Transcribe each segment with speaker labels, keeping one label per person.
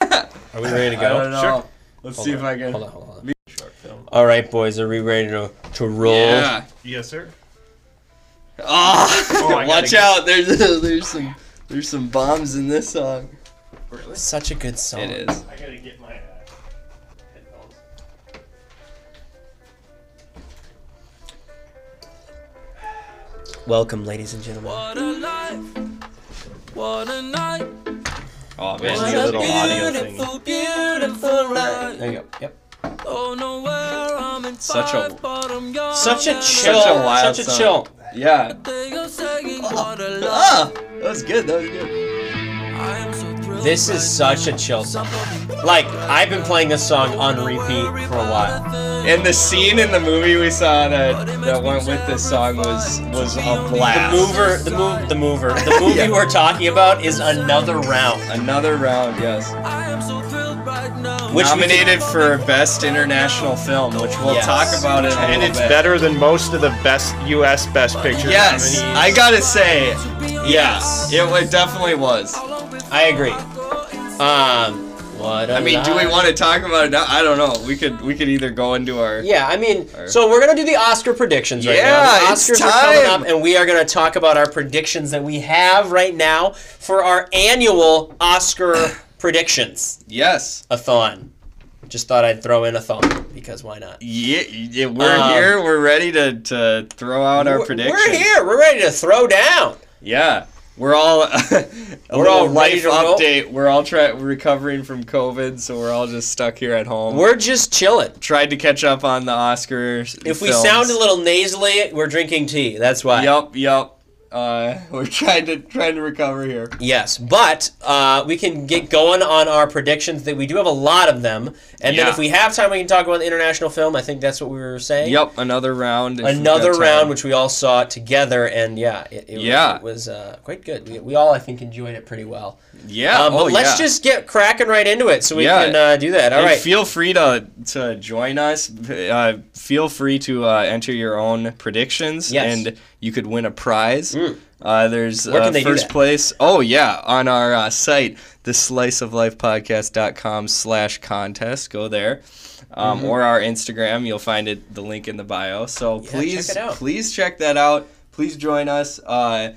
Speaker 1: Are we ready to go?
Speaker 2: I don't know.
Speaker 1: Sure.
Speaker 2: Let's
Speaker 1: Hold
Speaker 2: see
Speaker 1: on,
Speaker 2: if I can.
Speaker 1: Hold on, hold on. All right, boys, are we ready to, to roll?
Speaker 3: Yeah.
Speaker 4: Yes, sir.
Speaker 2: Ah!
Speaker 4: Oh, I gotta
Speaker 2: watch
Speaker 4: get-
Speaker 2: out! There's there's some there's some bombs in this song.
Speaker 4: Really?
Speaker 1: Such a good song.
Speaker 2: It is.
Speaker 4: I gotta get my uh, headphones.
Speaker 1: Welcome, ladies and gentlemen.
Speaker 2: Oh
Speaker 4: man,
Speaker 2: man,
Speaker 4: What
Speaker 2: the
Speaker 4: a
Speaker 2: little audio
Speaker 4: beautiful- Oh,
Speaker 2: thing.
Speaker 1: There you go. Yep.
Speaker 2: Such a
Speaker 1: Such a chill.
Speaker 2: Such a wild
Speaker 1: such a
Speaker 2: song.
Speaker 1: chill.
Speaker 2: yeah. Ah, that was good. That was good.
Speaker 1: This is such a chill song. Like, I've been playing this song on repeat for a while.
Speaker 2: And the scene in the movie we saw that that went with this song was was a blast.
Speaker 1: Mover, the move, the mover, the movie
Speaker 2: Yeah.
Speaker 1: we're talking about is another round,
Speaker 2: Another round, yes.
Speaker 1: which we did-
Speaker 2: Nominated for best international film, which we'll
Speaker 1: Yes.
Speaker 2: talk about in a
Speaker 4: And
Speaker 2: little
Speaker 4: it's
Speaker 2: bit.
Speaker 4: better than most of the best U.S. Best Picture
Speaker 2: Oh, Yes,
Speaker 4: nominees.
Speaker 2: I gotta say,
Speaker 1: Yes.
Speaker 2: yes, it, wa- it definitely was.
Speaker 1: I agree. Um, what? I
Speaker 2: I mean, do we want to talk about it now? I don't know. We could we could either go into our
Speaker 1: Yeah, I mean, so we're gonna do the Oscar predictions right now.
Speaker 2: Yeah,
Speaker 1: The
Speaker 2: it's
Speaker 1: Oscars are coming
Speaker 2: time.
Speaker 1: up, and we are gonna talk about our predictions that we have right now for our annual Oscar predictions
Speaker 2: yes.
Speaker 1: a thon. Just thought I'd throw in a thon because why not?
Speaker 2: Yeah, yeah, we're
Speaker 1: Um,
Speaker 2: here. We're ready to, to throw out our
Speaker 1: We're-
Speaker 2: predictions.
Speaker 1: We're here. We're ready to throw down.
Speaker 2: Yeah, we're all a
Speaker 1: We're all
Speaker 2: little
Speaker 1: ready
Speaker 2: life
Speaker 1: to roll.
Speaker 2: update. We're all try- we're recovering from COVID, so we're all just stuck here at home.
Speaker 1: We're just chilling.
Speaker 2: tried to catch up on the Oscars.
Speaker 1: If we
Speaker 2: films.
Speaker 1: sound a little nasally, we're drinking tea. That's why.
Speaker 2: Yup, yup. Uh, we're trying to trying to recover here.
Speaker 1: Yes, but uh, we can get going on our predictions. That we do have a lot of them, and then
Speaker 2: Yeah.
Speaker 1: if we have time, we can talk about the international film. I think that's what we were saying.
Speaker 2: Yup, another round. if we've got
Speaker 1: Another
Speaker 2: time.
Speaker 1: round, which we all saw together, and yeah, it, it,
Speaker 2: Yeah.
Speaker 1: it was uh, quite good. We, we all, I think, enjoyed it pretty well.
Speaker 2: Yeah,
Speaker 1: Um, but
Speaker 2: oh,
Speaker 1: let's
Speaker 2: yeah.
Speaker 1: just get cracking right into it, so we
Speaker 2: Yeah.
Speaker 1: can uh, do that. All
Speaker 2: and
Speaker 1: right.
Speaker 2: feel free to to join us. Uh, feel free to uh, enter your own predictions,
Speaker 1: Yes. Mm.
Speaker 2: and you could win a prize. Uh, there's
Speaker 1: Where can
Speaker 2: uh,
Speaker 1: they do
Speaker 2: first
Speaker 1: that?
Speaker 2: place. Oh yeah, on our uh, site, thesliceoflifepodcast.com slash contest. Go there, um,
Speaker 1: Mm-hmm.
Speaker 2: or our Instagram. You'll find it the link in the bio. So
Speaker 1: check
Speaker 2: please,
Speaker 1: it out.
Speaker 2: please check that out. Please join us. Uh,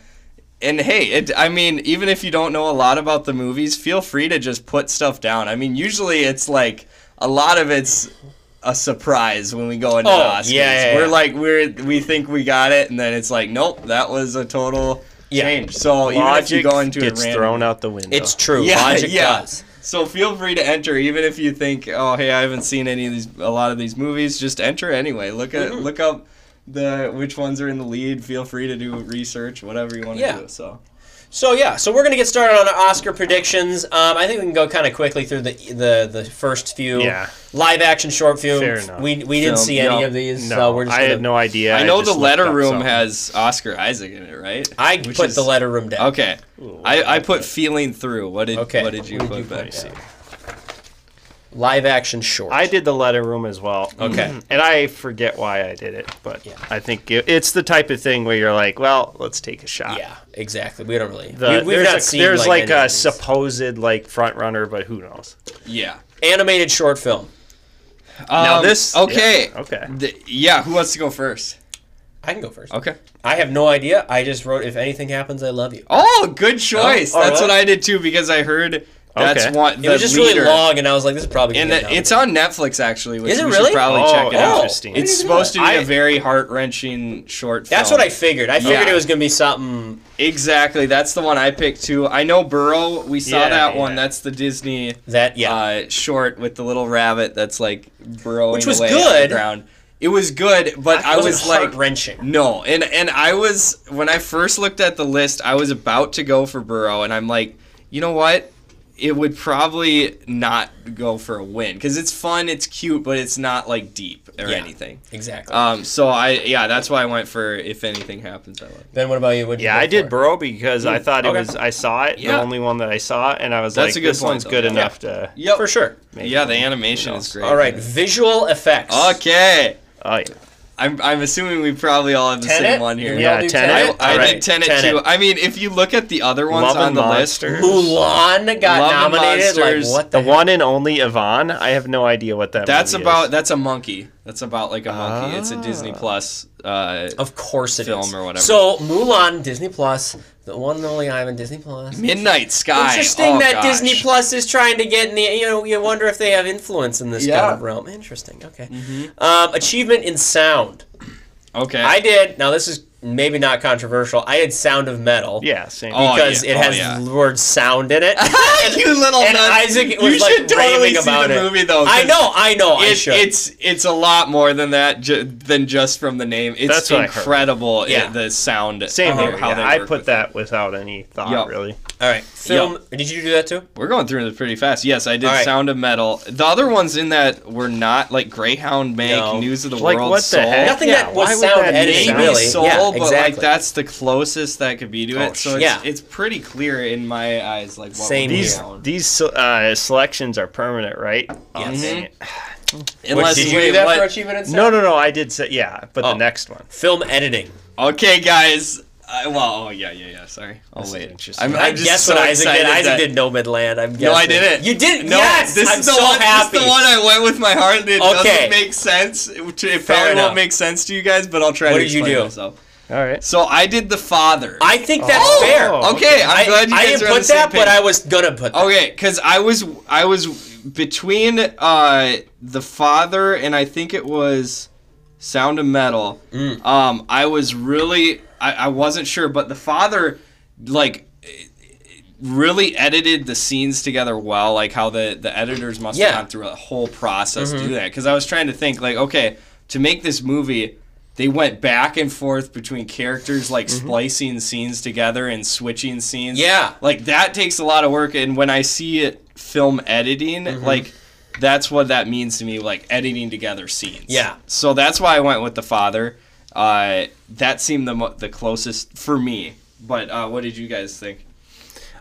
Speaker 2: and hey, it, I mean, even if you don't know a lot about the movies, feel free to just put stuff down. I mean, usually it's like a lot of it's a surprise when we go into
Speaker 1: Oh,
Speaker 2: the Oscars.
Speaker 1: yeah, yeah,
Speaker 2: We're
Speaker 1: yeah.
Speaker 2: like we're we think we got it, and then it's like, nope, that was a total
Speaker 1: Yeah.
Speaker 2: change. So even if
Speaker 4: Logic
Speaker 2: you go into
Speaker 4: gets
Speaker 2: a random,
Speaker 4: thrown out the window.
Speaker 1: It's true.
Speaker 2: Yeah,
Speaker 1: Logic
Speaker 2: yeah.
Speaker 1: does.
Speaker 2: So feel free to enter, even if you think, oh, hey, I haven't seen any of these, a lot of these movies. Just enter anyway. Look at
Speaker 1: Mm-hmm.
Speaker 2: look up the which ones are in the lead. Feel free to do research, whatever you want to
Speaker 1: Yeah.
Speaker 2: do. So
Speaker 1: So yeah, so we're gonna get started on our Oscar predictions. Um, I think we can go kind of quickly through the the the first few
Speaker 4: Yeah.
Speaker 1: live action short films.
Speaker 4: Fair enough.
Speaker 1: We we didn't
Speaker 2: Film,
Speaker 1: see any
Speaker 2: no,
Speaker 1: of these,
Speaker 4: no,
Speaker 1: so we're just
Speaker 4: I
Speaker 1: gonna,
Speaker 4: had no idea.
Speaker 2: I know
Speaker 4: just
Speaker 2: the
Speaker 4: looked
Speaker 2: letter
Speaker 4: up
Speaker 2: room
Speaker 4: something.
Speaker 2: has Oscar Isaac in it, right?
Speaker 1: I
Speaker 2: Which
Speaker 1: put
Speaker 2: is-
Speaker 1: the letter room down.
Speaker 2: Okay. I, I put feeling through. What did
Speaker 1: Okay.
Speaker 2: what did you
Speaker 1: What
Speaker 2: put
Speaker 1: did you
Speaker 2: back?
Speaker 1: put? Live action short.
Speaker 4: I did the letter room as well. Mm-hmm.
Speaker 1: Okay.
Speaker 4: And I forget why I did it, but
Speaker 1: Yeah.
Speaker 4: I think it, it's the type of thing where you're like, well, let's take a shot.
Speaker 1: Yeah, exactly. We don't really.
Speaker 4: The-
Speaker 1: we, we've
Speaker 4: there's
Speaker 1: not
Speaker 4: a,
Speaker 1: seen
Speaker 4: there's like,
Speaker 1: like, many
Speaker 4: a
Speaker 1: of these.
Speaker 4: supposed like front runner, but who knows?
Speaker 2: Yeah.
Speaker 1: animated short film.
Speaker 2: now
Speaker 4: Um,
Speaker 2: this
Speaker 4: yeah,
Speaker 2: okay.
Speaker 4: okay.
Speaker 2: The- yeah, who wants to go first?
Speaker 1: I can go first.
Speaker 2: Okay.
Speaker 1: I have no idea. I just wrote, "If anything happens, I love you."
Speaker 2: Oh, good choice.
Speaker 1: Oh, all
Speaker 2: that's
Speaker 1: right.
Speaker 2: what I did too because I heard that's
Speaker 4: Okay.
Speaker 2: one
Speaker 1: It
Speaker 2: the
Speaker 1: was just
Speaker 2: leader.
Speaker 1: really long, and I was like, "This is probably."
Speaker 2: And
Speaker 1: gonna
Speaker 2: it-
Speaker 1: get
Speaker 2: it's
Speaker 1: nominated.
Speaker 2: on Netflix actually, which
Speaker 1: Is it
Speaker 2: we
Speaker 1: really?
Speaker 2: should probably
Speaker 4: Oh,
Speaker 2: check it out.
Speaker 4: interesting.
Speaker 2: It's
Speaker 1: I didn't know
Speaker 2: supposed to be
Speaker 4: that.
Speaker 2: a
Speaker 4: I-
Speaker 2: very heart-wrenching short film.
Speaker 1: That's what I figured. I figured
Speaker 2: Yeah.
Speaker 1: it was gonna be something.
Speaker 2: Exactly. That's the one I picked too. I know Burrow. We saw
Speaker 4: Yeah,
Speaker 2: that one.
Speaker 4: yeah.
Speaker 2: That's the Disney
Speaker 1: That- yeah.
Speaker 2: uh, short with the little rabbit that's like burrowing
Speaker 1: Which was
Speaker 2: away
Speaker 1: good.
Speaker 2: underground. It was good, but I, was like
Speaker 1: wrenching.
Speaker 2: no, and and I was when I first looked at the list, I was about to go for Burrow, and I'm like, you know what? It would probably not go for a win because it's fun, it's cute, but it's not like deep or
Speaker 1: Yeah.
Speaker 2: anything.
Speaker 1: Exactly.
Speaker 2: Um, so I yeah, that's why I went for if anything happens, I love.
Speaker 1: ben, what about you? What'd you
Speaker 4: Yeah,
Speaker 1: go
Speaker 4: I did
Speaker 1: for?
Speaker 4: Burrow because I thought it
Speaker 1: okay.
Speaker 4: was I saw it,
Speaker 2: Yeah.
Speaker 4: the only one that I saw, and I was
Speaker 2: That's
Speaker 4: like,
Speaker 2: a good
Speaker 4: this
Speaker 2: point,
Speaker 4: one's
Speaker 2: though.
Speaker 4: good
Speaker 2: Yeah.
Speaker 4: enough to.
Speaker 2: Yep.
Speaker 1: for sure.
Speaker 4: Make
Speaker 2: yeah,
Speaker 4: it
Speaker 2: the
Speaker 4: work.
Speaker 2: animation
Speaker 4: Who
Speaker 2: is
Speaker 4: knows?
Speaker 2: great.
Speaker 1: All right, visual effects.
Speaker 2: Okay.
Speaker 4: Oh yeah.
Speaker 2: I'm, I'm assuming we probably all have the
Speaker 1: Tenet?
Speaker 2: same one here.
Speaker 1: We all
Speaker 4: Yeah,
Speaker 1: do
Speaker 4: Tenet.
Speaker 2: I,
Speaker 1: Tenet?
Speaker 2: I
Speaker 4: Alright,
Speaker 2: did Tenet,
Speaker 4: Tenet.
Speaker 2: too. I mean, if you look at the other ones
Speaker 4: Love
Speaker 2: on
Speaker 4: and
Speaker 2: the
Speaker 4: Monsters.
Speaker 2: list,
Speaker 1: Mulan got
Speaker 2: Love and
Speaker 1: nominated. Like
Speaker 2: Monsters.
Speaker 1: what the?
Speaker 4: The one and only Yvonne. I have no idea what that.
Speaker 2: that's
Speaker 4: movie
Speaker 2: about
Speaker 4: Is.
Speaker 2: that's a monkey. That's about like a monkey. It's a
Speaker 1: Ah.
Speaker 2: Disney Plus. Uh,
Speaker 1: Of course it is.
Speaker 2: Film or whatever.
Speaker 1: So Mulan, Disney Plus, the one and only I'm in Disney Plus.
Speaker 2: Midnight Sky.
Speaker 1: Interesting
Speaker 2: Oh,
Speaker 1: that
Speaker 2: gosh.
Speaker 1: Disney Plus is trying to get in the. You know, you wonder if they have influence in this
Speaker 2: Yeah. Mm-hmm.
Speaker 1: kind of realm. Interesting. Okay. Um, achievement in sound.
Speaker 2: Okay.
Speaker 1: I did. Now this is maybe not controversial. I did Sound of Metal.
Speaker 4: Yeah, same.
Speaker 2: Oh,
Speaker 1: Because
Speaker 2: yeah.
Speaker 1: it
Speaker 2: Oh,
Speaker 1: has
Speaker 2: yeah.
Speaker 1: the word sound in it.
Speaker 2: you little
Speaker 1: and
Speaker 2: nuts.
Speaker 1: Isaac
Speaker 2: you
Speaker 1: was like
Speaker 2: should totally
Speaker 1: raving
Speaker 2: see
Speaker 1: about
Speaker 2: the
Speaker 1: it.
Speaker 2: movie though. 'cause
Speaker 1: I know, I know, I
Speaker 2: Oh, it-
Speaker 1: should.
Speaker 2: it's it's a lot more than that ju- than just from the name. It's
Speaker 4: That's what I heard.
Speaker 2: incredible. i-
Speaker 1: Yeah.
Speaker 2: the sound.
Speaker 4: Same
Speaker 2: and
Speaker 4: here.
Speaker 2: How
Speaker 4: yeah.
Speaker 2: they
Speaker 4: I
Speaker 2: work
Speaker 4: put
Speaker 2: with it.
Speaker 4: that without any thought,
Speaker 2: Yeah.
Speaker 4: really.
Speaker 1: All right, film. Did you do that too?
Speaker 2: We're going through this pretty fast. Yes, I did
Speaker 1: All right.
Speaker 2: Sound of Metal. The other ones in that were not like Greyhound, Make,
Speaker 1: No.
Speaker 2: News of the
Speaker 4: Like,
Speaker 2: World,
Speaker 4: what the
Speaker 2: Soul.
Speaker 4: heck?
Speaker 1: Nothing
Speaker 4: Yeah,
Speaker 1: that was
Speaker 4: why would
Speaker 1: sound
Speaker 4: that
Speaker 1: editing,
Speaker 2: Maybe
Speaker 4: sound?
Speaker 1: really.
Speaker 2: Soul,
Speaker 1: Yeah,
Speaker 2: but like
Speaker 1: exactly.
Speaker 2: that's the closest that could be to it.
Speaker 4: Oh,
Speaker 2: so it's,
Speaker 1: shit. Yeah.
Speaker 2: it's pretty clear in my eyes, like what
Speaker 1: Same
Speaker 2: we're
Speaker 4: These
Speaker 1: Yeah.
Speaker 2: doing.
Speaker 4: these uh, selections are permanent, right?
Speaker 1: Yes.
Speaker 4: dang it.
Speaker 2: Unless
Speaker 1: did you
Speaker 2: wait,
Speaker 1: do that
Speaker 2: what-
Speaker 1: for achievement in sound?
Speaker 4: No, no, no. I did say yeah, but
Speaker 1: Oh.
Speaker 4: the next one.
Speaker 1: Film editing.
Speaker 2: Okay, guys. I, well, oh yeah, yeah, yeah. Sorry. I'll
Speaker 4: This is
Speaker 2: wait.
Speaker 4: interesting.
Speaker 1: i guess what Isaac did. Isaac did No Midland. I'm guessing.
Speaker 2: No, I didn't.
Speaker 1: You did.
Speaker 2: No,
Speaker 1: yes.
Speaker 2: this
Speaker 1: I'm
Speaker 2: is the
Speaker 1: so
Speaker 2: one.
Speaker 1: happy.
Speaker 2: This is the one I went with my heart. and It
Speaker 1: Okay.
Speaker 2: doesn't make sense. It, it probably
Speaker 1: enough.
Speaker 2: won't make sense to you guys, but I'll try
Speaker 1: What
Speaker 2: to
Speaker 1: did you
Speaker 2: explain
Speaker 1: do?
Speaker 2: myself.
Speaker 4: All right.
Speaker 2: So I did the father.
Speaker 1: I think that's
Speaker 4: Oh,
Speaker 1: fair.
Speaker 4: okay.
Speaker 2: okay, I'm
Speaker 1: I,
Speaker 2: glad you
Speaker 1: I
Speaker 2: guys
Speaker 1: didn't
Speaker 2: are on
Speaker 1: put
Speaker 2: the same
Speaker 1: that, but
Speaker 2: page.
Speaker 1: I was gonna put that.
Speaker 2: Okay, because I was I was between uh the father and I think it was Sound of Metal.
Speaker 1: Mm.
Speaker 2: Um, I was really I, I wasn't sure, but the father like really edited the scenes together well, like how the the editors must
Speaker 1: Yeah. Mm-hmm.
Speaker 2: have gone through a whole process to do that. Because I was trying to think like, okay, to make this movie. They went back and forth between characters, like
Speaker 1: Mm-hmm.
Speaker 2: splicing scenes together and switching scenes
Speaker 1: Yeah.
Speaker 2: like that takes a lot of work and when i see it film editing like that's what that means to me like editing together scenes
Speaker 1: Yeah.
Speaker 2: so that's why i went with the father uh, that seemed the, mo- the closest for me but uh, what did you guys think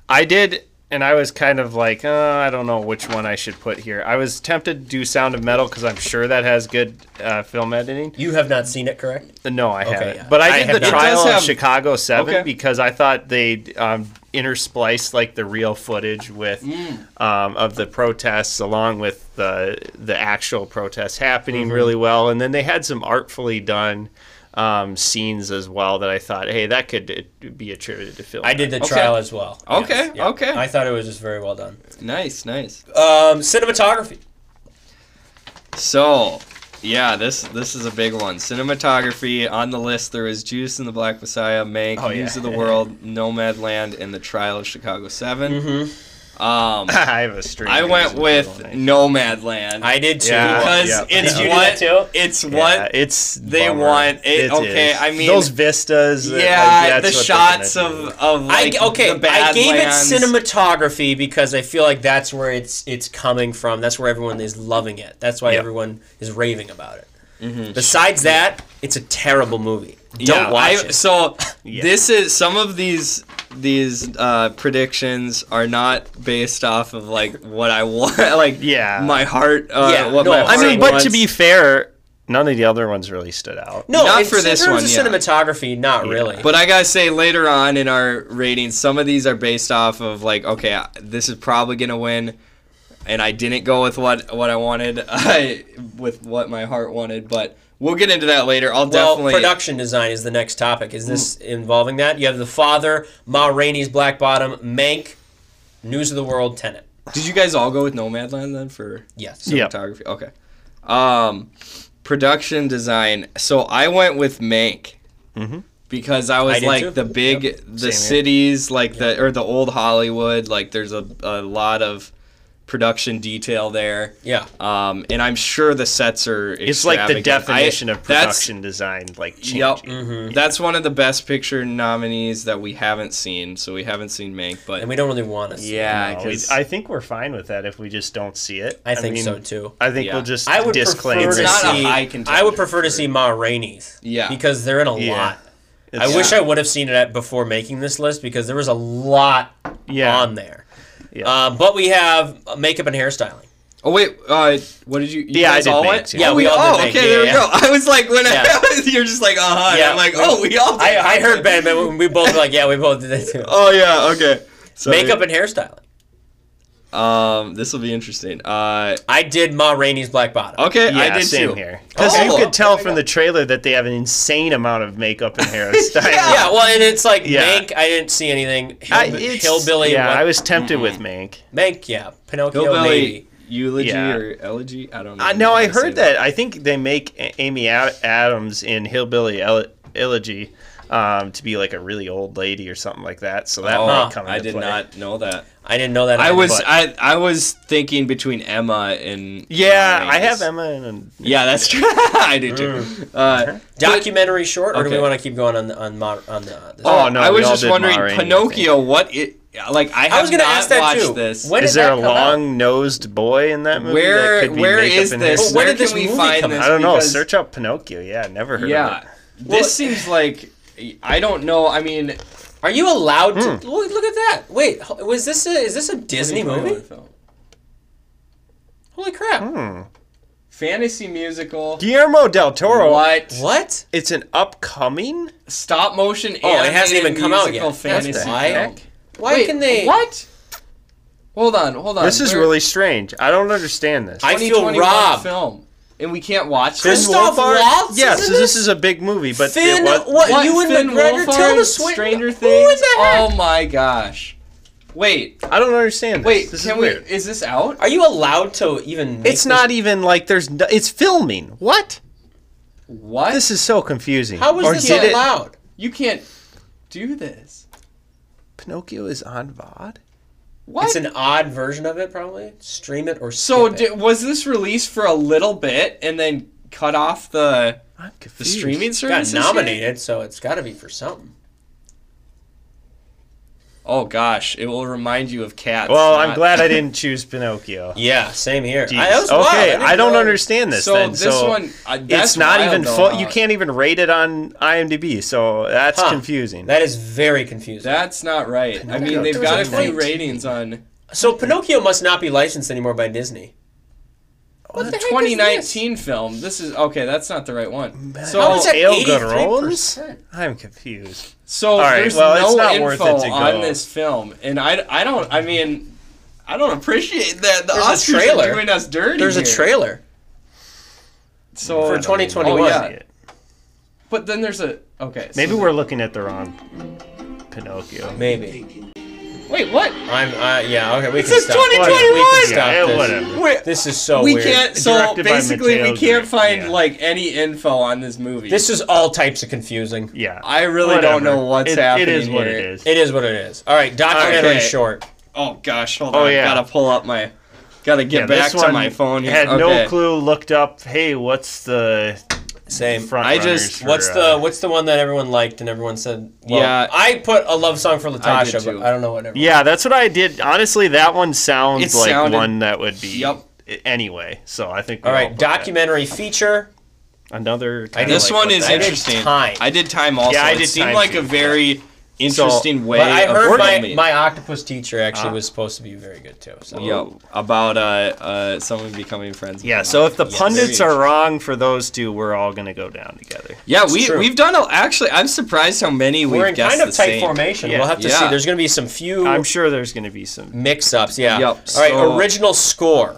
Speaker 4: I did, and I was kind of like, uh, I don't know which one I should put here. I was tempted to do Sound of Metal because I'm sure that has good uh, film editing.
Speaker 1: You have not seen it, correct?
Speaker 4: No, I haven't.
Speaker 1: yeah.
Speaker 4: But
Speaker 1: I
Speaker 4: I did
Speaker 1: have
Speaker 4: the
Speaker 1: not.
Speaker 2: It
Speaker 4: trial
Speaker 2: does have-
Speaker 4: of Chicago Seven
Speaker 2: Okay.
Speaker 4: because I thought they um, interspliced like the real footage with
Speaker 2: Mm.
Speaker 4: um, of the protests along with the the actual protests happening
Speaker 2: Mm-hmm.
Speaker 4: really well, and then they had some artfully done. Um, scenes as well that I thought, hey, that could uh, be attributed to film.
Speaker 1: I did the trial as well.
Speaker 2: Okay,
Speaker 1: Yes, yeah.
Speaker 2: okay.
Speaker 1: I thought it was just very well done.
Speaker 2: nice nice
Speaker 1: Um, cinematography.
Speaker 2: so yeah this this is a big one cinematography on the list there is juice and the black messiah mank
Speaker 4: Oh, yeah.
Speaker 2: news of the world nomad land and the trial of chicago 7
Speaker 1: Mm-hmm.
Speaker 2: um,
Speaker 4: I have a stream.
Speaker 2: i went with nomad land
Speaker 1: I did too.
Speaker 4: Yeah.
Speaker 2: because
Speaker 4: Uh, Yeah.
Speaker 2: it's
Speaker 1: Did you do that
Speaker 2: what
Speaker 1: too?
Speaker 2: it's
Speaker 4: Yeah,
Speaker 2: what
Speaker 4: it's
Speaker 2: they
Speaker 4: bummer.
Speaker 2: want. It- okay,
Speaker 4: is.
Speaker 2: I mean-
Speaker 4: those vistas. uh, like,
Speaker 2: yeah,
Speaker 4: that's
Speaker 2: the
Speaker 4: what they're
Speaker 2: shots
Speaker 4: gonna
Speaker 2: of
Speaker 4: do.
Speaker 2: of
Speaker 1: I
Speaker 2: like
Speaker 1: g okay,
Speaker 2: the
Speaker 1: I gave it
Speaker 2: Badlands.
Speaker 1: cinematography because I feel like that's where it's it's coming from. That's where everyone is loving it. That's why
Speaker 4: Yeah.
Speaker 1: everyone is raving about it. Besides that, it's a terrible movie. Don't
Speaker 2: Yeah,
Speaker 1: watch
Speaker 2: I-
Speaker 1: it.
Speaker 2: So this is some of these these uh, predictions are not based off of like what I want, like
Speaker 4: Yeah.
Speaker 2: my heart. Uh,
Speaker 1: Yeah,
Speaker 2: what my
Speaker 1: no,
Speaker 4: I
Speaker 2: heart
Speaker 4: mean, but
Speaker 2: wants.
Speaker 4: to be fair, none of the other ones really stood out.
Speaker 1: no,
Speaker 2: not
Speaker 1: in,
Speaker 2: for
Speaker 1: in
Speaker 2: this
Speaker 1: terms
Speaker 2: one,
Speaker 1: Of
Speaker 2: yeah.
Speaker 1: Cinematography, not really.
Speaker 2: But I gotta say, later on in our ratings, some of these are based off of like, okay, I- this is probably gonna win, and I didn't go with what what I wanted, I, with what my heart wanted. But we'll get into that later. I'll
Speaker 1: well,
Speaker 2: definitely.
Speaker 1: production design is the next topic. Is this involving that? You have The Father, Ma Rainey's Black Bottom, Mank, News of the World, Tenet.
Speaker 2: Did you guys all go with Nomadland then for
Speaker 1: Yes.
Speaker 4: Yeah.
Speaker 2: cinematography? Okay. Um, production design. So I went with Mank.
Speaker 4: Mm-hmm.
Speaker 2: Because I
Speaker 1: I
Speaker 2: was
Speaker 1: did
Speaker 2: like
Speaker 1: too.
Speaker 2: the big,
Speaker 1: Yep.
Speaker 2: the
Speaker 4: Same here.
Speaker 2: cities, like the or the old Hollywood, like there's a, a lot of production detail there.
Speaker 1: Yeah.
Speaker 2: Um, and I'm sure the sets are.
Speaker 4: It's like the
Speaker 2: extravagant.
Speaker 4: definition
Speaker 2: I-
Speaker 4: of
Speaker 2: that's-
Speaker 4: production design, like changing.
Speaker 2: Yep,
Speaker 1: Mm-hmm.
Speaker 2: that's one of the best picture nominees that we haven't seen. So we haven't seen Mank, but
Speaker 1: And we don't really want to see it.
Speaker 2: yeah,
Speaker 4: No, we-
Speaker 2: 'cause-
Speaker 4: I think we're fine with that if we just don't see it.
Speaker 1: I think
Speaker 4: mean,
Speaker 1: so too.
Speaker 4: I think
Speaker 2: Yeah.
Speaker 4: we'll just
Speaker 1: I would
Speaker 4: disclaim
Speaker 1: prefer to
Speaker 2: It's
Speaker 4: it.
Speaker 2: not a
Speaker 1: see.
Speaker 2: high
Speaker 1: I would
Speaker 2: contender
Speaker 1: prefer to
Speaker 2: for-
Speaker 1: see Ma Rainey's.
Speaker 2: Yeah.
Speaker 1: Because they're in a
Speaker 4: Yeah.
Speaker 1: lot. I
Speaker 4: It's-
Speaker 1: wish I would have seen it at, before making this list because there was a lot
Speaker 4: Yeah.
Speaker 1: on there. Um,
Speaker 4: Yeah.
Speaker 1: Uh, but we have makeup and hairstyling.
Speaker 2: Oh wait, uh, what did you? you
Speaker 4: Yeah, I
Speaker 2: guys
Speaker 4: did
Speaker 2: all went?
Speaker 4: Banks,
Speaker 1: yeah. Yeah,
Speaker 2: oh,
Speaker 1: we all did
Speaker 2: Oh,
Speaker 1: Banks,
Speaker 2: okay,
Speaker 1: yeah,
Speaker 2: there
Speaker 1: yeah.
Speaker 2: we go. I was like, when
Speaker 1: Yeah.
Speaker 2: I, you're just like, uh huh.
Speaker 1: Yeah.
Speaker 2: I'm like, oh, we all. Did
Speaker 1: I, I heard
Speaker 2: Banks.
Speaker 1: Ben, but we both were like, yeah, we both did that too.
Speaker 2: Oh yeah, okay. Sorry.
Speaker 1: Makeup and hairstyling.
Speaker 2: Um, this will be interesting. Uh,
Speaker 1: I did Ma Rainey's Black Bottom.
Speaker 2: okay,
Speaker 4: Yeah,
Speaker 2: I did
Speaker 4: same
Speaker 2: too.
Speaker 4: here. Because
Speaker 2: Oh,
Speaker 4: you could tell
Speaker 2: okay.
Speaker 4: from the trailer that they have an insane amount of makeup and hairstyling.
Speaker 1: Yeah, well, and it's like
Speaker 4: Yeah.
Speaker 1: Mank. I didn't see anything. Hill,
Speaker 4: I, it's-
Speaker 1: hillbilly.
Speaker 4: Yeah,
Speaker 1: what-
Speaker 4: I was tempted with Mank.
Speaker 1: Mank. Yeah, Pinocchio.
Speaker 2: Hillbilly
Speaker 1: maybe.
Speaker 2: eulogy
Speaker 4: Yeah.
Speaker 2: or elegy? I don't know.
Speaker 4: Uh, no, I
Speaker 2: I've seen
Speaker 4: heard that. I think they make A- Amy A- Adams in Hillbilly El- Elegy um, to be like a really old lady or something like that. So that
Speaker 2: Oh,
Speaker 1: Huh,
Speaker 4: might come.
Speaker 2: I
Speaker 4: into
Speaker 2: did
Speaker 4: play.
Speaker 2: not know that.
Speaker 1: I didn't know that.
Speaker 2: I
Speaker 1: either,
Speaker 2: was
Speaker 1: but-
Speaker 2: I I was thinking between Emma and
Speaker 4: Yeah,
Speaker 2: Mine.
Speaker 4: I have Emma and
Speaker 2: Yeah, that's true. I do too. Uh,
Speaker 1: documentary short, or do we
Speaker 2: Okay.
Speaker 1: want to keep going on the on Ma, on the? the-
Speaker 4: Oh, no,
Speaker 2: I
Speaker 4: we
Speaker 2: was
Speaker 4: all
Speaker 2: just
Speaker 4: did
Speaker 2: wondering,
Speaker 4: Ma Rainey, I think.
Speaker 2: Pinocchio. What it like? I have
Speaker 1: I was going to
Speaker 2: not
Speaker 1: ask that
Speaker 2: watched
Speaker 1: too.
Speaker 2: this.
Speaker 1: When
Speaker 4: is
Speaker 1: did
Speaker 4: there a
Speaker 1: that come out?
Speaker 4: long nosed boy in that movie?
Speaker 2: Where-
Speaker 4: that could be
Speaker 2: where
Speaker 4: makeup
Speaker 2: is
Speaker 4: and
Speaker 2: this?
Speaker 4: hair?
Speaker 2: Well,
Speaker 1: Where
Speaker 2: Where
Speaker 1: did this
Speaker 2: can we
Speaker 1: movie
Speaker 2: find
Speaker 1: come
Speaker 2: this?
Speaker 1: out?
Speaker 4: I don't know.
Speaker 2: because-
Speaker 4: Search up Pinocchio. Yeah, never heard
Speaker 2: yeah,
Speaker 4: of
Speaker 2: this seems like I don't know. I mean,
Speaker 1: Are you allowed to look, look at that? Wait, h- was this a is this a Disney movie? Holy crap!
Speaker 4: it. Hmm.
Speaker 2: Fantasy musical.
Speaker 4: Guillermo del Toro.
Speaker 2: What?
Speaker 1: What?
Speaker 4: It's an upcoming.
Speaker 2: Stop motion.
Speaker 1: Oh, it hasn't
Speaker 2: animated
Speaker 1: even come out
Speaker 2: musical
Speaker 1: yet. That's
Speaker 2: Fantasy.
Speaker 1: why.
Speaker 2: film.
Speaker 1: Why
Speaker 2: Wait,
Speaker 1: can they?
Speaker 2: What? Hold on, hold on.
Speaker 4: This is
Speaker 2: Where-
Speaker 4: really strange. I don't understand this.
Speaker 1: Uh, I feel
Speaker 2: 2021
Speaker 1: robbed.
Speaker 2: Film, and we can't watch
Speaker 4: Finn
Speaker 2: this.
Speaker 1: Christoph
Speaker 4: Wolfhard-
Speaker 1: Waltz is
Speaker 4: Yes,
Speaker 1: in
Speaker 4: this?
Speaker 1: this?
Speaker 4: is a big movie, but
Speaker 1: Finn,
Speaker 4: it was,
Speaker 1: what?
Speaker 2: What,
Speaker 1: You and
Speaker 2: Finn
Speaker 1: McGregor tell
Speaker 2: Wolfhard,
Speaker 1: the swing.
Speaker 2: Stranger
Speaker 1: Who
Speaker 2: Things.
Speaker 1: in the heck?
Speaker 2: Oh my gosh! Wait,
Speaker 4: I don't understand this.
Speaker 2: wait.
Speaker 4: this
Speaker 2: can
Speaker 4: is
Speaker 2: we?
Speaker 4: weird.
Speaker 2: Is this out?
Speaker 1: Are you allowed to even? Make
Speaker 4: It's
Speaker 1: this-
Speaker 4: not even like there's. No, it's filming. What?
Speaker 2: What?
Speaker 4: This is so confusing.
Speaker 1: How was
Speaker 4: Or
Speaker 1: this
Speaker 4: did it-
Speaker 1: allowed?
Speaker 2: you can't do this.
Speaker 4: Pinocchio is on VOD.
Speaker 2: What?
Speaker 1: It's an odd version of it, probably. Stream it or
Speaker 2: so
Speaker 1: skip it.
Speaker 2: di- was this released for a little bit and then cut off the
Speaker 4: I'm
Speaker 2: the
Speaker 4: confused.
Speaker 2: streaming
Speaker 1: got
Speaker 2: service?
Speaker 1: nominated, so it's got to be for something.
Speaker 2: Oh gosh, it will remind you of cats.
Speaker 4: Well, I'm
Speaker 2: not-
Speaker 4: glad I didn't choose Pinocchio.
Speaker 1: Yeah, same here.
Speaker 4: Jeez.
Speaker 1: I, that was
Speaker 4: okay,
Speaker 1: wild. didn't
Speaker 4: I don't
Speaker 1: know-
Speaker 4: understand this.
Speaker 2: So
Speaker 4: then.
Speaker 2: this
Speaker 4: so
Speaker 2: one, uh,
Speaker 4: it's
Speaker 2: that's
Speaker 4: not
Speaker 2: wild
Speaker 4: even
Speaker 2: though,
Speaker 4: full.
Speaker 2: huh?
Speaker 4: You can't even rate it on IMDb, so that's
Speaker 1: Huh.
Speaker 4: confusing.
Speaker 1: That is very confusing.
Speaker 2: That's not right. I mean,
Speaker 4: Pinocchio
Speaker 2: they've got a few
Speaker 1: 2019.
Speaker 2: ratings on.
Speaker 1: so Pinocchio must not be licensed anymore by Disney.
Speaker 2: Well, the
Speaker 1: heck is
Speaker 2: 2019 film. This is okay. That's not the right one. So,
Speaker 1: How is that
Speaker 4: El
Speaker 1: 83%?
Speaker 4: Garrons? I'm confused.
Speaker 2: so
Speaker 4: right,
Speaker 2: there's
Speaker 4: well,
Speaker 2: no
Speaker 4: it's not worth
Speaker 2: info
Speaker 4: it to
Speaker 2: on
Speaker 4: go.
Speaker 2: this film, and I, I don't. I mean, I don't appreciate that. The
Speaker 1: There's a
Speaker 2: Oscars
Speaker 1: trailer.
Speaker 2: are doing us dirty.
Speaker 1: There's a
Speaker 2: here.
Speaker 1: trailer.
Speaker 2: so,
Speaker 1: for 2021.
Speaker 2: Oh, yeah. But then there's a okay. so-
Speaker 4: Maybe we're looking at the wrong Pinocchio.
Speaker 1: Maybe.
Speaker 2: wait. What?
Speaker 1: I'm. Uh, yeah. Okay. We
Speaker 2: It
Speaker 1: can
Speaker 2: says
Speaker 1: stop.
Speaker 2: 2021.
Speaker 1: We can stop
Speaker 4: Yeah,
Speaker 1: this.
Speaker 4: whatever.
Speaker 2: Wait,
Speaker 1: This is so
Speaker 2: we
Speaker 1: weird.
Speaker 2: can't. So
Speaker 4: Directed by
Speaker 2: basically, we
Speaker 4: Matteo
Speaker 2: can't
Speaker 4: Garrone,
Speaker 2: find
Speaker 4: yeah.
Speaker 2: like any info on this movie.
Speaker 1: This is all types of confusing.
Speaker 4: Yeah.
Speaker 2: I really don't know what's
Speaker 4: It-
Speaker 2: happening
Speaker 4: It is what
Speaker 2: here.
Speaker 4: it is.
Speaker 1: It is what it is. All right. Documentary
Speaker 2: Okay.
Speaker 1: short.
Speaker 2: Oh gosh, hold
Speaker 4: Oh,
Speaker 2: on.
Speaker 4: yeah.
Speaker 2: Gotta pull up my gotta get
Speaker 4: Yeah,
Speaker 2: back
Speaker 4: this
Speaker 2: to
Speaker 4: one
Speaker 2: my phone here.
Speaker 4: Had
Speaker 2: Okay.
Speaker 4: no clue. Looked up. Hey, what's the
Speaker 1: Same.
Speaker 4: front?
Speaker 2: I just-
Speaker 4: runners for,
Speaker 1: What's
Speaker 4: uh,
Speaker 1: the What's the one that everyone liked and everyone said? Well,
Speaker 2: Yeah.
Speaker 1: I put a love song for Latasha,
Speaker 2: too.
Speaker 1: but I don't know whatever.
Speaker 4: Yeah, that's what I did. Honestly, that one sounds
Speaker 2: It
Speaker 4: like
Speaker 2: sounded-
Speaker 4: one that would be
Speaker 2: Yep.
Speaker 4: anyway. So I think. we
Speaker 1: All right.
Speaker 4: put that.
Speaker 1: Documentary feature.
Speaker 4: Another.
Speaker 1: I
Speaker 4: kinda
Speaker 2: This
Speaker 4: like
Speaker 2: one
Speaker 4: what
Speaker 2: is
Speaker 1: I
Speaker 4: that
Speaker 1: did
Speaker 2: interesting.
Speaker 1: time.
Speaker 2: I did time also.
Speaker 4: Yeah, I
Speaker 2: it
Speaker 4: did
Speaker 2: seemed
Speaker 4: time,
Speaker 2: like
Speaker 4: too.
Speaker 2: a very interesting way
Speaker 1: But I
Speaker 2: of
Speaker 1: heard my,
Speaker 2: filming.
Speaker 1: my octopus teacher actually was supposed to be very good too. So
Speaker 2: yeah, about uh, uh, someone becoming friends. with
Speaker 4: Yeah.
Speaker 2: an
Speaker 4: So if the
Speaker 2: octopus.
Speaker 4: pundits
Speaker 2: Very
Speaker 4: are wrong for those two, we're all gonna go down together.
Speaker 2: yeah, we
Speaker 1: true.
Speaker 2: we've done a, actually. I'm surprised how many we've
Speaker 1: we're in
Speaker 2: guessed
Speaker 1: kind of
Speaker 2: the
Speaker 1: tight
Speaker 2: same.
Speaker 1: formation.
Speaker 4: Yeah.
Speaker 1: We'll have to see.
Speaker 2: Yeah.
Speaker 1: There's going to be some few
Speaker 4: I'm sure there's gonna be some.
Speaker 1: mix-ups. Yeah.
Speaker 2: Yep,
Speaker 1: All right.
Speaker 2: so-
Speaker 1: Original score.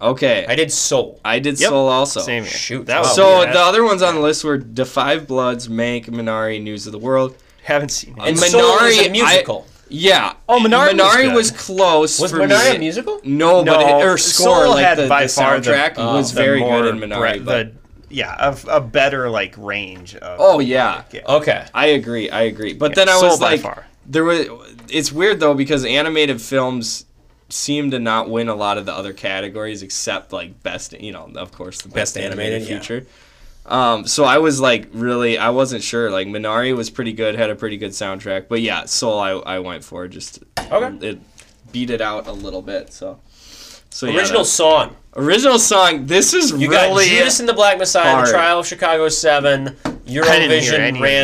Speaker 2: Okay,
Speaker 1: I did Soul.
Speaker 2: I did
Speaker 4: Yep.
Speaker 2: Soul also.
Speaker 4: Same here.
Speaker 1: Shoot.
Speaker 4: That was
Speaker 2: So
Speaker 4: Yeah.
Speaker 2: the other ones on the list were Defy Bloods, Mank, Minari, News of the World.
Speaker 4: Haven't seen it.
Speaker 1: And
Speaker 2: Minari,
Speaker 1: Soul is a
Speaker 2: I-
Speaker 1: musical.
Speaker 2: Yeah.
Speaker 4: Oh, Minari was
Speaker 2: Minari
Speaker 4: good.
Speaker 2: was, close.
Speaker 1: was
Speaker 2: for
Speaker 1: Minari
Speaker 2: me.
Speaker 1: a musical?
Speaker 2: No,
Speaker 4: No,
Speaker 2: Oh, but it, or score
Speaker 4: Soul
Speaker 2: like
Speaker 4: had
Speaker 2: the,
Speaker 4: by
Speaker 2: the
Speaker 4: far the-
Speaker 2: soundtrack
Speaker 1: uh,
Speaker 2: was
Speaker 4: the
Speaker 2: very
Speaker 4: more
Speaker 2: good in Minari.
Speaker 4: bre-
Speaker 2: but,
Speaker 4: the- yeah, a, a better like range of.
Speaker 2: oh yeah,
Speaker 1: Okay.
Speaker 2: I agree. I agree. But then I
Speaker 4: Soul
Speaker 2: was
Speaker 4: by
Speaker 2: like,
Speaker 4: far.
Speaker 2: there was. It's weird though because animated films seem to not win a lot of the other categories except like best, you know, of course the best,
Speaker 1: Best
Speaker 2: animated,
Speaker 1: animated, yeah.
Speaker 2: feature. Um, so I was like, really, I wasn't sure. Like Minari was pretty good, had a pretty good soundtrack, but yeah, Soul I, I went for just
Speaker 1: Okay.
Speaker 2: It beat it out a little bit. So, so yeah,
Speaker 1: Original
Speaker 2: that-
Speaker 1: song.
Speaker 2: original song. This is
Speaker 1: You got
Speaker 2: really
Speaker 1: Judas and the Black Messiah,
Speaker 2: hard.
Speaker 1: The Trial of Chicago 7,
Speaker 4: didn't hear
Speaker 1: Eurovision,
Speaker 4: any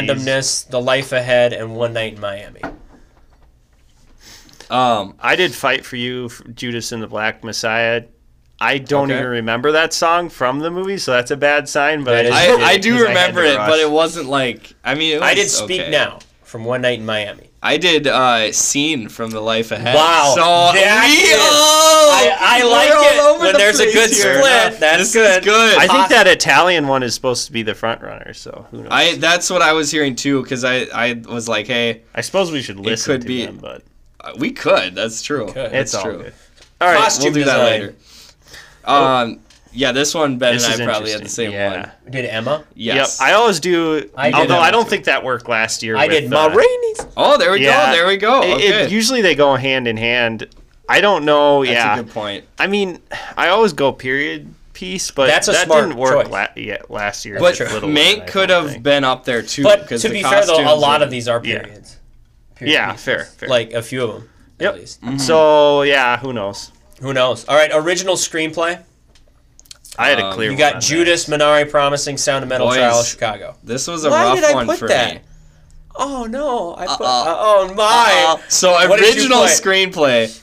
Speaker 4: of these.
Speaker 1: Randomness, The Life Ahead, and One Night in Miami.
Speaker 2: um
Speaker 4: I did fight for you, for Judas and the Black Messiah. I don't
Speaker 1: Okay.
Speaker 4: even remember that song from the movie, so that's a bad sign. But I,
Speaker 1: That is-
Speaker 4: just
Speaker 2: I,
Speaker 4: did
Speaker 2: I
Speaker 4: it
Speaker 2: do
Speaker 4: 'cause had
Speaker 2: remember
Speaker 4: to
Speaker 2: it,
Speaker 4: rush.
Speaker 2: but it wasn't like I mean. It was
Speaker 1: I did Speak
Speaker 2: okay.
Speaker 1: Now from One Night in Miami.
Speaker 2: I did uh, scene from the life ahead.
Speaker 1: Wow,
Speaker 2: So
Speaker 1: that's
Speaker 2: we
Speaker 1: it.
Speaker 2: all-
Speaker 1: I, I
Speaker 2: we're
Speaker 1: like
Speaker 2: all
Speaker 1: it
Speaker 2: over
Speaker 1: when
Speaker 2: the
Speaker 1: there's a
Speaker 2: place
Speaker 1: good
Speaker 2: here.
Speaker 1: split. That's
Speaker 2: This is
Speaker 1: good.
Speaker 2: good.
Speaker 4: I think that Italian one is supposed to be the front runner. So who knows? I,
Speaker 2: I that's what I was hearing too because I I was like, hey,
Speaker 4: suppose we should listen
Speaker 2: could
Speaker 4: to
Speaker 2: be-
Speaker 4: them, but
Speaker 2: we could. That's true.
Speaker 1: could.
Speaker 4: it's
Speaker 2: That's
Speaker 4: all
Speaker 2: true.
Speaker 4: good. All right,
Speaker 1: Costume
Speaker 2: We'll do that
Speaker 1: design.
Speaker 2: later. Um, yeah, this one Ben
Speaker 4: this
Speaker 2: and
Speaker 4: is
Speaker 2: I probably had the
Speaker 4: interesting.
Speaker 2: same
Speaker 4: yeah.
Speaker 2: one.
Speaker 1: Did Emma?
Speaker 2: Yes.
Speaker 4: Yep. I always do.
Speaker 1: I did
Speaker 4: although
Speaker 1: that
Speaker 4: I don't
Speaker 2: too.
Speaker 4: think that worked last year.
Speaker 1: I
Speaker 4: with,
Speaker 1: did
Speaker 4: uh,
Speaker 1: Ma Rainey's.
Speaker 2: oh, there we
Speaker 4: Yeah.
Speaker 2: go. There we go.
Speaker 4: It-
Speaker 2: Okay.
Speaker 4: it- usually they go hand in hand. I don't know.
Speaker 2: that's
Speaker 4: yeah.
Speaker 2: a good point.
Speaker 4: I mean, I always go period piece, but
Speaker 1: That's a
Speaker 4: that
Speaker 1: smart
Speaker 4: didn't work
Speaker 1: choice.
Speaker 4: la- yeah, last year.
Speaker 2: But
Speaker 4: with Little Women, I
Speaker 2: Mank could
Speaker 4: don't
Speaker 2: have
Speaker 4: think.
Speaker 2: been up there too.
Speaker 1: But
Speaker 2: 'cause
Speaker 1: to
Speaker 2: the
Speaker 1: be fair, though, a
Speaker 2: costumes
Speaker 1: lot
Speaker 2: were-
Speaker 1: of these are
Speaker 4: Yeah.
Speaker 1: periods.
Speaker 4: Yeah,
Speaker 1: pieces.
Speaker 4: fair, fair.
Speaker 1: Like a few of them,
Speaker 4: Yep.
Speaker 1: at least.
Speaker 4: So yeah, who knows?
Speaker 1: Who knows? All right, original screenplay.
Speaker 4: I had a
Speaker 2: Um,
Speaker 4: clear.
Speaker 1: You
Speaker 4: one
Speaker 1: got
Speaker 4: on
Speaker 1: Judas Minari promising Sound of Metal
Speaker 2: Boys.
Speaker 1: Trial of Chicago.
Speaker 2: This was a
Speaker 1: Why
Speaker 2: rough
Speaker 1: did I
Speaker 2: one
Speaker 1: put
Speaker 2: for
Speaker 1: that?
Speaker 2: me.
Speaker 1: Oh no! I put,
Speaker 2: Uh-uh.
Speaker 1: uh, oh my!
Speaker 2: So
Speaker 1: What did you
Speaker 2: original
Speaker 1: play?
Speaker 2: screenplay.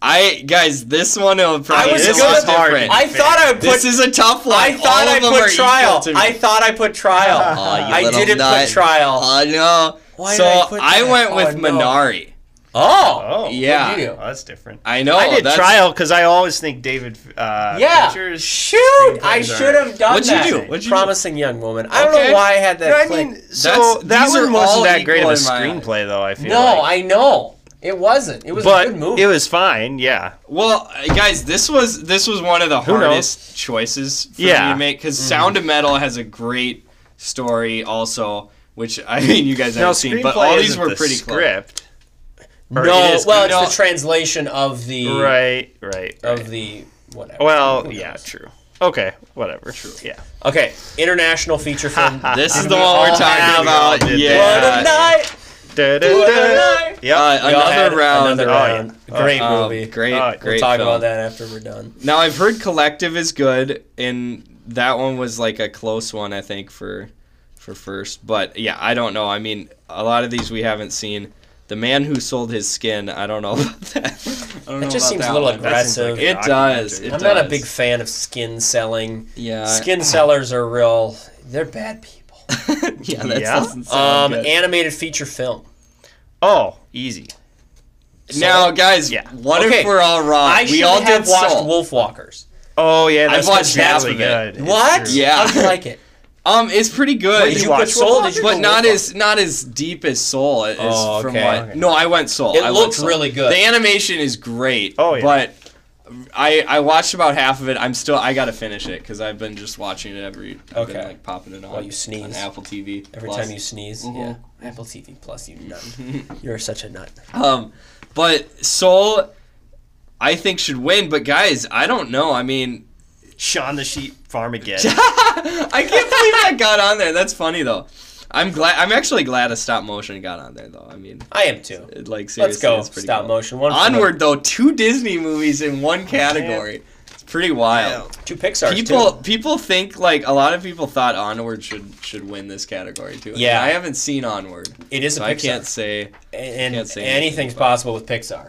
Speaker 2: I guys, this one will probably
Speaker 1: I was
Speaker 2: this
Speaker 1: good.
Speaker 2: was different.
Speaker 1: I thought I would put.
Speaker 2: this is a tough one.
Speaker 1: I thought
Speaker 2: All
Speaker 1: I
Speaker 2: of them are
Speaker 1: put
Speaker 2: equal
Speaker 1: trial.
Speaker 2: to me.
Speaker 1: I thought I put trial.
Speaker 2: Aw, you
Speaker 1: I
Speaker 2: little
Speaker 1: didn't
Speaker 2: nut.
Speaker 1: put trial.
Speaker 2: Oh no.
Speaker 1: Why did
Speaker 2: so
Speaker 1: I put
Speaker 2: I
Speaker 1: that?
Speaker 2: went with
Speaker 1: Oh, no.
Speaker 2: Minari.
Speaker 1: oh,
Speaker 4: Oh
Speaker 2: Yeah.
Speaker 1: What do you do?
Speaker 4: well, that's different. I,
Speaker 2: I know.
Speaker 4: did
Speaker 2: that's-
Speaker 4: trial because I always think David. Uh,
Speaker 1: yeah.
Speaker 4: Fincher's
Speaker 1: Shoot! I
Speaker 4: screenplays
Speaker 1: should
Speaker 4: are-
Speaker 1: have done
Speaker 2: What'd you
Speaker 1: that.
Speaker 2: do? What'd you do?
Speaker 1: Promising young woman. I don't
Speaker 2: Okay.
Speaker 1: know why I had
Speaker 4: No, I
Speaker 1: that.
Speaker 4: mean,
Speaker 1: click.
Speaker 4: so that
Speaker 2: these are
Speaker 4: one
Speaker 2: all
Speaker 4: wasn't that great
Speaker 2: equal
Speaker 4: of a
Speaker 2: in my
Speaker 4: screenplay, though. I feel
Speaker 1: no,
Speaker 4: like.
Speaker 1: I know it wasn't. It was a good
Speaker 4: but
Speaker 1: movie.
Speaker 4: it was fine. Yeah,
Speaker 2: Well, uh, guys, this was this was one of the
Speaker 4: knows?
Speaker 2: hardest choices for me
Speaker 4: Yeah.
Speaker 2: to make
Speaker 1: Mm-hmm.
Speaker 2: because Sound of Metal has a great story also, which I mean you guys haven't seen, but
Speaker 4: screenplay
Speaker 2: all these
Speaker 4: isn't
Speaker 2: were
Speaker 4: the
Speaker 2: pretty close.
Speaker 4: script. Or it
Speaker 1: no,
Speaker 4: is-
Speaker 1: well, it's
Speaker 2: no.
Speaker 1: the translation of the
Speaker 4: right, right, right.
Speaker 1: of the whatever.
Speaker 4: Well,
Speaker 1: Who
Speaker 4: yeah,
Speaker 1: knows?
Speaker 4: true. Okay, whatever. True. Yeah.
Speaker 1: Okay, international feature film.
Speaker 2: This
Speaker 1: Did
Speaker 2: is the
Speaker 1: we
Speaker 2: one
Speaker 1: all
Speaker 2: we're talking
Speaker 1: have
Speaker 4: all
Speaker 2: about.
Speaker 4: did
Speaker 1: What
Speaker 2: Yeah.
Speaker 1: a night!
Speaker 4: Da, da,
Speaker 1: What
Speaker 4: da.
Speaker 1: a night!
Speaker 4: Yep.
Speaker 2: Uh,
Speaker 1: We all
Speaker 2: another
Speaker 1: had
Speaker 2: round.
Speaker 1: Another
Speaker 4: Oh, yeah.
Speaker 1: round. Great
Speaker 2: Um,
Speaker 1: movie.
Speaker 2: Great,
Speaker 4: All right,
Speaker 2: great.
Speaker 4: we'll
Speaker 1: We'll talk
Speaker 2: film.
Speaker 1: about that after we're done.
Speaker 2: Now I've heard Collective is good, and that one was like a close one, I think, for for first. But yeah, I don't know. I mean, a lot of these we haven't seen. The man who sold his skin. I don't know about that. I don't know
Speaker 1: It just
Speaker 2: about
Speaker 1: seems
Speaker 2: that
Speaker 1: a little
Speaker 2: one.
Speaker 4: That seems like
Speaker 1: aggressive.
Speaker 4: a-
Speaker 2: It does. It
Speaker 1: I'm not a
Speaker 2: does. Uh,
Speaker 1: big fan of skin selling.
Speaker 2: Yeah.
Speaker 1: Skin sellers are real. They're bad people.
Speaker 2: yeah, that
Speaker 4: Yeah.
Speaker 2: doesn't
Speaker 1: Um,
Speaker 2: sound good.
Speaker 1: animated feature film.
Speaker 4: oh, easy.
Speaker 2: now, guys,
Speaker 4: Yeah.
Speaker 2: what
Speaker 1: Okay.
Speaker 2: if we're all wrong?
Speaker 1: I
Speaker 2: we
Speaker 1: should
Speaker 2: all
Speaker 1: have
Speaker 2: did
Speaker 1: watched
Speaker 2: Soul.
Speaker 1: Wolf Walkers.
Speaker 4: Oh yeah,
Speaker 2: I've
Speaker 4: that's
Speaker 2: watched half
Speaker 4: really
Speaker 2: of it.
Speaker 4: good. It's
Speaker 1: What?
Speaker 4: true.
Speaker 2: Yeah.
Speaker 1: I like it.
Speaker 2: Um, it's pretty
Speaker 1: What,
Speaker 2: good.
Speaker 1: did
Speaker 4: you
Speaker 1: you
Speaker 4: watch
Speaker 1: watch Soul? Did you
Speaker 2: but
Speaker 1: go
Speaker 2: not
Speaker 1: Wolf
Speaker 2: as not as deep as Soul as
Speaker 1: Oh,
Speaker 2: from
Speaker 1: okay.
Speaker 2: what.
Speaker 1: Okay.
Speaker 2: No, I went Soul.
Speaker 1: It
Speaker 2: I went
Speaker 1: looked
Speaker 2: Soul.
Speaker 1: really good.
Speaker 2: The animation is great.
Speaker 4: Oh, yeah.
Speaker 2: But I I watched about half of it. I'm still I gotta finish it because I've been just watching it every. I've been,
Speaker 1: Okay.
Speaker 2: like popping it on.
Speaker 1: While you sneeze.
Speaker 2: on Apple TV
Speaker 1: Every
Speaker 2: Plus.
Speaker 1: time you sneeze,
Speaker 2: Mhm.
Speaker 1: yeah. Apple TV Plus, you nut. You're such a nut.
Speaker 2: Um, but Soul, I think should win. But guys, I don't know. I mean,
Speaker 4: Shaun the Sheep Farmageddon.
Speaker 2: I can't believe that got on there. That's funny though. I'm glad. I'm actually glad a stop motion got on there though. I mean,
Speaker 1: I am too.
Speaker 2: it, like seriously,
Speaker 1: Let's go.
Speaker 2: it's pretty
Speaker 1: Stop
Speaker 2: cool.
Speaker 1: motion. Oh, One for
Speaker 2: Onward though, two Disney movies in one category. It's pretty wild.
Speaker 1: the- Two Pixar.
Speaker 2: People people think like a lot of people thought Onward should should win this category too. And
Speaker 1: Yeah.
Speaker 2: I haven't seen Onward.
Speaker 1: It is a
Speaker 2: So
Speaker 1: Pixar.
Speaker 2: I can't say
Speaker 1: and
Speaker 2: can't say anything
Speaker 1: anything's possible with Pixar.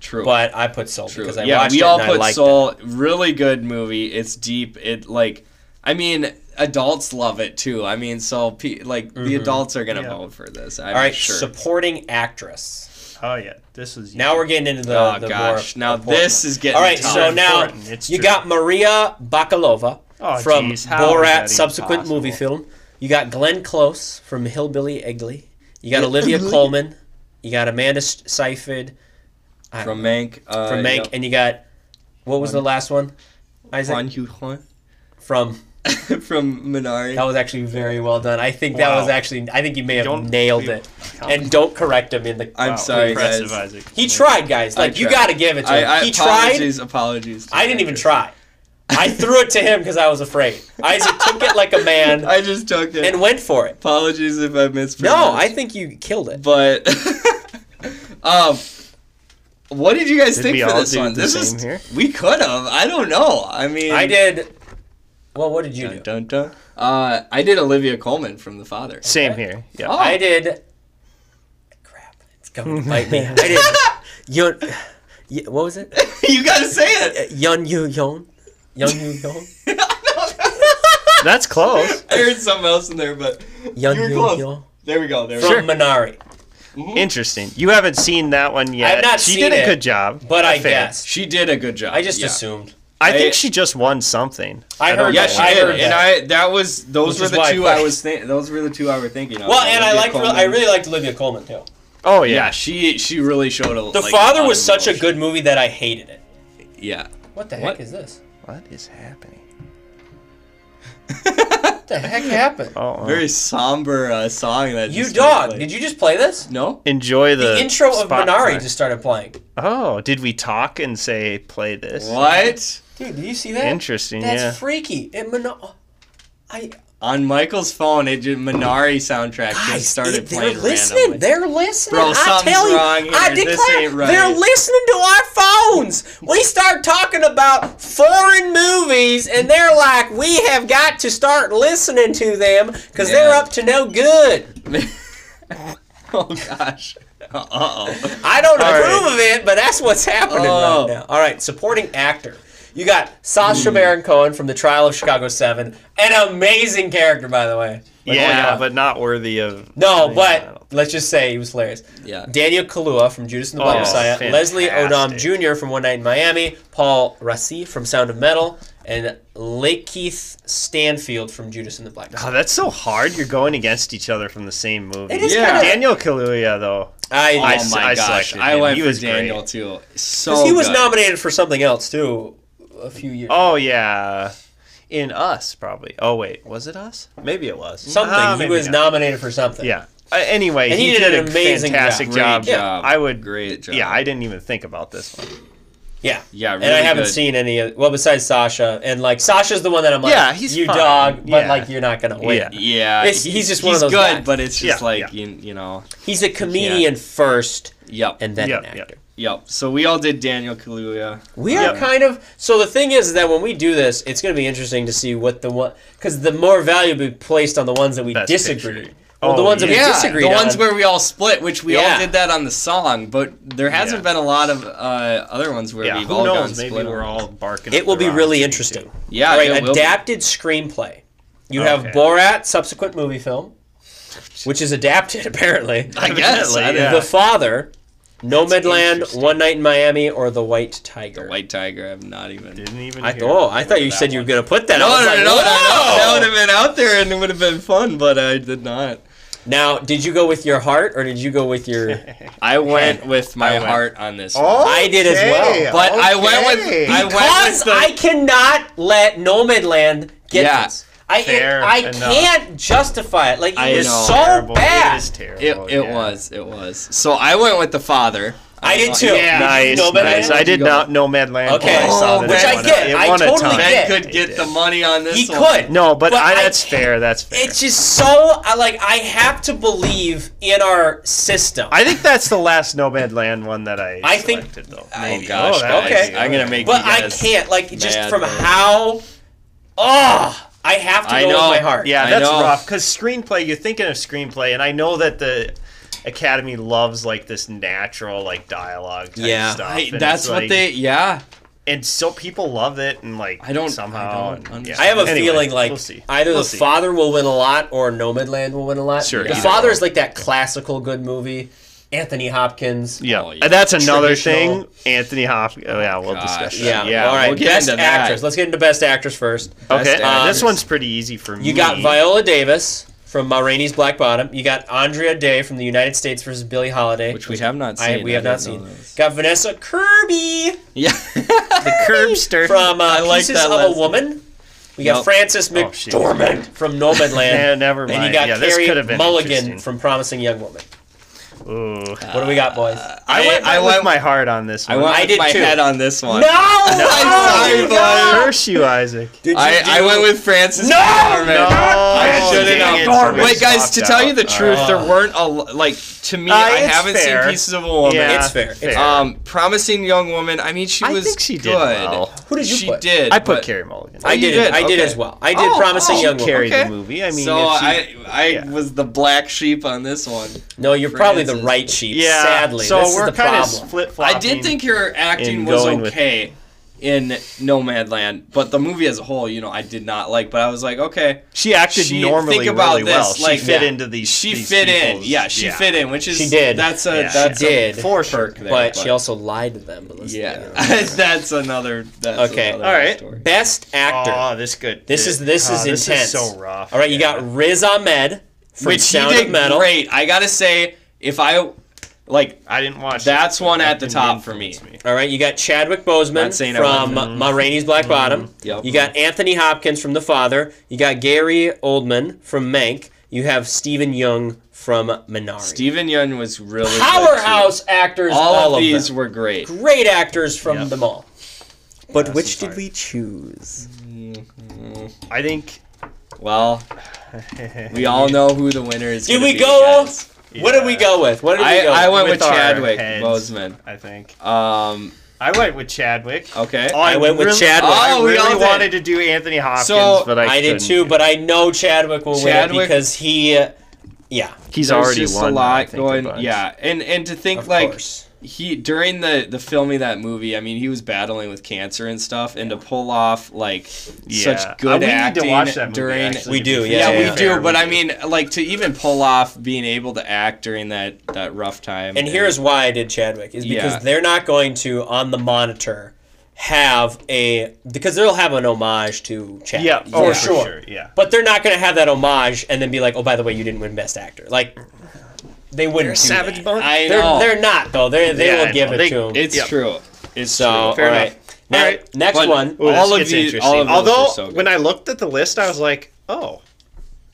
Speaker 2: true.
Speaker 1: But I put Soul
Speaker 2: true.
Speaker 1: because I
Speaker 2: yeah,
Speaker 1: watched
Speaker 2: we
Speaker 1: it
Speaker 2: all
Speaker 1: and I
Speaker 2: put
Speaker 1: liked
Speaker 2: Soul. Really good movie. It's deep. It like I mean adults love it too. I mean so pe- like the adults are gonna
Speaker 4: Mm-hmm. Yeah.
Speaker 2: vote for this. I'm
Speaker 1: it. All right,
Speaker 2: sure.
Speaker 1: supporting actress.
Speaker 4: oh yeah, this was
Speaker 1: Now we're getting into the,
Speaker 2: Oh,
Speaker 1: the
Speaker 2: gosh.
Speaker 1: more
Speaker 2: Now
Speaker 1: important
Speaker 2: this
Speaker 1: one.
Speaker 2: is getting
Speaker 1: All right,
Speaker 2: tough.
Speaker 1: so now
Speaker 4: Important, it's
Speaker 1: you
Speaker 4: true.
Speaker 1: got Maria Bakalova
Speaker 4: Oh,
Speaker 1: from
Speaker 4: geez, how is that even
Speaker 1: Borat subsequent
Speaker 4: possible?
Speaker 1: movie film. You got Glenn Close from Hillbilly Eggly. You got Olivia Colman. You got Amanda S- Seyfried
Speaker 2: from Mank. Uh,
Speaker 1: from Mank, and you got what was the last one? Isaac
Speaker 2: Juan Yu Juan
Speaker 1: from
Speaker 2: from Minari.
Speaker 1: That was actually very well done. I think that
Speaker 4: Wow.
Speaker 1: was actually. I think you may have
Speaker 4: Don't-
Speaker 1: nailed it. And don't correct him in the.
Speaker 2: I'm
Speaker 4: Wow,
Speaker 2: sorry,
Speaker 4: impressive,
Speaker 2: guys.
Speaker 4: Isaac.
Speaker 1: he tried, guys. Like you
Speaker 2: tried.
Speaker 1: got to give it to
Speaker 2: I,
Speaker 1: him.
Speaker 2: I,
Speaker 1: he tried.
Speaker 2: apologies, apologies. to
Speaker 1: I didn't even
Speaker 2: Isaac.
Speaker 1: try. I threw it to him because I was afraid. Isaac took it like a man
Speaker 2: I just took it.
Speaker 1: and went for it.
Speaker 2: apologies if I mispronounced.
Speaker 1: No, I think you killed it.
Speaker 2: But um, what did you guys
Speaker 4: Did
Speaker 2: think
Speaker 4: we
Speaker 2: for
Speaker 4: all
Speaker 2: this
Speaker 4: do
Speaker 2: one?
Speaker 4: the
Speaker 2: this
Speaker 4: same
Speaker 2: is
Speaker 4: here?
Speaker 2: we could have. I don't know. I mean,
Speaker 1: I did. Well, what did you
Speaker 2: Dun,
Speaker 1: do?
Speaker 2: dun, dun. Uh, I did Olivia Coleman from The Father.
Speaker 4: same here. Yeah.
Speaker 2: Oh.
Speaker 1: I did. Crap! It's coming to bite me. I did. you. Y- what was it?
Speaker 2: you gotta say it.
Speaker 1: Yun Yu Yon. Yun Yu Yon.
Speaker 4: That's close.
Speaker 2: I heard something else in there, but
Speaker 1: Yun
Speaker 2: you were
Speaker 1: Yu
Speaker 2: close.
Speaker 1: Yon.
Speaker 2: There we go. There we
Speaker 1: From
Speaker 2: go.
Speaker 1: Minari.
Speaker 4: Interesting. You haven't seen that one yet.
Speaker 1: not
Speaker 4: she
Speaker 1: seen
Speaker 4: did a
Speaker 1: it,
Speaker 4: good job.
Speaker 1: But I
Speaker 4: fair.
Speaker 1: guessed.
Speaker 2: She did a good job.
Speaker 1: I just
Speaker 2: yeah.
Speaker 1: assumed.
Speaker 4: I think
Speaker 2: I-
Speaker 4: she just won something.
Speaker 1: I
Speaker 4: don't
Speaker 1: heard
Speaker 4: know
Speaker 2: Yeah,
Speaker 1: that.
Speaker 2: she
Speaker 4: what.
Speaker 1: I
Speaker 2: did,
Speaker 1: heard
Speaker 2: and
Speaker 1: that.
Speaker 2: I that was those
Speaker 1: Which
Speaker 2: were
Speaker 1: is
Speaker 2: the
Speaker 1: why I
Speaker 2: two I,
Speaker 1: pushed.
Speaker 2: was think those were the two I were thinking of.
Speaker 1: Well, and I
Speaker 2: Olivia
Speaker 1: liked.
Speaker 2: Colman.
Speaker 1: I really liked Olivia Coleman too.
Speaker 4: Oh
Speaker 2: yeah,
Speaker 4: yeah.
Speaker 2: she she really showed a.
Speaker 1: The
Speaker 2: like,
Speaker 1: Father
Speaker 2: lot
Speaker 1: was
Speaker 2: of
Speaker 1: such a
Speaker 2: emotion.
Speaker 1: good movie that I hated it.
Speaker 2: Yeah.
Speaker 1: What the
Speaker 2: What?
Speaker 1: heck is this?
Speaker 4: What is happening?
Speaker 1: What the heck happened?
Speaker 4: Oh, uh,
Speaker 2: Very somber uh, song that
Speaker 1: You
Speaker 2: just
Speaker 1: dog!
Speaker 2: played.
Speaker 1: Did you just play this?
Speaker 2: no?
Speaker 4: enjoy the,
Speaker 1: The intro of
Speaker 4: spot-
Speaker 1: Minari just started playing.
Speaker 4: Oh, did we talk and say play this?
Speaker 2: What
Speaker 1: Dude, do you see that?
Speaker 4: Interesting.
Speaker 1: That's
Speaker 4: yeah.
Speaker 1: freaky. It Minari. I
Speaker 2: on Michael's phone? It just, Minari soundtrack
Speaker 1: guys,
Speaker 2: just started
Speaker 1: it- they're
Speaker 2: playing.
Speaker 1: listening.
Speaker 2: randomly.
Speaker 1: They're listening.
Speaker 2: Bro,
Speaker 1: I
Speaker 2: something's
Speaker 1: tell you,
Speaker 2: wrong here.
Speaker 1: I
Speaker 2: This
Speaker 1: declare,
Speaker 2: ain't right.
Speaker 1: they're listening to our phones. We start talking about foreign movies, and they're like, "We have got to start listening to them because
Speaker 2: Yeah.
Speaker 1: they're up to no good."
Speaker 2: oh gosh. Uh oh.
Speaker 1: I don't
Speaker 4: All
Speaker 1: approve
Speaker 4: right.
Speaker 1: of it, but that's what's happening
Speaker 2: Oh.
Speaker 1: right now. All right, supporting actor. You got Sasha
Speaker 4: Hmm.
Speaker 1: Baron Cohen from The Trial of Chicago Seven, an amazing character, by the way. Like, oh my
Speaker 4: yeah,
Speaker 1: God.
Speaker 4: but not worthy of.
Speaker 1: No,
Speaker 4: Yeah, I don't-
Speaker 1: but let's just say he was hilarious.
Speaker 2: Yeah.
Speaker 1: Daniel Kalua from Judas and the Black
Speaker 4: Oh,
Speaker 1: Messiah,
Speaker 4: fantastic.
Speaker 1: Leslie Odom Jr. from One Night in Miami, Paul Rassi from Sound of Metal, and Lakeith Stanfield from Judas and the Black
Speaker 4: Oh,
Speaker 1: Messiah.
Speaker 4: that's so hard. You're going against each other from the same movie.
Speaker 1: It is
Speaker 2: Yeah.
Speaker 1: kind of.
Speaker 4: Daniel Kaluuya though.
Speaker 1: I,
Speaker 2: Oh
Speaker 4: s-
Speaker 2: my
Speaker 4: I
Speaker 2: gosh!
Speaker 4: selected
Speaker 2: I
Speaker 4: him.
Speaker 2: went
Speaker 4: He
Speaker 2: for
Speaker 4: was great.
Speaker 2: Daniel too. So
Speaker 1: 'cause he was
Speaker 2: good.
Speaker 1: nominated for something else too, a few years.
Speaker 4: Oh yeah. In us probably. Oh wait, was it us? Maybe it was.
Speaker 1: something
Speaker 4: Ah,
Speaker 1: he
Speaker 4: maybe
Speaker 1: was
Speaker 4: not.
Speaker 1: nominated for something.
Speaker 4: Yeah. Uh, anyway,
Speaker 1: And
Speaker 4: he, did, an amazing fantastic
Speaker 2: Great
Speaker 4: job.
Speaker 2: job.
Speaker 4: I would.
Speaker 2: Great job.
Speaker 4: Yeah, I didn't even think about this one.
Speaker 1: yeah,
Speaker 2: Yeah,
Speaker 1: and I
Speaker 2: really
Speaker 1: haven't
Speaker 2: good.
Speaker 1: seen any. Of, well, besides Sasha, and like Sasha's the one that I'm like,
Speaker 4: Yeah, he's
Speaker 1: you
Speaker 4: fine.
Speaker 1: dog, but
Speaker 4: Yeah.
Speaker 1: like you're not gonna win.
Speaker 4: Yeah.
Speaker 2: Yeah,
Speaker 1: It's- he's just one of
Speaker 2: he's
Speaker 1: those
Speaker 2: good,
Speaker 1: guys.
Speaker 2: but it's just
Speaker 4: Yeah,
Speaker 2: like
Speaker 4: yeah.
Speaker 2: You, you know.
Speaker 1: He's a comedian first,
Speaker 2: Yep.
Speaker 1: and then an
Speaker 4: Yeah,
Speaker 1: actor.
Speaker 4: yeah.
Speaker 2: Yep. So we all did Daniel Kaluuya.
Speaker 1: We are
Speaker 4: Yeah.
Speaker 1: kind of so the thing is that when we do this, it's going to be interesting to see what the one because the more value will be placed on the ones that we
Speaker 4: Best
Speaker 1: disagree.
Speaker 4: picture.
Speaker 1: Well, the
Speaker 4: Oh,
Speaker 1: ones that
Speaker 4: yeah.
Speaker 1: we disagree
Speaker 2: the
Speaker 1: on.
Speaker 2: ones where we all split, which we
Speaker 1: Yeah.
Speaker 2: all did that on the song, but there hasn't
Speaker 4: Yeah.
Speaker 2: been a lot of uh, other ones where
Speaker 4: Yeah.
Speaker 2: we've
Speaker 4: Who
Speaker 2: all gone
Speaker 4: knows?
Speaker 2: split.
Speaker 4: Maybe
Speaker 2: on
Speaker 4: we're
Speaker 2: it.
Speaker 4: all barking.
Speaker 1: it
Speaker 4: up
Speaker 1: will
Speaker 4: the
Speaker 1: be
Speaker 4: wrong
Speaker 1: really
Speaker 4: tree,
Speaker 1: interesting.
Speaker 4: too.
Speaker 2: Yeah,
Speaker 1: right.
Speaker 2: it will be.
Speaker 1: adapted screenplay. You have
Speaker 4: Okay.
Speaker 1: Borat subsequent movie film, which is adapted apparently.
Speaker 2: I guess I
Speaker 4: Evidently,
Speaker 2: didn't-
Speaker 1: The
Speaker 4: yeah.
Speaker 1: Father, Nomadland,
Speaker 4: interesting.
Speaker 1: One Night in Miami, or The White Tiger.
Speaker 2: the White Tiger. I'm not even.
Speaker 4: Didn't even.
Speaker 1: I
Speaker 4: hear.
Speaker 1: oh, I thought you
Speaker 2: that
Speaker 1: said you were going to put that.
Speaker 2: No,
Speaker 1: I was like,
Speaker 2: no, no, no, no, that
Speaker 1: "Whoa!"
Speaker 2: would have been out there and it would have been fun, but I did not.
Speaker 1: Now, did you go with your heart or did you go with your?
Speaker 2: I went with my
Speaker 4: I went-
Speaker 2: heart on this. one.
Speaker 4: Oh,
Speaker 1: I did as well.
Speaker 4: okay,
Speaker 2: But I went with-
Speaker 4: okay.
Speaker 2: I went-
Speaker 1: Because
Speaker 2: with the-
Speaker 1: I cannot let Nomadland get
Speaker 2: Yeah.
Speaker 1: this. I it-
Speaker 4: Fair
Speaker 1: I
Speaker 4: enough.
Speaker 1: can't justify it. Like
Speaker 2: I
Speaker 1: it was
Speaker 2: know.
Speaker 1: so
Speaker 4: Terrible.
Speaker 1: bad.
Speaker 4: It is terrible.
Speaker 1: Oh,
Speaker 2: It, it
Speaker 4: yeah.
Speaker 2: was. It was. So I went with the father.
Speaker 1: I did too.
Speaker 4: Yeah,
Speaker 1: Did
Speaker 4: nice,
Speaker 1: you know better?
Speaker 4: nice. I did not know Madland.
Speaker 1: Okay.
Speaker 4: I
Speaker 2: Oh,
Speaker 4: saw that
Speaker 2: which
Speaker 4: it
Speaker 2: I
Speaker 4: won a-
Speaker 1: get.
Speaker 4: It
Speaker 1: I
Speaker 4: won a
Speaker 1: totally
Speaker 4: ton.
Speaker 1: get.
Speaker 2: Ben
Speaker 1: Yeah,
Speaker 2: could
Speaker 4: he
Speaker 2: get
Speaker 4: did.
Speaker 2: the money on this.
Speaker 1: He
Speaker 2: one.
Speaker 1: could.
Speaker 4: No, but,
Speaker 1: But
Speaker 4: I,
Speaker 1: I-
Speaker 4: that's fair. That's fair.
Speaker 1: It's just so I like I have to believe in our system.
Speaker 4: I think that's the last No Man Land one that I,
Speaker 1: I think-
Speaker 4: selected, though.
Speaker 2: Oh gosh.
Speaker 4: that
Speaker 1: okay.
Speaker 4: might be
Speaker 2: I'm
Speaker 4: good.
Speaker 2: gonna make.
Speaker 1: but
Speaker 2: you
Speaker 1: I
Speaker 2: guys-
Speaker 1: can't like just
Speaker 2: mad,
Speaker 1: from
Speaker 2: bro.
Speaker 1: how oh I have to
Speaker 2: I
Speaker 1: go
Speaker 2: know.
Speaker 1: with my heart.
Speaker 4: Yeah,
Speaker 2: I
Speaker 4: that's
Speaker 2: know.
Speaker 4: rough. Because screenplay, you're thinking of screenplay, and I know that the Academy loves like this natural like dialogue type
Speaker 1: Yeah.
Speaker 4: stuff.
Speaker 2: I,
Speaker 4: and
Speaker 2: that's
Speaker 4: it's,
Speaker 2: what
Speaker 4: like-
Speaker 2: they. Yeah.
Speaker 4: and so people love it, and like
Speaker 2: I don't-
Speaker 4: somehow.
Speaker 2: I don't
Speaker 4: and- yeah.
Speaker 1: I have a
Speaker 4: Anyway,
Speaker 1: feeling like
Speaker 4: we'll see.
Speaker 1: either
Speaker 4: We'll
Speaker 1: the
Speaker 4: see.
Speaker 1: father will win a lot or Nomadland will win a lot.
Speaker 4: Sure,
Speaker 1: the
Speaker 4: either
Speaker 1: father
Speaker 4: or.
Speaker 1: is like that classical good movie. Anthony Hopkins.
Speaker 4: Yeah,
Speaker 2: Oh, yeah.
Speaker 4: And that's another
Speaker 1: Traditional-
Speaker 4: thing. Anthony Hopkins. Oh, yeah, we'll discuss
Speaker 2: Gosh.
Speaker 4: that.
Speaker 1: Yeah.
Speaker 4: yeah.
Speaker 1: All right.
Speaker 2: we'll get
Speaker 1: best
Speaker 2: into that. Oh,
Speaker 1: actress. Let's get into best actress first.
Speaker 4: Okay,
Speaker 2: Best
Speaker 4: uh,
Speaker 2: actress.
Speaker 4: this one's pretty easy for me.
Speaker 1: You got Viola Davis from Ma Rainey's Black Bottom. You got Andrea Day from The United States versus Billie Holiday,
Speaker 2: Which we have not seen.
Speaker 1: I, we have
Speaker 2: didn't
Speaker 1: not
Speaker 2: know
Speaker 1: seen.
Speaker 2: those.
Speaker 1: Got Vanessa Kirby
Speaker 2: Yeah.
Speaker 4: the Curbster
Speaker 1: from uh,
Speaker 2: like
Speaker 1: Pieces
Speaker 2: that
Speaker 1: of
Speaker 2: last
Speaker 1: a Woman. We got
Speaker 2: Nope.
Speaker 1: Frances
Speaker 4: Oh, shit.
Speaker 1: McDormand from Nomadland.
Speaker 4: Yeah, Eh, never
Speaker 1: And you
Speaker 4: mind.
Speaker 1: got
Speaker 4: Yeah, this
Speaker 1: Carrie
Speaker 4: could have been
Speaker 1: Mulligan
Speaker 4: interesting.
Speaker 1: from Promising Young Woman.
Speaker 4: Ooh.
Speaker 1: What do we got, boys?
Speaker 4: I went, I
Speaker 2: I
Speaker 4: with
Speaker 2: went.
Speaker 4: my heart on this
Speaker 2: I
Speaker 4: one.
Speaker 2: went
Speaker 1: I
Speaker 2: with
Speaker 1: did
Speaker 2: my
Speaker 1: too.
Speaker 2: head on this one.
Speaker 1: No!
Speaker 2: I'm
Speaker 1: Oh,
Speaker 2: sorry,
Speaker 1: no!
Speaker 2: but I
Speaker 4: course you, Isaac.
Speaker 1: Did you
Speaker 2: I, I
Speaker 1: do-
Speaker 2: went with Francis.
Speaker 1: No!
Speaker 2: McDormand.
Speaker 1: No,
Speaker 2: I
Speaker 4: Oh,
Speaker 2: shouldn't
Speaker 1: dang it.
Speaker 2: have.
Speaker 1: We
Speaker 2: Wait, guys,
Speaker 4: swapped
Speaker 2: to tell you
Speaker 4: out.
Speaker 2: the
Speaker 4: All
Speaker 2: truth, there weren't a lo- like to me.
Speaker 4: Uh,
Speaker 2: I
Speaker 4: it's
Speaker 2: haven't
Speaker 4: fair.
Speaker 2: seen pieces of a woman.
Speaker 4: Yeah,
Speaker 1: oh, It's fair. It's-
Speaker 2: Um, promising young woman. I mean, she
Speaker 4: I
Speaker 2: was
Speaker 4: think she did
Speaker 2: good.
Speaker 4: well.
Speaker 1: Who did you
Speaker 2: she
Speaker 1: put?
Speaker 2: did.
Speaker 4: I put
Speaker 2: but-
Speaker 4: Carrie Mulligan.
Speaker 1: I
Speaker 2: you
Speaker 1: did.
Speaker 2: did,
Speaker 1: I did
Speaker 2: okay.
Speaker 1: as well. I did
Speaker 2: Oh,
Speaker 1: promising
Speaker 2: oh,
Speaker 1: young
Speaker 4: carried
Speaker 1: woman.
Speaker 2: okay.
Speaker 4: the movie. I mean,
Speaker 2: So
Speaker 4: if she-
Speaker 2: I I
Speaker 4: yeah.
Speaker 2: was the black sheep on this one.
Speaker 1: No, you're probably the
Speaker 2: Francis.
Speaker 1: right sheep.
Speaker 4: yeah.
Speaker 1: Sadly,
Speaker 4: so
Speaker 1: this
Speaker 4: we're
Speaker 1: is the
Speaker 4: kind
Speaker 1: problem.
Speaker 4: of flip
Speaker 2: I
Speaker 4: flopping.
Speaker 2: did think her acting
Speaker 4: and
Speaker 2: was
Speaker 4: going with-
Speaker 2: okay in Nomadland, but the movie as a whole, you know, I did not like. But I was like, okay,
Speaker 4: she acted
Speaker 2: she-
Speaker 4: normally
Speaker 2: think about
Speaker 4: really well.
Speaker 2: this, like,
Speaker 4: she fit
Speaker 1: yeah.
Speaker 4: into these.
Speaker 2: she
Speaker 4: these
Speaker 2: fit in.
Speaker 4: people's-
Speaker 2: Yeah, she fit in, which is
Speaker 1: She did.
Speaker 2: That's a
Speaker 4: Yeah, she
Speaker 2: that's
Speaker 1: did.
Speaker 2: a for perk there,
Speaker 1: but she also lied to them. But let's-
Speaker 2: yeah,
Speaker 1: you know.
Speaker 2: that's another. That's
Speaker 1: Okay,
Speaker 2: another
Speaker 4: all right.
Speaker 2: story.
Speaker 1: Best actor.
Speaker 4: Oh, this good.
Speaker 1: This is this
Speaker 4: oh,
Speaker 1: is intense.
Speaker 4: so rough.
Speaker 1: All right, you
Speaker 4: Yeah.
Speaker 1: got Riz Ahmed from
Speaker 2: Which he
Speaker 1: Sound
Speaker 2: did
Speaker 1: of Metal.
Speaker 2: great. I gotta say, if I like,
Speaker 4: I didn't watch.
Speaker 2: That's
Speaker 4: this,
Speaker 2: one
Speaker 4: but
Speaker 2: at
Speaker 4: it
Speaker 2: the
Speaker 4: didn't
Speaker 2: top for me.
Speaker 4: influence
Speaker 1: All right, you got Chadwick Boseman
Speaker 2: Not saying I
Speaker 1: from
Speaker 2: wouldn't.
Speaker 1: Ma Rainey's Black Bottom.
Speaker 2: Yep.
Speaker 1: You got Anthony Hopkins from The Father. You got Gary Oldman from Mank. You have Stephen Young from Minari.
Speaker 2: Stephen Yeun was really good, too.
Speaker 1: Powerhouse actors, all,
Speaker 2: All,
Speaker 1: of
Speaker 2: of these
Speaker 1: them.
Speaker 2: were great.
Speaker 1: Great actors from
Speaker 4: Yep.
Speaker 1: them all. But
Speaker 2: Yeah,
Speaker 1: which
Speaker 2: so
Speaker 1: did
Speaker 2: sorry.
Speaker 1: we choose?
Speaker 4: I think.
Speaker 2: Mm-hmm. Well, we all know who the winner is.
Speaker 1: Did
Speaker 2: gonna
Speaker 1: we
Speaker 2: be,
Speaker 1: go?
Speaker 2: guys.
Speaker 1: What did we go with? What did we
Speaker 2: I,
Speaker 1: go?
Speaker 2: I went with,
Speaker 4: With our
Speaker 2: Chadwick
Speaker 4: heads.
Speaker 2: Boseman.
Speaker 4: I think
Speaker 2: Um,
Speaker 4: I went with Chadwick.
Speaker 2: okay.
Speaker 4: Oh, I,
Speaker 1: went with
Speaker 4: really-
Speaker 1: Chadwick.
Speaker 4: I
Speaker 2: Oh, we all
Speaker 4: really
Speaker 2: did.
Speaker 4: wanted to do Anthony Hopkins,
Speaker 2: So,
Speaker 4: but I,
Speaker 1: I did
Speaker 4: couldn't.
Speaker 1: too, but I know Chadwick will win it
Speaker 2: Chadwick-
Speaker 1: because he, uh, yeah,
Speaker 4: he's
Speaker 2: There's
Speaker 4: already
Speaker 2: just a
Speaker 4: won. though, I
Speaker 2: lot
Speaker 4: think,
Speaker 2: going.
Speaker 4: bunch.
Speaker 2: yeah, and and to think
Speaker 1: of
Speaker 2: like
Speaker 1: course.
Speaker 2: he during the the filming of that movie, I mean, he was battling with cancer and stuff, and to pull off like
Speaker 4: Yeah.
Speaker 2: such good
Speaker 4: Uh, we need
Speaker 2: acting
Speaker 4: to watch that movie,
Speaker 2: during.
Speaker 4: actually,
Speaker 1: We
Speaker 4: to
Speaker 1: do,
Speaker 4: be
Speaker 1: yeah,
Speaker 2: Yeah,
Speaker 4: fair.
Speaker 2: we
Speaker 1: yeah.
Speaker 2: do, but I mean, like to even pull off being able to act during that that rough time.
Speaker 1: And here's why I did Chadwick is because
Speaker 2: Yeah.
Speaker 1: they're not going to on the monitor have a because they'll have an homage to Chadwick.
Speaker 4: yeah,
Speaker 1: for
Speaker 4: oh, for
Speaker 1: sure.
Speaker 4: sure, yeah.
Speaker 1: But they're not going to have that homage and then be like, oh, by the way, you didn't win Best Actor. Like, they wouldn't. do
Speaker 4: savage
Speaker 1: that.
Speaker 4: bunch.
Speaker 2: I
Speaker 1: They're
Speaker 2: know.
Speaker 1: they're not though. They they
Speaker 4: Yeah, I
Speaker 1: will give
Speaker 4: know.
Speaker 1: it
Speaker 4: They-
Speaker 1: to him.
Speaker 2: it's
Speaker 4: Yep.
Speaker 2: true. It's
Speaker 1: so all
Speaker 2: true.
Speaker 4: fair
Speaker 1: right.
Speaker 4: enough.
Speaker 1: Now,
Speaker 4: All right.
Speaker 1: Next
Speaker 2: But-
Speaker 1: one.
Speaker 4: Ooh,
Speaker 2: All
Speaker 4: this
Speaker 2: of
Speaker 4: gets
Speaker 2: you-
Speaker 4: interesting.
Speaker 2: all of those
Speaker 4: Although
Speaker 2: are so good.
Speaker 4: when I looked at the list, I was like, "Oh,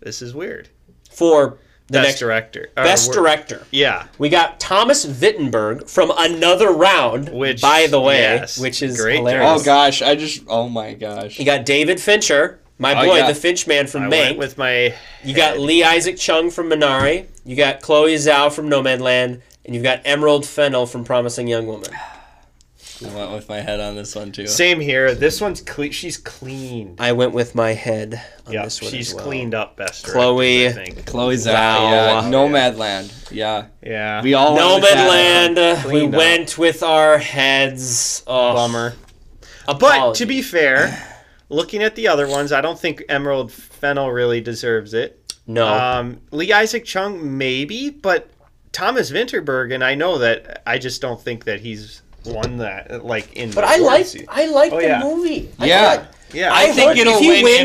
Speaker 4: this is weird."
Speaker 1: for the
Speaker 4: best
Speaker 1: next
Speaker 4: director. Or
Speaker 1: Best
Speaker 4: wor-
Speaker 1: Director.
Speaker 4: Yeah.
Speaker 1: We got Thomas Wittenberg from Another Round,
Speaker 4: Which-
Speaker 1: by the way,
Speaker 4: yes,
Speaker 1: which is
Speaker 4: great
Speaker 1: hilarious.
Speaker 2: Oh gosh, I just. Oh my gosh.
Speaker 1: You got David Fincher, my
Speaker 2: I
Speaker 1: boy,
Speaker 2: got-
Speaker 1: the Finch man from
Speaker 4: I
Speaker 1: Mank.
Speaker 4: went with my.
Speaker 1: you got Lee Isaac Chung from Minari. You got Chloe Zhao from Nomadland, and you've got Emerald Fennel from Promising Young Woman.
Speaker 2: I went with my head on this one too.
Speaker 4: Same here. This one's clean. She's clean.
Speaker 1: I went with my head on
Speaker 4: Yeah,
Speaker 1: this one.
Speaker 4: she's
Speaker 1: as well.
Speaker 4: cleaned up best. director,
Speaker 1: Chloe-
Speaker 4: I think.
Speaker 2: Chloe Zhao.
Speaker 1: Wow.
Speaker 2: Yeah. Nomadland. Yeah.
Speaker 4: Yeah.
Speaker 2: We all went with that.
Speaker 1: Nomadland. We
Speaker 4: Cleaned up.
Speaker 1: went with our heads. Oh,
Speaker 4: bummer. But
Speaker 1: apologies.
Speaker 4: to be fair, looking at the other ones, I don't think Emerald Fennel really deserves it.
Speaker 1: no,
Speaker 4: Um, Lee Isaac Chung maybe, but Thomas Vinterberg, and I know that I just don't think that he's won that like in.
Speaker 1: but
Speaker 4: the
Speaker 1: I like
Speaker 4: awards.
Speaker 1: I like
Speaker 4: Oh,
Speaker 1: the
Speaker 4: yeah.
Speaker 1: movie. I
Speaker 2: Yeah.
Speaker 1: thought-
Speaker 4: Yeah.
Speaker 2: I,
Speaker 1: I
Speaker 2: think
Speaker 1: hope- if
Speaker 2: it'll
Speaker 1: he
Speaker 2: win
Speaker 1: wins, I'll be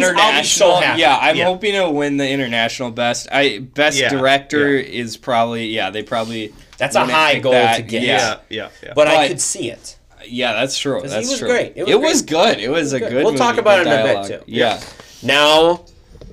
Speaker 1: so
Speaker 2: international.
Speaker 1: happy.
Speaker 2: Yeah, I'm
Speaker 4: Yeah.
Speaker 2: hoping it'll win the international best. I best
Speaker 4: Yeah,
Speaker 2: director is probably yeah. They probably
Speaker 1: That's a
Speaker 2: wouldn't
Speaker 1: high
Speaker 2: pick
Speaker 1: goal
Speaker 2: that.
Speaker 1: to get.
Speaker 2: Yeah,
Speaker 4: Yeah. Yeah. yeah.
Speaker 1: but I
Speaker 2: But-
Speaker 1: could see it.
Speaker 2: yeah, that's true.
Speaker 1: 'Cause he
Speaker 2: That's
Speaker 1: was
Speaker 2: true.
Speaker 1: great. It
Speaker 2: It
Speaker 1: was
Speaker 2: was, good. It was a
Speaker 1: good.
Speaker 2: good.
Speaker 1: We'll
Speaker 2: movie,
Speaker 1: talk
Speaker 2: good
Speaker 1: about it in a bit,
Speaker 2: dialogue.
Speaker 1: too.
Speaker 2: Yeah.
Speaker 1: Now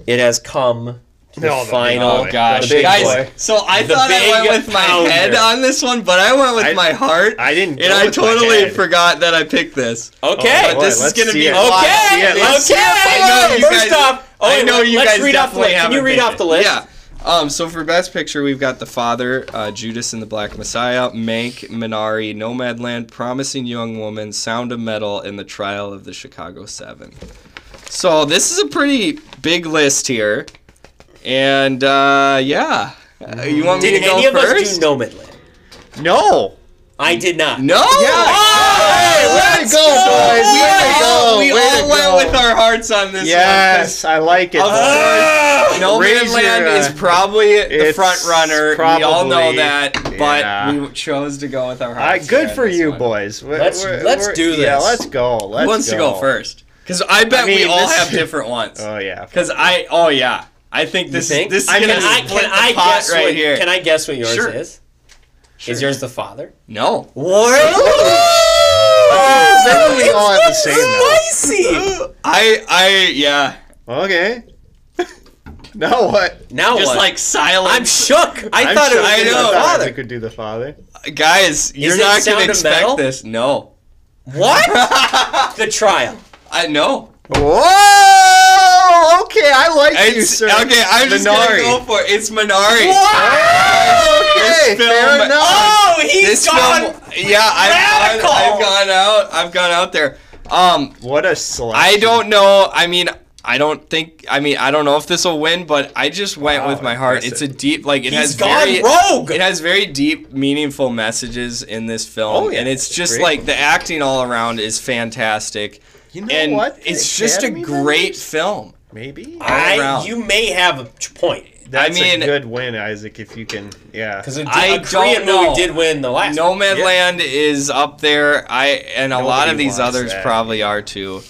Speaker 1: it has come to
Speaker 4: No,
Speaker 1: the
Speaker 4: the big
Speaker 1: final.
Speaker 2: Oh
Speaker 4: boy.
Speaker 2: gosh,
Speaker 1: the big
Speaker 2: guys!
Speaker 1: boy.
Speaker 2: So I
Speaker 1: The
Speaker 2: thought I
Speaker 1: big
Speaker 2: went with my
Speaker 1: pounder.
Speaker 2: head on this one, but I went with
Speaker 4: I-
Speaker 2: my heart.
Speaker 4: I didn't
Speaker 2: and
Speaker 4: go
Speaker 2: I
Speaker 4: with my
Speaker 2: totally
Speaker 4: head.
Speaker 2: forgot that I picked this.
Speaker 1: Okay.
Speaker 4: Oh,
Speaker 2: But this is
Speaker 4: let's
Speaker 2: gonna
Speaker 4: see
Speaker 2: be
Speaker 4: it.
Speaker 2: wild.
Speaker 1: Okay.
Speaker 4: Yeah,
Speaker 2: Let's see
Speaker 1: okay.
Speaker 2: if I know you
Speaker 1: First
Speaker 2: guys-
Speaker 1: off, oh,
Speaker 2: I know you
Speaker 1: let's
Speaker 2: guys
Speaker 1: read off the
Speaker 2: definitely
Speaker 1: list. Can you
Speaker 2: haven't
Speaker 1: read
Speaker 2: picked
Speaker 1: off the
Speaker 2: it.
Speaker 1: list?
Speaker 2: Yeah. Um, so for best picture, we've got The Father, uh, Judas and the Black Messiah, Mank, Minari, Nomadland, Promising Young Woman, Sound of Metal, and The Trial of the Chicago Seven. So this is a pretty big list here, and uh, yeah, Uh, you want me
Speaker 1: Did
Speaker 2: to go
Speaker 1: any of
Speaker 2: first?
Speaker 1: us do Nomadland?
Speaker 4: no.
Speaker 1: I did not.
Speaker 2: No!
Speaker 4: Yeah.
Speaker 2: way to go, boys! We, all, we
Speaker 4: Way to
Speaker 2: all
Speaker 4: go.
Speaker 2: went with our hearts on this
Speaker 4: Yes, I like it.
Speaker 2: one. 'cause of course, No Man's
Speaker 4: Raise your,
Speaker 2: Land
Speaker 4: uh,
Speaker 2: is probably the
Speaker 4: it's
Speaker 2: front runner. we all know
Speaker 4: probably-
Speaker 2: that, but
Speaker 4: yeah.
Speaker 2: we chose to go with our
Speaker 4: Uh,
Speaker 2: hearts. here
Speaker 4: good
Speaker 2: on
Speaker 4: for
Speaker 2: this
Speaker 4: you,
Speaker 2: one.
Speaker 4: boys. We're-
Speaker 1: Let's-
Speaker 4: we're-
Speaker 1: let's
Speaker 4: we're-
Speaker 1: do
Speaker 4: Yeah,
Speaker 1: this.
Speaker 4: let's go. Let's
Speaker 2: Who wants to go first? Because I bet we
Speaker 4: mean,
Speaker 2: all
Speaker 4: this-
Speaker 2: have different ones.
Speaker 4: Oh yeah.
Speaker 2: Because I, oh yeah, I think this
Speaker 1: Think?
Speaker 2: this is
Speaker 1: I
Speaker 2: gonna
Speaker 1: can I
Speaker 2: split
Speaker 1: can
Speaker 2: the
Speaker 1: I
Speaker 2: pot
Speaker 1: guess
Speaker 2: right
Speaker 1: what,
Speaker 2: here.
Speaker 1: Can I guess what yours
Speaker 2: Sure.
Speaker 1: is? Is
Speaker 2: Sure.
Speaker 1: yours the father?
Speaker 2: no.
Speaker 4: then we all have the
Speaker 1: It's
Speaker 4: same now.
Speaker 1: Spicy.
Speaker 2: I, I, yeah.
Speaker 4: Okay. now what?
Speaker 1: Now
Speaker 2: Just
Speaker 1: Oh, what?
Speaker 2: like silence.
Speaker 1: I'm shook. I
Speaker 4: I'm
Speaker 1: thought
Speaker 4: sure
Speaker 1: it was
Speaker 2: I
Speaker 4: we
Speaker 1: the
Speaker 2: know.
Speaker 4: thought
Speaker 1: father.
Speaker 4: we could do the father.
Speaker 2: Guys, you're
Speaker 1: it
Speaker 2: not
Speaker 1: Sound
Speaker 2: gonna
Speaker 1: of
Speaker 2: expect
Speaker 1: Metal?
Speaker 2: this. No.
Speaker 1: What? the trial.
Speaker 2: I know.
Speaker 4: Whoa! Okay, I like you,
Speaker 2: It's,
Speaker 4: sir.
Speaker 2: okay, I'm just
Speaker 4: Minari.
Speaker 2: gonna go for it. It's Minari.
Speaker 4: Okay,
Speaker 2: This
Speaker 4: fair
Speaker 2: film-
Speaker 4: enough.
Speaker 1: Oh, he's
Speaker 2: This
Speaker 1: gone.
Speaker 2: film, yeah, I've
Speaker 1: radical.
Speaker 2: gone, I've gone out. I've gone out there. Um,
Speaker 4: What a selection.
Speaker 2: I don't know. I mean, I don't think. I mean, I don't know if this will win, but I just went
Speaker 4: Wow,
Speaker 2: with my heart.
Speaker 4: impressive.
Speaker 2: It's a deep, like it
Speaker 1: He's
Speaker 2: has
Speaker 1: gone
Speaker 2: very,
Speaker 1: rogue.
Speaker 2: it has very deep, meaningful messages in this film.
Speaker 4: Oh, yeah,
Speaker 2: and it's
Speaker 4: it's
Speaker 2: just
Speaker 4: great.
Speaker 2: like the acting all around is fantastic.
Speaker 4: You know
Speaker 2: and
Speaker 4: what? The
Speaker 2: It's just a
Speaker 4: Academy
Speaker 2: great
Speaker 4: members?
Speaker 2: film.
Speaker 4: Maybe.
Speaker 1: I,
Speaker 2: around.
Speaker 1: you may have a t- point
Speaker 4: That's
Speaker 2: I mean-
Speaker 4: a good win, Isaac. If you can, yeah.
Speaker 1: because a,
Speaker 2: I
Speaker 1: a
Speaker 2: don't
Speaker 1: Korean
Speaker 2: know.
Speaker 1: movie did win the last. one.
Speaker 2: Nomadland Land is up there. I and a lot
Speaker 4: Nobody
Speaker 2: of these
Speaker 4: wants
Speaker 2: others
Speaker 4: that.
Speaker 2: probably are too.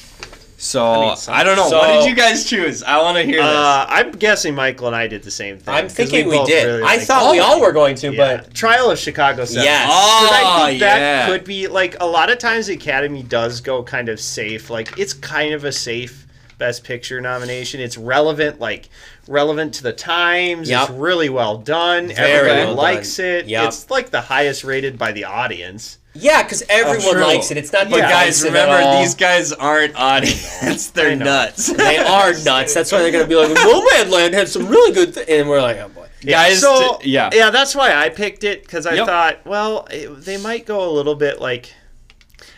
Speaker 2: So
Speaker 4: I
Speaker 2: I,
Speaker 4: mean, some-
Speaker 2: don't know. what
Speaker 1: So-
Speaker 2: did you guys choose? I want to hear
Speaker 4: Uh, I'm guessing Michael and I did the same thing.
Speaker 1: I'm
Speaker 4: 'cause
Speaker 1: thinking we,
Speaker 4: both
Speaker 1: did.
Speaker 4: really
Speaker 1: I
Speaker 4: like
Speaker 1: thought
Speaker 4: it.
Speaker 1: we all were going to,
Speaker 4: Yeah.
Speaker 1: but
Speaker 4: Trial of Chicago 7.
Speaker 1: Yes.
Speaker 4: 'Cause I
Speaker 2: Oh,
Speaker 4: think that
Speaker 2: yeah.
Speaker 4: could be like a lot of times the Academy does go kind of safe. Like it's kind of a safe Best Picture nomination. It's relevant, like relevant to the times.
Speaker 1: Yep.
Speaker 4: It's really well done.
Speaker 1: Very
Speaker 4: Everybody
Speaker 1: well
Speaker 4: likes
Speaker 1: done.
Speaker 4: it.
Speaker 1: Yep.
Speaker 4: It's like the highest rated by the audience.
Speaker 1: yeah, because everyone
Speaker 2: true.
Speaker 1: likes it. It's not
Speaker 2: But
Speaker 4: Yeah.
Speaker 2: guys,
Speaker 1: divisive at
Speaker 2: remember
Speaker 1: all.
Speaker 2: these guys aren't audience. They're
Speaker 4: I know.
Speaker 2: nuts.
Speaker 1: they are nuts. That's why they're going to be like, Nomadland had some really good, th-. and we're like, oh boy.
Speaker 2: guys.
Speaker 4: so
Speaker 2: t- yeah.
Speaker 4: yeah that's why i picked it because i
Speaker 2: Yep.
Speaker 4: thought well it, they might go a little bit like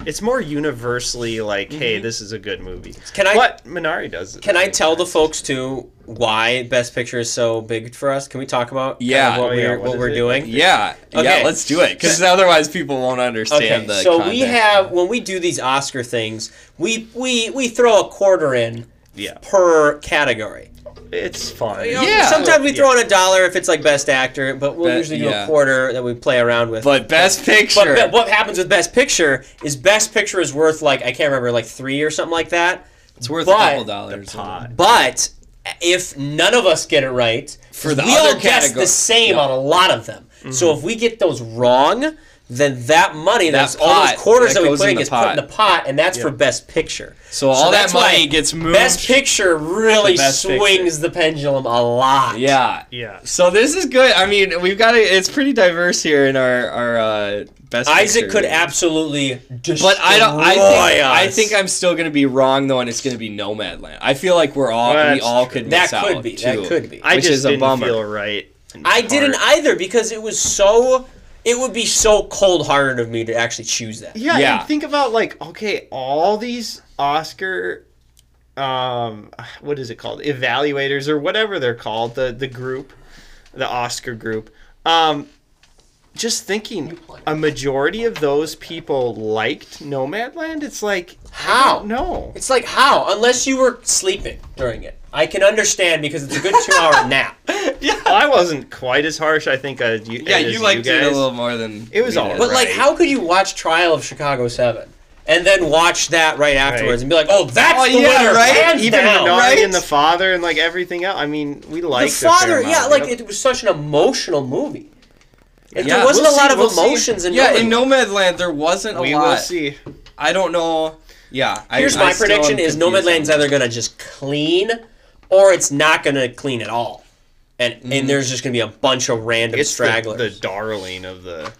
Speaker 4: it's more universally like hey this is a good movie
Speaker 1: Mm-hmm. Can I-
Speaker 4: what minari does
Speaker 1: Can I tell the folks too why Best Picture is so big for us? Can we talk about kind
Speaker 2: Yeah.
Speaker 1: of what
Speaker 4: Oh, yeah.
Speaker 1: we're
Speaker 4: What
Speaker 1: what,
Speaker 4: is
Speaker 1: we're
Speaker 4: it?
Speaker 1: doing?
Speaker 2: Yeah.
Speaker 1: Okay.
Speaker 2: Yeah. Let's do it, because otherwise people won't understand
Speaker 1: Okay,
Speaker 2: the.
Speaker 1: so we
Speaker 2: context.
Speaker 1: have when we do these Oscar things, we we we throw a quarter in
Speaker 4: yeah
Speaker 1: per category.
Speaker 4: it's fun
Speaker 1: You know,
Speaker 2: Yeah.
Speaker 1: Sometimes we throw in a dollar if it's like Best Actor, but we'll
Speaker 2: Be-
Speaker 1: usually do a
Speaker 2: yeah.
Speaker 1: quarter that we play around with.
Speaker 2: But best
Speaker 1: But
Speaker 2: picture.
Speaker 1: be- what happens with Best Picture is Best Picture is worth like I can't remember like three or something like that.
Speaker 2: it's worth
Speaker 1: but
Speaker 2: a couple dollars.
Speaker 4: pot.
Speaker 1: But if none of us get it right,
Speaker 2: For the
Speaker 1: we
Speaker 2: other
Speaker 1: all guess the
Speaker 2: category. Mm-hmm.
Speaker 1: same on a lot of them. So if we get those wrong, then that money, that's all
Speaker 2: pot
Speaker 1: those quarters
Speaker 2: that
Speaker 1: that, we
Speaker 2: goes
Speaker 1: play
Speaker 2: in the
Speaker 1: gets put in the
Speaker 2: pot.
Speaker 1: pot, and that's for best picture.
Speaker 2: So all that
Speaker 1: that's why
Speaker 2: money gets moved
Speaker 1: Best picture really
Speaker 2: to Best Picture.
Speaker 1: swings the pendulum a lot.
Speaker 2: Yeah.
Speaker 4: yeah
Speaker 2: So this is good. I mean, we've got a, it's pretty diverse here in our our uh, best.
Speaker 1: Isaac
Speaker 2: picture.
Speaker 1: could absolutely destroy
Speaker 2: But I don't. I think
Speaker 1: us.
Speaker 2: I think I'm still gonna be wrong though, and it's gonna be Nomadland. I feel like we're all
Speaker 4: Well,
Speaker 2: we
Speaker 4: that's
Speaker 2: all
Speaker 4: true.
Speaker 2: could
Speaker 1: That
Speaker 2: miss
Speaker 1: could
Speaker 2: out
Speaker 1: be, that
Speaker 2: Too,
Speaker 1: could be.
Speaker 4: i
Speaker 2: which
Speaker 4: just
Speaker 2: is a
Speaker 4: didn't
Speaker 2: bummer.
Speaker 4: feel right in
Speaker 1: I
Speaker 4: the
Speaker 1: didn't
Speaker 4: part.
Speaker 1: either because it was so. It would be so cold-hearted of me to actually choose that.
Speaker 4: yeah,
Speaker 2: Yeah.
Speaker 4: And think about like okay all these oscar um what is it called evaluators or whatever they're called the the group the oscar group um just thinking a majority of those people liked nomadland it's like
Speaker 1: How?
Speaker 4: no
Speaker 1: It's like how, unless you were sleeping during it. I can understand because it's a good two-hour nap.
Speaker 4: i wasn't quite as harsh i think as you
Speaker 2: Yeah,
Speaker 4: as
Speaker 2: you liked it
Speaker 4: guys.
Speaker 2: a little more than
Speaker 4: It was
Speaker 2: we
Speaker 4: all
Speaker 2: did.
Speaker 1: But like,
Speaker 4: Right.
Speaker 1: how could you watch Trial of Chicago Seven and then watch that right afterwards
Speaker 4: Right.
Speaker 1: and be like, "Oh, that's
Speaker 2: Oh,
Speaker 1: the
Speaker 2: yeah,
Speaker 1: winner,
Speaker 2: right?
Speaker 1: hands
Speaker 4: even
Speaker 1: down."
Speaker 4: Minari
Speaker 2: right?
Speaker 4: and the father and like everything else i mean we
Speaker 1: The
Speaker 4: liked it a fair
Speaker 1: father, yeah,
Speaker 4: amount.
Speaker 1: like
Speaker 4: Yep.
Speaker 1: it was such an emotional movie. If
Speaker 2: Yeah.
Speaker 1: there wasn't
Speaker 2: We'll
Speaker 1: a lot
Speaker 2: see,
Speaker 1: of
Speaker 2: we'll see.
Speaker 1: emotions in
Speaker 2: yeah
Speaker 1: Nomadland-
Speaker 2: in Nomadland there wasn't a
Speaker 4: we
Speaker 2: lot.
Speaker 4: will see
Speaker 2: I don't know. Yeah. I-
Speaker 1: Here's
Speaker 2: I
Speaker 1: my
Speaker 2: still
Speaker 1: prediction:
Speaker 2: am
Speaker 1: is
Speaker 2: confused on
Speaker 1: Nomadland's either gonna just clean, or it's not gonna clean at all, and
Speaker 2: Mm.
Speaker 1: and there's just gonna be a bunch of random
Speaker 4: it's
Speaker 1: stragglers.
Speaker 4: The, the darling of the.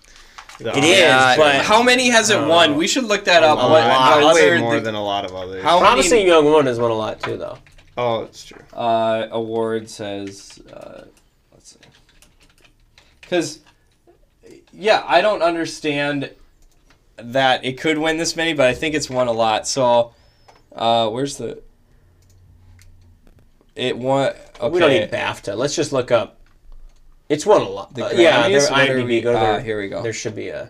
Speaker 4: the
Speaker 1: It is.
Speaker 2: Oh, Yeah,
Speaker 1: but-
Speaker 2: how many has it won? We should look that up.
Speaker 4: Oh. A
Speaker 2: What-
Speaker 4: lot,
Speaker 2: how-
Speaker 4: other
Speaker 2: where
Speaker 4: more
Speaker 2: the-
Speaker 4: than a lot of others.
Speaker 2: How-
Speaker 1: Promising Young Woman has won a lot too, though.
Speaker 4: Oh, it's true.
Speaker 2: uh, award says. Uh, let's see. Because, yeah, I don't understand that it could win this many, but I think it's won a lot. So, uh, where's the? It won. Okay.
Speaker 1: We don't need BAFTA. Let's just look up. It's won a lot.
Speaker 2: The
Speaker 1: Uh, yeah, their
Speaker 2: Grammys? What are
Speaker 1: IMDb.
Speaker 2: we-
Speaker 1: go to their,
Speaker 2: ah, here we go.
Speaker 1: There should be a.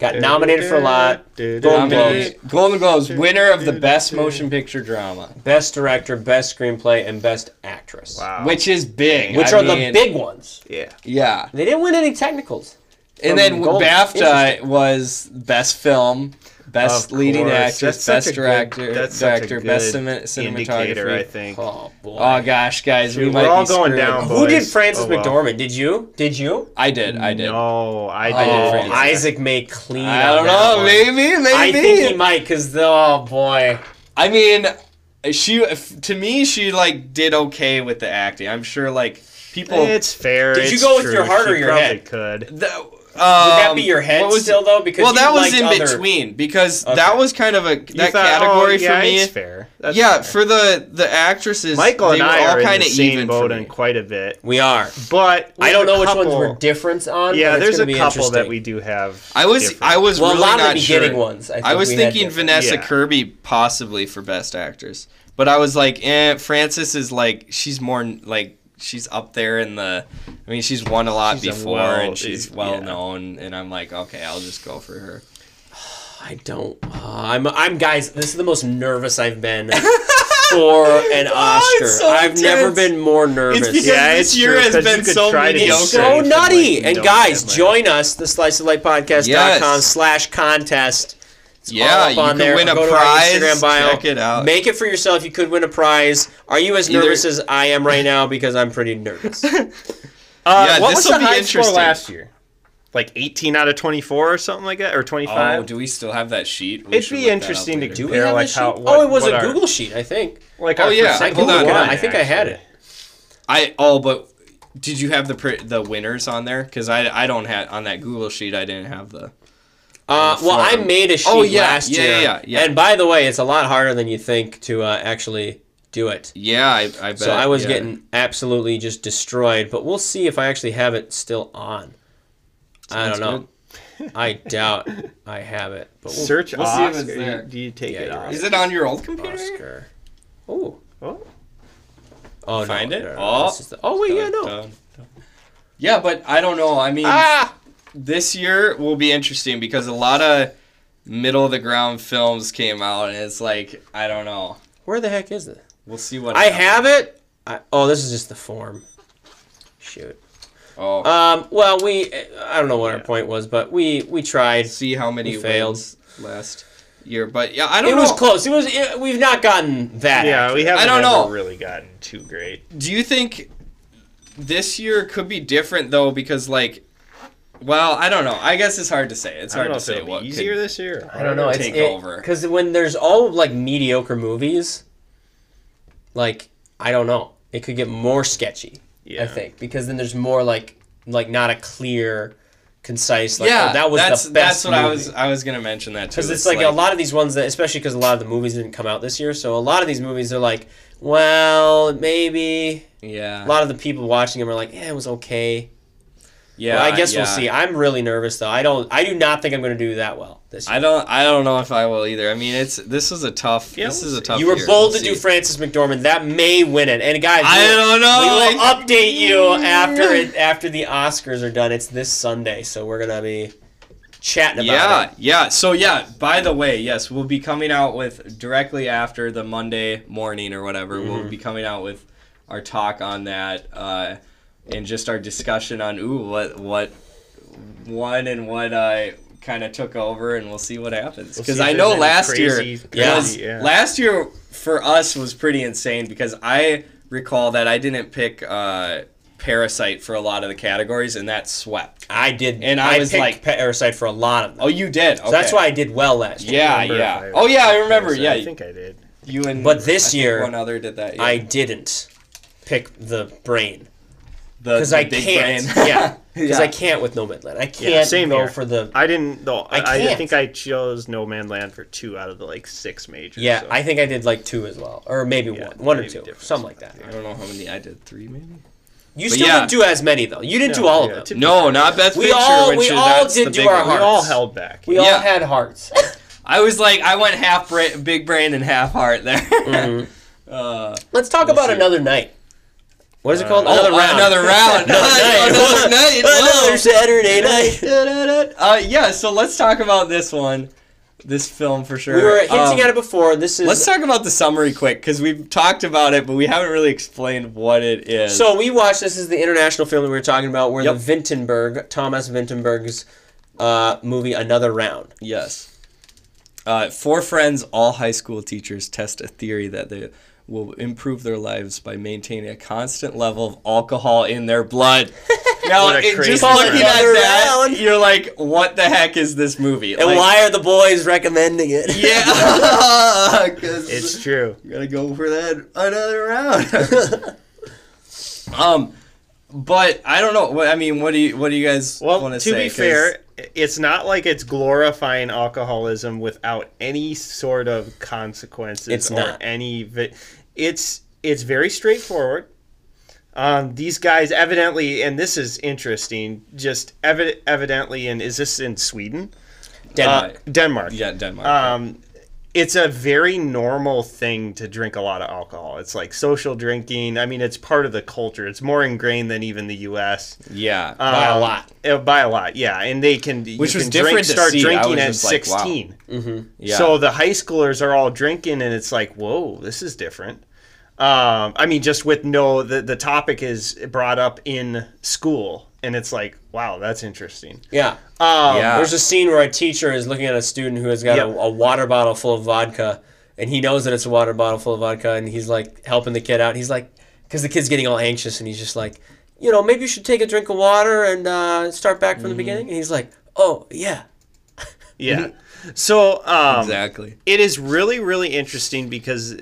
Speaker 1: Got nominated for a lot. Golden
Speaker 2: Nominated-
Speaker 1: Globes,
Speaker 2: Golden Globes, winner of the best motion picture drama,
Speaker 1: best director, best screenplay, and best actress.
Speaker 4: Wow.
Speaker 2: which is big.
Speaker 1: Which
Speaker 2: I
Speaker 1: are the
Speaker 2: mean,
Speaker 1: big ones.
Speaker 4: Yeah.
Speaker 2: Yeah.
Speaker 1: They didn't win any technicals.
Speaker 2: And then
Speaker 1: Golden.
Speaker 2: BAFTA
Speaker 1: Interesting.
Speaker 2: was best film, best
Speaker 4: Of
Speaker 2: leading
Speaker 4: course.
Speaker 2: actress,
Speaker 4: That's such
Speaker 2: best
Speaker 4: a good-
Speaker 2: director,
Speaker 4: that's such a
Speaker 2: director, best
Speaker 4: good
Speaker 2: cinema,
Speaker 4: Indicator,
Speaker 2: cinematography.
Speaker 4: I think.
Speaker 1: Oh boy.
Speaker 2: Oh gosh, guys, we
Speaker 4: Dude,
Speaker 2: might
Speaker 4: we're all
Speaker 2: be
Speaker 4: going
Speaker 2: screwed.
Speaker 4: down, boy.
Speaker 1: Who did
Speaker 4: boys.
Speaker 1: Francis
Speaker 4: Oh, wow.
Speaker 1: McDormand? Did you? Did you?
Speaker 2: I did, I did.
Speaker 4: No, I did.
Speaker 2: did
Speaker 1: Oh,
Speaker 2: Francis.
Speaker 1: Isaac may clean.
Speaker 2: I
Speaker 1: on
Speaker 2: don't
Speaker 1: that
Speaker 2: know,
Speaker 1: one.
Speaker 2: maybe, maybe.
Speaker 1: I think he might, cause oh boy.
Speaker 2: I mean, she f- to me she like did okay with the acting. I'm sure like people
Speaker 4: It's fair.
Speaker 1: Did you
Speaker 4: it's
Speaker 1: go with
Speaker 4: true.
Speaker 1: your heart or
Speaker 4: She
Speaker 1: your
Speaker 4: probably
Speaker 1: head?
Speaker 4: Could.
Speaker 2: the, um,
Speaker 1: Would that be your head
Speaker 2: what was-
Speaker 1: still though? Because
Speaker 2: well,
Speaker 1: you
Speaker 2: that was
Speaker 1: liked
Speaker 2: in
Speaker 1: other-
Speaker 2: between because
Speaker 1: Okay.
Speaker 2: that was kind of a
Speaker 4: You
Speaker 2: that
Speaker 4: thought,
Speaker 2: category
Speaker 4: oh, yeah,
Speaker 2: for me.
Speaker 4: It's fair. That's
Speaker 2: yeah,
Speaker 4: fair.
Speaker 2: for the the actresses,
Speaker 4: Michael
Speaker 2: they
Speaker 4: and
Speaker 2: were
Speaker 4: I
Speaker 2: all
Speaker 4: are in
Speaker 2: kinda
Speaker 4: the same
Speaker 2: even
Speaker 4: boat
Speaker 2: for
Speaker 4: on
Speaker 2: me.
Speaker 4: quite a bit,
Speaker 1: We are.
Speaker 4: but
Speaker 1: I don't
Speaker 4: there's
Speaker 1: know
Speaker 4: a
Speaker 1: which ones were
Speaker 4: couple-
Speaker 1: different on.
Speaker 4: Yeah,
Speaker 1: but it's
Speaker 4: there's a
Speaker 1: gonna be
Speaker 4: couple that
Speaker 1: interesting.
Speaker 4: we do have.
Speaker 2: I was
Speaker 4: different.
Speaker 2: I was
Speaker 1: Well, a
Speaker 2: really
Speaker 1: lot of
Speaker 2: not
Speaker 1: the beginning
Speaker 2: sure.
Speaker 1: ones. I, think
Speaker 2: I was
Speaker 1: we had
Speaker 2: thinking
Speaker 1: different.
Speaker 2: Vanessa
Speaker 4: Yeah.
Speaker 2: Kirby possibly for best actress, but I was like, eh, Frances is like she's more like she's up there in the. I mean, she's won a lot
Speaker 4: She's a
Speaker 2: before,
Speaker 4: well-
Speaker 2: and she's
Speaker 4: yeah.
Speaker 2: well known, and I'm like, okay, I'll just go for her.
Speaker 1: I don't. Uh, I'm. I'm guys. This is the most nervous I've been for an
Speaker 2: Oh,
Speaker 1: Oscar.
Speaker 2: it's so
Speaker 1: I've never
Speaker 2: intense.
Speaker 1: been more nervous.
Speaker 2: because
Speaker 4: yeah,
Speaker 2: this
Speaker 4: it's
Speaker 2: year
Speaker 4: true,
Speaker 2: has
Speaker 4: 'cause
Speaker 2: been
Speaker 4: you could
Speaker 2: so
Speaker 4: try to do
Speaker 2: mediocre.
Speaker 1: It's so
Speaker 4: safe and, like,
Speaker 1: nutty.
Speaker 4: you
Speaker 1: and
Speaker 4: don't
Speaker 1: guys,
Speaker 4: have, like-
Speaker 1: join us, the slice of light podcast.com
Speaker 2: Yes.
Speaker 1: slash contest. It's
Speaker 2: Yeah,
Speaker 1: all up
Speaker 2: you
Speaker 1: on
Speaker 2: could
Speaker 1: there.
Speaker 2: win a
Speaker 1: Go to our
Speaker 2: prize.
Speaker 1: Instagram bio.
Speaker 2: Check it out.
Speaker 1: Make it for yourself. You could win a prize. Are you as
Speaker 2: Either-
Speaker 1: nervous as I am right now? Because I'm pretty nervous.
Speaker 4: Uh,
Speaker 2: Yeah,
Speaker 4: what was
Speaker 2: this'll
Speaker 4: the
Speaker 2: be
Speaker 4: high score
Speaker 2: interesting.
Speaker 4: last year? Like 18 out of 24 or something like that, or 25.
Speaker 2: Oh, do we still have that sheet? We
Speaker 4: It'd
Speaker 2: should
Speaker 4: be
Speaker 2: look that
Speaker 4: interesting
Speaker 2: up
Speaker 4: to
Speaker 2: later.
Speaker 4: do-
Speaker 1: Do we
Speaker 4: They're
Speaker 1: have
Speaker 4: like
Speaker 1: this
Speaker 4: how-
Speaker 1: sheet?
Speaker 4: what-
Speaker 1: oh, it was
Speaker 4: what
Speaker 1: a
Speaker 4: are-
Speaker 1: Google sheet, I think.
Speaker 4: like
Speaker 2: Oh,
Speaker 4: our
Speaker 2: yeah,
Speaker 4: percent-
Speaker 2: hold on.
Speaker 4: Google
Speaker 1: I think I had it.
Speaker 2: I oh, but did you have the pr- the winners on there? Because I I don't have on that Google sheet. I didn't have the.
Speaker 1: Uh, well, I
Speaker 2: form.
Speaker 1: made a sheet
Speaker 2: Oh, yeah,
Speaker 1: last
Speaker 2: yeah,
Speaker 1: year.
Speaker 2: yeah, yeah, yeah.
Speaker 1: And by the way, it's a lot harder than you think to uh, actually do it.
Speaker 2: Yeah, I, I bet.
Speaker 1: So I was
Speaker 2: yeah.
Speaker 1: getting absolutely just destroyed, but we'll see if I actually have it still on. I don't
Speaker 2: Sounds
Speaker 1: know. I doubt I have it. But we'll
Speaker 4: Search
Speaker 2: We'll see if
Speaker 4: Oscar.
Speaker 2: it's there.
Speaker 4: You- Do you take
Speaker 1: Yeah,
Speaker 4: it
Speaker 1: you're
Speaker 4: off?
Speaker 1: right.
Speaker 2: Is it on your old computer?
Speaker 1: Oscar. Oh.
Speaker 4: Oh.
Speaker 1: Oh,
Speaker 2: Find
Speaker 1: no,
Speaker 2: it?
Speaker 1: no, no, no, this
Speaker 2: Oh.
Speaker 1: is the- oh, wait, yeah, no.
Speaker 2: Yeah, but I don't know. I mean,
Speaker 1: Ah!
Speaker 2: this year will be interesting because a lot of middle of the ground films came out, and it's like I don't know.
Speaker 1: Where the heck is it?
Speaker 2: We'll see what
Speaker 1: I
Speaker 2: happens.
Speaker 1: have it. I, oh, this is just the form. Shoot.
Speaker 2: Oh,
Speaker 4: uh,
Speaker 1: Um, well, we, I don't know what our point was, but we, we tried.
Speaker 2: see how many
Speaker 1: we failed.
Speaker 2: wins last year, but yeah, I don't
Speaker 1: It
Speaker 2: know.
Speaker 1: was close. It was. It, we've not gotten that.
Speaker 4: Yeah, we haven't
Speaker 2: I don't
Speaker 4: ever
Speaker 2: know.
Speaker 4: really gotten too great.
Speaker 2: Do you think this year could be different though? Because like, well, I don't know. I guess it's hard to say. It's
Speaker 4: I don't
Speaker 2: hard
Speaker 4: know
Speaker 2: to
Speaker 4: if
Speaker 2: say
Speaker 4: it'll
Speaker 2: what
Speaker 4: be easier
Speaker 2: could-
Speaker 4: this year.
Speaker 1: I don't know. It's
Speaker 2: Take over.
Speaker 1: because when there's all like mediocre movies, like I don't know, it could get more sketchy. I
Speaker 4: Yeah.
Speaker 1: think because then there's more like like not a clear, concise. Like,
Speaker 2: yeah,
Speaker 1: oh, that was
Speaker 2: that's
Speaker 1: the best.
Speaker 2: that's what I was I was gonna mention that too.
Speaker 1: Because it's like, a lot of these ones that, especially because a lot of the movies didn't come out this year, so a lot of these movies are like, well, maybe.
Speaker 2: Yeah,
Speaker 1: A lot of the people watching them are like, yeah, it was okay.
Speaker 2: yeah.
Speaker 1: Well, I guess we'll
Speaker 2: yeah.
Speaker 1: see. I'm really nervous though. I don't. I do not think I'm going to do that well this year.
Speaker 2: I don't. I don't know if I will either. I mean, it's this is a tough.
Speaker 4: Yeah,
Speaker 2: this is
Speaker 4: we'll
Speaker 2: a
Speaker 4: see.
Speaker 2: tough.
Speaker 1: You were
Speaker 2: year.
Speaker 1: bold
Speaker 2: We'll
Speaker 1: to do
Speaker 2: see.
Speaker 1: Francis McDormand. That may win it. And guys,
Speaker 2: I
Speaker 1: we'll-
Speaker 2: don't
Speaker 1: we
Speaker 2: know.
Speaker 1: will
Speaker 2: like,
Speaker 1: update you after it after the Oscars are done. It's this Sunday, so we're gonna be chatting about
Speaker 2: yeah,
Speaker 1: it.
Speaker 2: yeah. So yeah. By the way, yes, we'll be coming out with directly after the Monday morning or whatever.
Speaker 1: Mm-hmm.
Speaker 2: We'll be coming out with our talk on that uh, and just our discussion on ooh what what one and what I kind of took over, and we'll see what happens.
Speaker 4: see
Speaker 2: Because
Speaker 4: if
Speaker 2: I
Speaker 4: there's
Speaker 2: know
Speaker 4: any
Speaker 2: last year,
Speaker 4: crazy-
Speaker 1: Yeah.
Speaker 2: was-
Speaker 4: yeah.
Speaker 2: last year for us was pretty insane because I recall that I didn't pick. Uh, Parasite for a lot of the categories, and that swept.
Speaker 1: I did,
Speaker 2: And I was
Speaker 1: picked
Speaker 2: like-
Speaker 1: Parasite for a lot of them.
Speaker 2: Oh, you did.
Speaker 1: So that's
Speaker 2: Okay.
Speaker 1: why I did well last year.
Speaker 2: Yeah,
Speaker 4: Remember if
Speaker 2: yeah.
Speaker 4: I-
Speaker 2: oh, yeah, I remember.
Speaker 4: I
Speaker 2: Yeah,
Speaker 4: I think I did.
Speaker 2: you and
Speaker 1: But this
Speaker 2: I think
Speaker 1: year,
Speaker 2: one other did that. Yeah.
Speaker 1: I didn't pick the brain
Speaker 2: the,
Speaker 1: because
Speaker 2: the
Speaker 1: I
Speaker 2: big
Speaker 1: can't.
Speaker 2: brain.
Speaker 1: yeah, because
Speaker 2: Yeah.
Speaker 1: I can't with No Midland. I can't
Speaker 4: same
Speaker 1: go
Speaker 4: here.
Speaker 1: for the.
Speaker 4: I didn't though. I, I
Speaker 1: can't.
Speaker 4: think I chose No Man Land for two out of the like six majors.
Speaker 1: Yeah,
Speaker 4: so.
Speaker 1: I think I did like two as well, or maybe one, one or
Speaker 4: maybe
Speaker 1: two,
Speaker 4: different.
Speaker 1: something like that.
Speaker 2: I don't know how many I did. Three maybe.
Speaker 1: You still
Speaker 2: yeah.
Speaker 1: didn't do as many though. You didn't
Speaker 4: No,
Speaker 1: do all
Speaker 4: yeah,
Speaker 1: of them.
Speaker 4: typ-
Speaker 2: No, not best
Speaker 1: We
Speaker 2: picture.
Speaker 1: all-
Speaker 2: which
Speaker 1: we
Speaker 2: is-
Speaker 1: all
Speaker 2: that's
Speaker 1: did
Speaker 2: the
Speaker 1: do
Speaker 2: big
Speaker 1: our
Speaker 2: one.
Speaker 4: we
Speaker 1: heart.
Speaker 4: all
Speaker 1: hearts.
Speaker 4: held back.
Speaker 1: We
Speaker 4: yeah.
Speaker 1: all
Speaker 2: Yeah.
Speaker 1: had hearts.
Speaker 2: I was like, I went half bra- big brain and half heart there.
Speaker 1: Mm-hmm.
Speaker 2: Uh,
Speaker 1: Let's talk about
Speaker 2: see.
Speaker 1: another night. uh, What is it called?
Speaker 2: oh, Another round. another night.
Speaker 1: another Saturday night.
Speaker 2: night. uh, yeah. So let's talk about this one, this film for sure.
Speaker 1: We were hinting
Speaker 2: Um,
Speaker 1: at it before. This is
Speaker 2: Let's talk about the summary quick because we've talked about it, but we haven't really explained what it is.
Speaker 1: so we watched. This is the international film that we were talking about, where
Speaker 2: Yep.
Speaker 1: the Vintenberg, Thomas Vintenberg's uh, movie, Another Round.
Speaker 2: Yes. Uh, four friends, all high school teachers, test a theory that they will improve their lives by maintaining a constant level of alcohol in their blood. now,
Speaker 4: What a
Speaker 2: it, just
Speaker 4: crazy
Speaker 2: looking at
Speaker 4: premise.
Speaker 2: that, you're like, what the heck is this movie?
Speaker 1: And
Speaker 2: Like,
Speaker 1: why are the boys recommending it?
Speaker 2: Yeah, 'cause
Speaker 4: It's true.
Speaker 2: gotta go for that another round. um, But I don't know. What I mean, what do you what do you guys
Speaker 4: Well,
Speaker 2: want
Speaker 4: to
Speaker 2: say?
Speaker 4: be
Speaker 2: 'Cause-
Speaker 4: fair, it's not like it's glorifying alcoholism without any sort of consequences
Speaker 1: It's
Speaker 4: or
Speaker 1: not.
Speaker 4: any. Vi- it's it's very straightforward. Um, these guys evidently, and this is interesting, just evi- evidently, and is this in Sweden?
Speaker 1: Denmark.
Speaker 4: Uh, Denmark.
Speaker 2: yeah, Denmark.
Speaker 4: Um, it's a very normal thing to drink a lot of alcohol. It's like social drinking. I mean, it's part of the culture. It's more ingrained than even the U.S.
Speaker 2: yeah, by a
Speaker 4: Um,
Speaker 2: lot.
Speaker 4: uh, by a lot, yeah. And they can you
Speaker 2: Which was
Speaker 4: can
Speaker 2: different
Speaker 4: drink,
Speaker 2: to
Speaker 4: start
Speaker 2: see. I
Speaker 4: drinking
Speaker 2: was
Speaker 4: at
Speaker 2: just like, wow. Mm,
Speaker 4: sixteen.
Speaker 2: Yeah.
Speaker 4: So the high schoolers are all drinking, and it's like, whoa, this is different. Um, I mean, just with no, the the topic is brought up in school, and it's like, wow, that's interesting.
Speaker 1: Yeah.
Speaker 4: Um,
Speaker 2: yeah.
Speaker 1: There's a scene where a teacher is looking at a student who has got a,
Speaker 4: Yep.
Speaker 1: a water bottle full of vodka, and he knows that it's a water bottle full of vodka, and he's like helping the kid out. He's like, because the kid's getting all anxious, and he's just like, you know, maybe you should take a drink of water and uh, start back
Speaker 2: Mm-hmm.
Speaker 1: from the beginning. And he's like, oh yeah,
Speaker 4: Yeah. So um,
Speaker 2: exactly.
Speaker 4: it is really really interesting because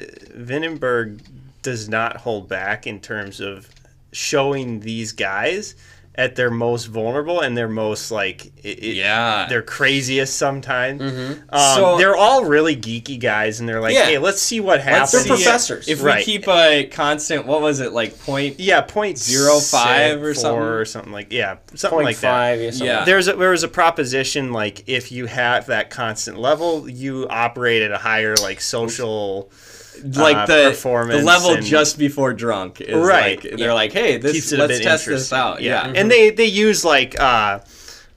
Speaker 4: Vinenberg does not hold back in terms of showing these guys at their most vulnerable and their most like it, it-
Speaker 2: Yeah.
Speaker 4: their craziest sometimes. Um,
Speaker 2: So-
Speaker 4: they're all really geeky guys, and they're like,
Speaker 1: Yeah.
Speaker 4: "Hey, let's see what happens."
Speaker 1: Let's They're
Speaker 2: See,
Speaker 1: professors.
Speaker 2: If we
Speaker 4: Right.
Speaker 2: keep a constant, what was it like point?
Speaker 4: yeah, point
Speaker 2: Zero five or
Speaker 4: six
Speaker 2: something?
Speaker 4: four or something like yeah, something
Speaker 1: point
Speaker 4: like that.
Speaker 1: five. Yeah. something
Speaker 2: Yeah.
Speaker 1: like
Speaker 4: There's a, there was a proposition like if you have that constant level, you operate at a higher like social
Speaker 2: Like the
Speaker 4: Uh, performance
Speaker 2: the level
Speaker 4: and-
Speaker 2: just before drunk is
Speaker 4: Right.
Speaker 2: Like, they're like, hey, this
Speaker 4: keeps it a
Speaker 2: let's
Speaker 4: bit
Speaker 2: test this
Speaker 4: interesting. Mm-hmm.
Speaker 2: out. Yeah.
Speaker 4: and they they use like uh,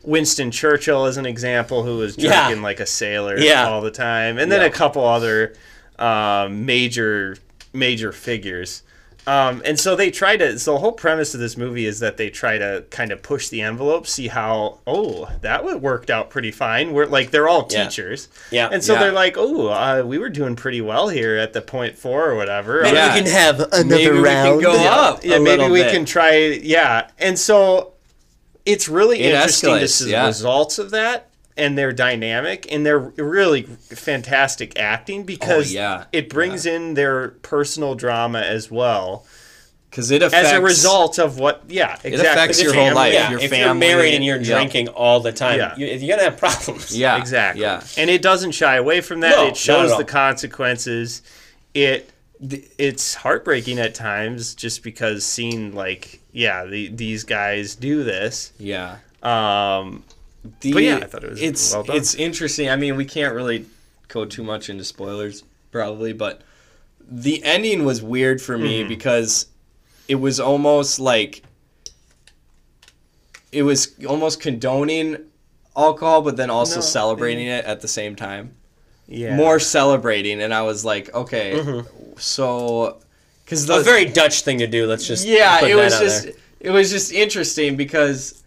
Speaker 4: Winston Churchill as an example, who was
Speaker 1: Yeah.
Speaker 4: drinking like a sailor
Speaker 1: Yeah.
Speaker 4: all the time, and then
Speaker 2: Yeah.
Speaker 4: a couple other um, major major figures. Um, and so they try to. So the whole premise of this movie is that they try to kind of push the envelope, see how oh that would worked out pretty fine. We're like they're all
Speaker 1: Yeah.
Speaker 4: teachers,
Speaker 1: Yeah.
Speaker 4: and so
Speaker 2: Yeah.
Speaker 4: they're like oh uh, we were doing pretty well here at the point four or whatever.
Speaker 1: Maybe
Speaker 4: Uh,
Speaker 2: Yeah.
Speaker 1: we can have another
Speaker 2: Maybe we
Speaker 1: round.
Speaker 2: can go
Speaker 1: yeah.
Speaker 2: up.
Speaker 4: yeah,
Speaker 2: a
Speaker 4: maybe
Speaker 2: little
Speaker 4: we
Speaker 2: bit.
Speaker 4: can try. Yeah, and so it's really
Speaker 2: It
Speaker 4: interesting to
Speaker 2: escalates,
Speaker 4: see
Speaker 2: yeah.
Speaker 4: the results of that and their dynamic and their really fantastic acting because
Speaker 2: Oh, yeah,
Speaker 4: it brings in their personal drama as well
Speaker 2: because it affects
Speaker 4: as a result of what. Yeah, exactly.
Speaker 2: affects
Speaker 4: the
Speaker 2: your whole
Speaker 4: family.
Speaker 2: life,
Speaker 1: Yeah,
Speaker 2: your
Speaker 1: if you're
Speaker 2: family,
Speaker 1: married and you're
Speaker 2: yeah.
Speaker 1: drinking all the time,
Speaker 4: Yeah.
Speaker 1: you, you're gonna have problems.
Speaker 2: Yeah.
Speaker 4: exactly.
Speaker 2: Yeah.
Speaker 4: and it doesn't shy away from that.
Speaker 1: No, not
Speaker 4: it shows
Speaker 1: at all.
Speaker 4: the consequences. It it's heartbreaking at times just because seeing like yeah the, these guys do this
Speaker 2: Yeah.
Speaker 4: Um,
Speaker 2: The,
Speaker 4: But yeah, I thought it was
Speaker 2: it's
Speaker 4: well done.
Speaker 2: it's interesting. I mean, we can't really go too much into spoilers probably, but the ending was weird for me
Speaker 4: Mm-hmm.
Speaker 2: because it was almost like it was almost condoning alcohol but then also
Speaker 4: No,
Speaker 2: celebrating it at the same time.
Speaker 4: yeah. Mm-hmm.
Speaker 2: More celebrating and I was like, okay, so cuz the
Speaker 1: A very Dutch thing to do. Let's just
Speaker 2: yeah
Speaker 1: put
Speaker 2: it
Speaker 1: that
Speaker 2: was
Speaker 1: out
Speaker 2: just
Speaker 1: there.
Speaker 2: it was just interesting because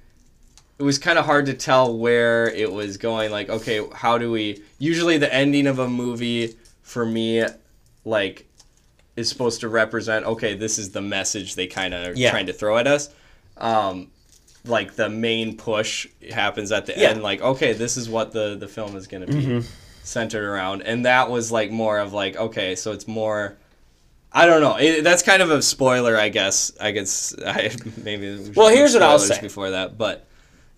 Speaker 2: it was kind of hard to tell where it was going like okay how do we usually the ending of a movie for me like is supposed to represent okay this is the message they kind of are
Speaker 1: Yeah.
Speaker 2: trying to throw at us um like the main push happens at the
Speaker 1: Yeah. Mm-hmm.
Speaker 2: end like okay this is what the the film is going to be centered around and that was like more of like okay so it's more I don't know. It, that's kind of a spoiler, I guess. I guess I maybe. we should
Speaker 1: Well,
Speaker 2: do
Speaker 1: here's what I'll
Speaker 2: spoilers
Speaker 1: say.
Speaker 2: before that, but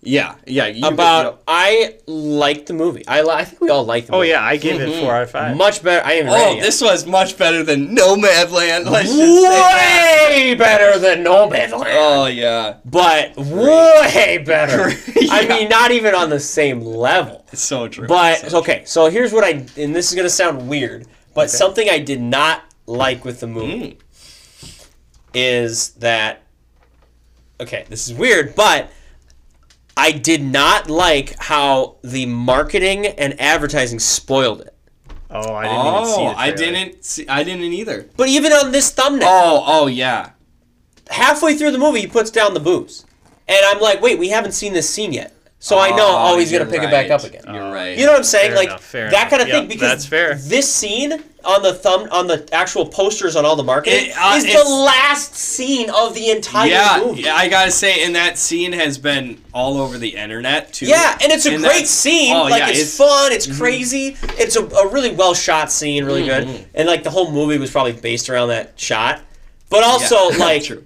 Speaker 2: yeah, yeah. You,
Speaker 1: about I liked the movie. I li- I think we all liked the
Speaker 4: Oh
Speaker 1: movie.
Speaker 4: yeah, I gave
Speaker 2: Mm-hmm.
Speaker 4: it four out of five.
Speaker 1: Much better. I am
Speaker 2: oh, this was much better than Nomadland. Let's just say that.
Speaker 1: way better than No Man's Land,
Speaker 2: Oh yeah,
Speaker 1: but way better. I
Speaker 2: Yeah.
Speaker 1: mean, not even on the same level.
Speaker 2: it's so true.
Speaker 1: But
Speaker 2: so,
Speaker 1: okay, so here's what I and this is gonna sound weird, but something I did not like with the
Speaker 2: Mm.
Speaker 1: movie is that okay, this is weird, but I did not like how the marketing and advertising spoiled it.
Speaker 4: Oh, I didn't even see
Speaker 2: oh,
Speaker 4: the
Speaker 2: I
Speaker 4: trailer.
Speaker 2: didn't. See, I didn't either.
Speaker 1: But even on this thumbnail,
Speaker 2: Oh, oh yeah.
Speaker 1: halfway through the movie, he puts down the booze, and I'm like, wait, we haven't seen this scene yet, so I know, oh, he's gonna
Speaker 2: Ah, you're
Speaker 1: pick it back
Speaker 2: right.
Speaker 1: up again.
Speaker 2: You're right.
Speaker 1: You know what I'm saying?
Speaker 4: Fair
Speaker 1: like
Speaker 4: enough, fair
Speaker 1: that kind of
Speaker 4: enough.
Speaker 1: thing.
Speaker 4: Yep,
Speaker 1: Because
Speaker 4: that's fair.
Speaker 1: This scene on the thumb on the actual posters on all the marketing
Speaker 2: It, uh,
Speaker 1: is the
Speaker 2: it's-
Speaker 1: last scene of the entire
Speaker 2: yeah,
Speaker 1: movie.
Speaker 2: yeah, I gotta say, and that scene has been all over the internet too.
Speaker 1: Yeah, and it's a great
Speaker 2: that's-
Speaker 1: scene.
Speaker 2: Oh,
Speaker 1: like
Speaker 2: yeah,
Speaker 1: it's, fun, it's crazy. It's a, a really well shot scene, really
Speaker 2: Mm-hmm.
Speaker 1: good. And like the whole movie was probably based around that shot. But
Speaker 2: yeah,
Speaker 1: also like
Speaker 2: true.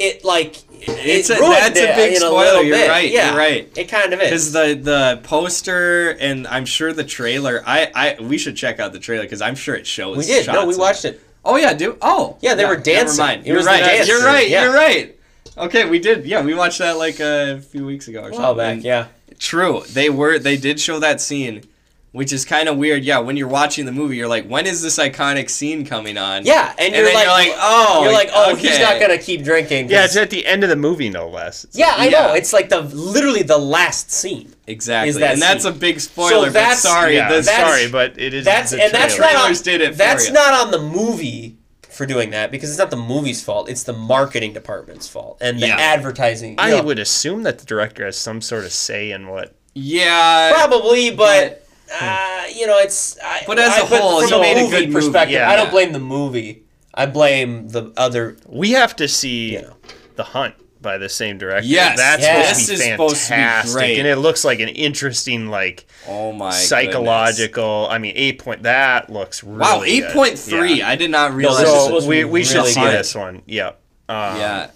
Speaker 1: it like
Speaker 2: It's
Speaker 1: it
Speaker 2: a-
Speaker 1: ruined
Speaker 2: that's a
Speaker 1: it
Speaker 2: big
Speaker 1: in
Speaker 2: spoiler,
Speaker 1: little
Speaker 2: you're
Speaker 1: bit.
Speaker 2: right,
Speaker 1: Yeah,
Speaker 2: you're right.
Speaker 1: It kind of
Speaker 2: Because
Speaker 1: is.
Speaker 2: the the poster and I'm sure the trailer. I I we should check out the trailer because I'm sure it shows.
Speaker 1: we did.
Speaker 2: shots
Speaker 1: No, we
Speaker 2: of
Speaker 1: watched it.
Speaker 2: Oh yeah, do oh
Speaker 1: Yeah, they were dancing.
Speaker 2: Never mind.
Speaker 1: It
Speaker 2: You're
Speaker 1: was the
Speaker 2: right.
Speaker 1: dance
Speaker 2: You're
Speaker 1: scene,
Speaker 2: right.
Speaker 1: yeah.
Speaker 2: You're right. Okay, we did. Yeah, we watched that like uh, a few weeks ago or
Speaker 1: A
Speaker 2: something.
Speaker 1: while back, yeah.
Speaker 2: True. They were they did show that scene, which is kind of weird. Yeah, when you're watching the movie, you're like, when is this iconic scene coming on?
Speaker 1: Yeah, and,
Speaker 2: And
Speaker 1: you're,
Speaker 2: then
Speaker 1: like,
Speaker 2: you're like, oh,
Speaker 1: you're like, oh, he's
Speaker 2: okay.
Speaker 1: not gonna keep drinking. 'cause-
Speaker 4: Yeah, it's at the end of the movie, no less. It's
Speaker 1: yeah, I know.
Speaker 2: Yeah.
Speaker 1: It's like the literally the last scene.
Speaker 2: Exactly.
Speaker 1: Is that
Speaker 2: and that's a
Speaker 1: scene.
Speaker 2: big spoiler. but
Speaker 1: that's-
Speaker 2: sorry.
Speaker 4: yeah,
Speaker 2: this-
Speaker 1: that's-
Speaker 4: sorry, but it is.
Speaker 1: That's
Speaker 4: the
Speaker 1: and that's
Speaker 4: trailer.
Speaker 1: not on,
Speaker 2: Trailers did it for
Speaker 1: that's
Speaker 2: you.
Speaker 1: not on the movie for doing that because it's not the movie's fault. It's the marketing department's fault and the
Speaker 2: Yeah.
Speaker 1: advertising. you
Speaker 4: I
Speaker 1: know.
Speaker 4: would assume that the director has some sort of say in what.
Speaker 2: yeah.
Speaker 1: probably, but. Uh, you know, it's. I,
Speaker 2: But as
Speaker 1: I-
Speaker 2: a whole,
Speaker 1: from
Speaker 2: he made a
Speaker 1: movie
Speaker 2: good movie,
Speaker 1: perspective.
Speaker 4: yeah.
Speaker 1: I don't blame the movie. I blame the other.
Speaker 4: We have to see
Speaker 1: Yeah.
Speaker 4: the hunt by the same director.
Speaker 2: Yes,
Speaker 4: that's
Speaker 1: yes.
Speaker 4: supposed to
Speaker 2: This
Speaker 4: be
Speaker 2: is supposed to be
Speaker 4: fantastic,
Speaker 2: great.
Speaker 4: and it looks like an interesting like
Speaker 2: Oh my. goodness.
Speaker 4: psychological. I mean, eight point that looks
Speaker 1: uh,
Speaker 4: really
Speaker 2: Wow,
Speaker 4: good.
Speaker 2: eight point three.
Speaker 4: Yeah.
Speaker 2: I did not
Speaker 1: this
Speaker 2: realize.
Speaker 1: is
Speaker 2: this
Speaker 4: So
Speaker 1: supposed
Speaker 2: was
Speaker 1: to
Speaker 4: we,
Speaker 1: be
Speaker 4: we should
Speaker 1: really
Speaker 4: see
Speaker 1: good.
Speaker 4: this one. Yep. Um,
Speaker 2: yeah.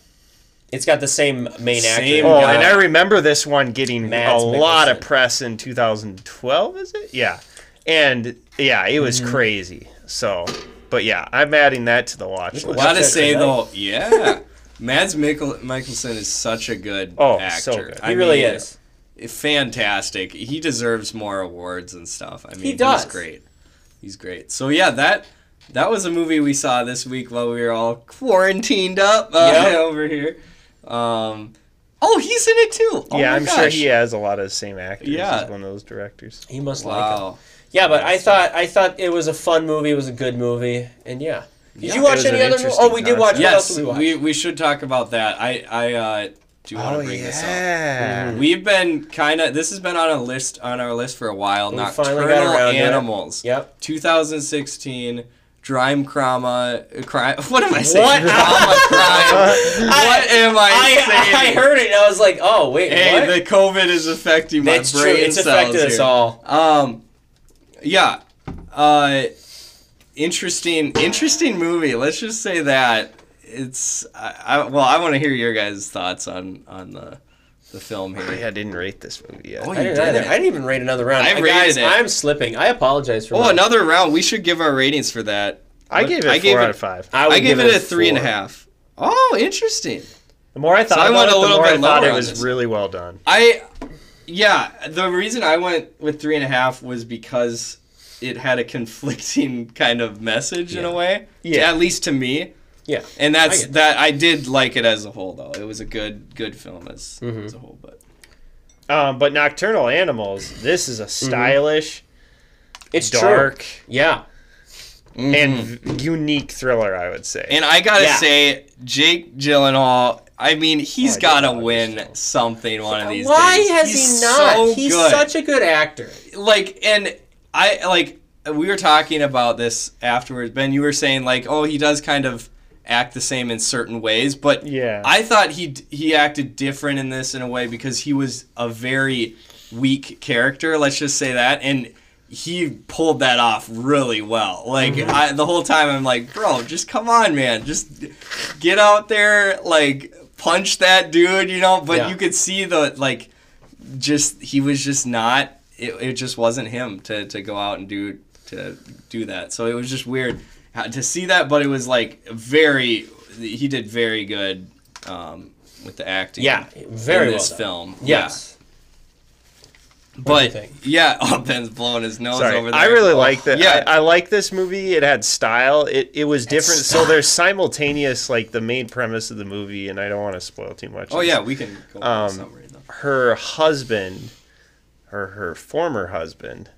Speaker 1: It's got the same main
Speaker 2: Same
Speaker 1: actor.
Speaker 4: Oh,
Speaker 2: Yeah.
Speaker 4: and I remember this one getting
Speaker 1: Mads
Speaker 4: a lot of
Speaker 1: Mikkelsen.
Speaker 4: press in 2012, is it? Yeah. And yeah, it
Speaker 2: Mm-hmm.
Speaker 4: was crazy. So, but yeah, I'm adding that to the watch list.
Speaker 1: Wow.
Speaker 2: Gotta
Speaker 1: Watch it
Speaker 2: say
Speaker 1: tonight.
Speaker 2: though, yeah, Mads Mikkel- Mikkelsen is such a good
Speaker 4: Oh, so
Speaker 2: actor.
Speaker 4: good.
Speaker 1: He really
Speaker 2: mean,
Speaker 1: is.
Speaker 2: fantastic. He deserves more awards and stuff. I mean,
Speaker 1: does.
Speaker 2: he's great. He's great. So yeah, that that was a movie we saw this week while we were all quarantined up uh,
Speaker 1: Yep.
Speaker 2: over here. Um, oh, he's in it too. Oh
Speaker 4: yeah,
Speaker 2: my
Speaker 4: I'm
Speaker 2: gosh.
Speaker 4: sure he has a lot of the same actors.
Speaker 2: Yeah.
Speaker 4: He's one of those directors.
Speaker 1: He must like him.
Speaker 2: Wow.
Speaker 1: Yeah, but I thought I thought it was a fun movie. It was a good movie, and yeah. Did
Speaker 2: Yeah.
Speaker 1: you
Speaker 4: It
Speaker 1: watch
Speaker 4: was
Speaker 1: any
Speaker 4: an
Speaker 1: other? movie? Oh, we
Speaker 4: interesting
Speaker 1: did watch. What else
Speaker 2: Yes,
Speaker 1: did we watch?
Speaker 2: we we should talk about that. I I uh, do want to
Speaker 1: Oh,
Speaker 2: bring this up.
Speaker 4: Mm-hmm.
Speaker 2: We've been kind of this has been on a list on our list for a while.
Speaker 1: We
Speaker 2: Nocturnal
Speaker 1: finally got around to it.
Speaker 2: Animals.
Speaker 1: Yep.
Speaker 2: 2016. Drime Crama uh, crime. What am I saying?
Speaker 1: What?
Speaker 2: Drama crime. what am I, saying?
Speaker 1: I, I heard it. and I was like, oh wait,
Speaker 2: hey,
Speaker 1: what?
Speaker 2: the COVID is affecting my
Speaker 1: That's true.
Speaker 2: brain
Speaker 1: It's
Speaker 2: cells
Speaker 1: affected us
Speaker 2: here.
Speaker 1: all.
Speaker 2: Um, yeah. Uh, interesting, interesting movie. Let's just say that it's. I, I well, I want to hear your guys' thoughts on on the the film here.
Speaker 4: Yeah, I didn't rate this movie yet.
Speaker 2: Oh,
Speaker 1: I
Speaker 2: you
Speaker 1: didn't,
Speaker 2: did
Speaker 1: either.
Speaker 2: it.
Speaker 1: I didn't even rate another round.
Speaker 2: I
Speaker 1: Uh,
Speaker 2: rated
Speaker 1: guys,
Speaker 2: it.
Speaker 1: I'm slipping. I apologize for.
Speaker 2: Oh,
Speaker 1: my-
Speaker 2: another round. We should give our ratings for that.
Speaker 4: I
Speaker 2: What-
Speaker 4: gave it
Speaker 2: I
Speaker 4: a
Speaker 2: gave
Speaker 4: four
Speaker 2: it-
Speaker 4: out of five.
Speaker 1: I would
Speaker 2: I gave
Speaker 1: give
Speaker 2: it a three and a
Speaker 1: four.
Speaker 2: half. Oh, interesting.
Speaker 4: the more I thought
Speaker 2: I
Speaker 4: about
Speaker 2: went
Speaker 4: it,
Speaker 2: a little
Speaker 4: the more
Speaker 2: bit
Speaker 4: I thought
Speaker 2: lower
Speaker 4: it
Speaker 2: on
Speaker 4: was
Speaker 2: this.
Speaker 4: really well done.
Speaker 2: I, yeah, the reason I went with three and a half was because it had a conflicting kind of message in a way.
Speaker 4: Yeah.
Speaker 2: At least to me.
Speaker 1: Yeah.
Speaker 2: And
Speaker 1: I
Speaker 2: that's
Speaker 1: get
Speaker 2: that. I did like it as a whole, though. It was a good, good film as,
Speaker 1: Mm-hmm.
Speaker 2: as a whole. But
Speaker 4: Um, but Nocturnal Animals, this is a
Speaker 2: Mm-hmm.
Speaker 4: stylish,
Speaker 1: It's
Speaker 4: dark,
Speaker 1: True. Yeah.
Speaker 4: and v- unique thriller, I would say.
Speaker 2: Mm-hmm. and I gotta
Speaker 1: Yeah.
Speaker 2: say, Jake Gyllenhaal. I mean, he's
Speaker 4: Oh, I
Speaker 2: got to
Speaker 4: didn't like this
Speaker 2: win something one of these
Speaker 1: Why
Speaker 2: days.
Speaker 1: has
Speaker 2: He's
Speaker 1: he not?
Speaker 2: so
Speaker 1: He's
Speaker 2: good.
Speaker 1: such a good actor.
Speaker 2: like and I like we were talking about this afterwards. Ben, you were saying like, oh, he does kind of act the same in certain ways, but
Speaker 4: Yeah.
Speaker 2: I thought he he acted different in this in a way because he was a very weak character. Let's just say that and. He pulled that off really well. Like I, the whole time, I'm like, bro, just come on, man, just get out there, like punch that dude, you know. But
Speaker 1: Yeah.
Speaker 2: you could see the like just he was just not it, it just wasn't him to, to go out and do to do that so it was just weird how- to see that but it was like very he did very good um, with the acting
Speaker 1: Yeah. Very
Speaker 2: in
Speaker 1: well
Speaker 2: this
Speaker 1: done.
Speaker 2: film
Speaker 1: Yes.
Speaker 2: yeah.
Speaker 1: What'd
Speaker 2: but
Speaker 1: you think?
Speaker 2: yeah oh ben's blowing his nose
Speaker 4: Sorry,
Speaker 2: over there Oh,
Speaker 4: I really like that.
Speaker 2: yeah
Speaker 4: I, I like this movie. It had style. It it was different. So there's simultaneous like the main premise of the movie, and I don't want to spoil too much.
Speaker 2: oh yeah we can go on
Speaker 4: Um,
Speaker 2: the summary though
Speaker 4: her husband, her her former husband,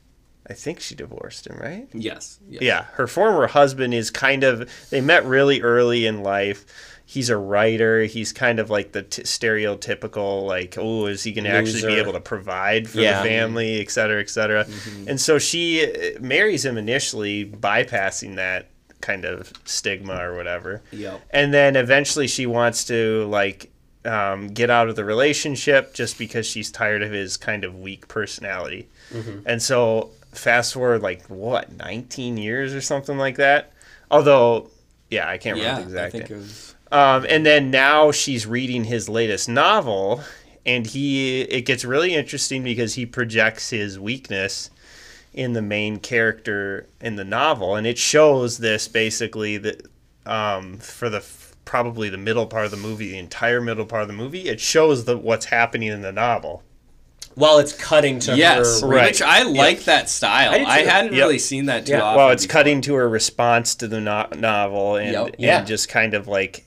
Speaker 4: I think she divorced him, right?
Speaker 2: yes, yes
Speaker 4: Yeah, her former husband is kind of they met really early in life. He's a writer. He's kind of like the t- stereotypical like, oh, is he going to actually be
Speaker 1: Loser.
Speaker 4: able to provide for
Speaker 1: Yeah.
Speaker 4: the family, et cetera, et cetera. And so she uh, marries him initially, bypassing that kind of stigma or whatever.
Speaker 2: Yep.
Speaker 4: And then eventually she wants to like um, get out of the relationship just because she's tired of his kind of weak personality.
Speaker 2: Mm-hmm.
Speaker 4: And so fast forward like what 19 years or something like that. Although, yeah, I can't
Speaker 2: yeah
Speaker 4: remember
Speaker 2: i
Speaker 4: exactly.
Speaker 2: think it was
Speaker 4: Um, and then now she's reading his latest novel, and he it gets really interesting because he projects his weakness in the main character in the novel, and it shows this basically that um, for the probably the middle part of the movie, the entire middle part of the movie, it shows the, what's happening in the novel.
Speaker 1: While it's cutting to
Speaker 2: Yes,
Speaker 1: her.
Speaker 4: Right.
Speaker 2: which I like that style.
Speaker 1: I do
Speaker 2: I,
Speaker 1: too.
Speaker 2: hadn't
Speaker 4: Yep.
Speaker 2: really seen that too
Speaker 1: Yeah.
Speaker 2: often.
Speaker 4: Well, it's
Speaker 2: before.
Speaker 4: cutting to her response to the no- novel and,
Speaker 2: Yep.
Speaker 4: and
Speaker 1: Yeah.
Speaker 4: just kind of like,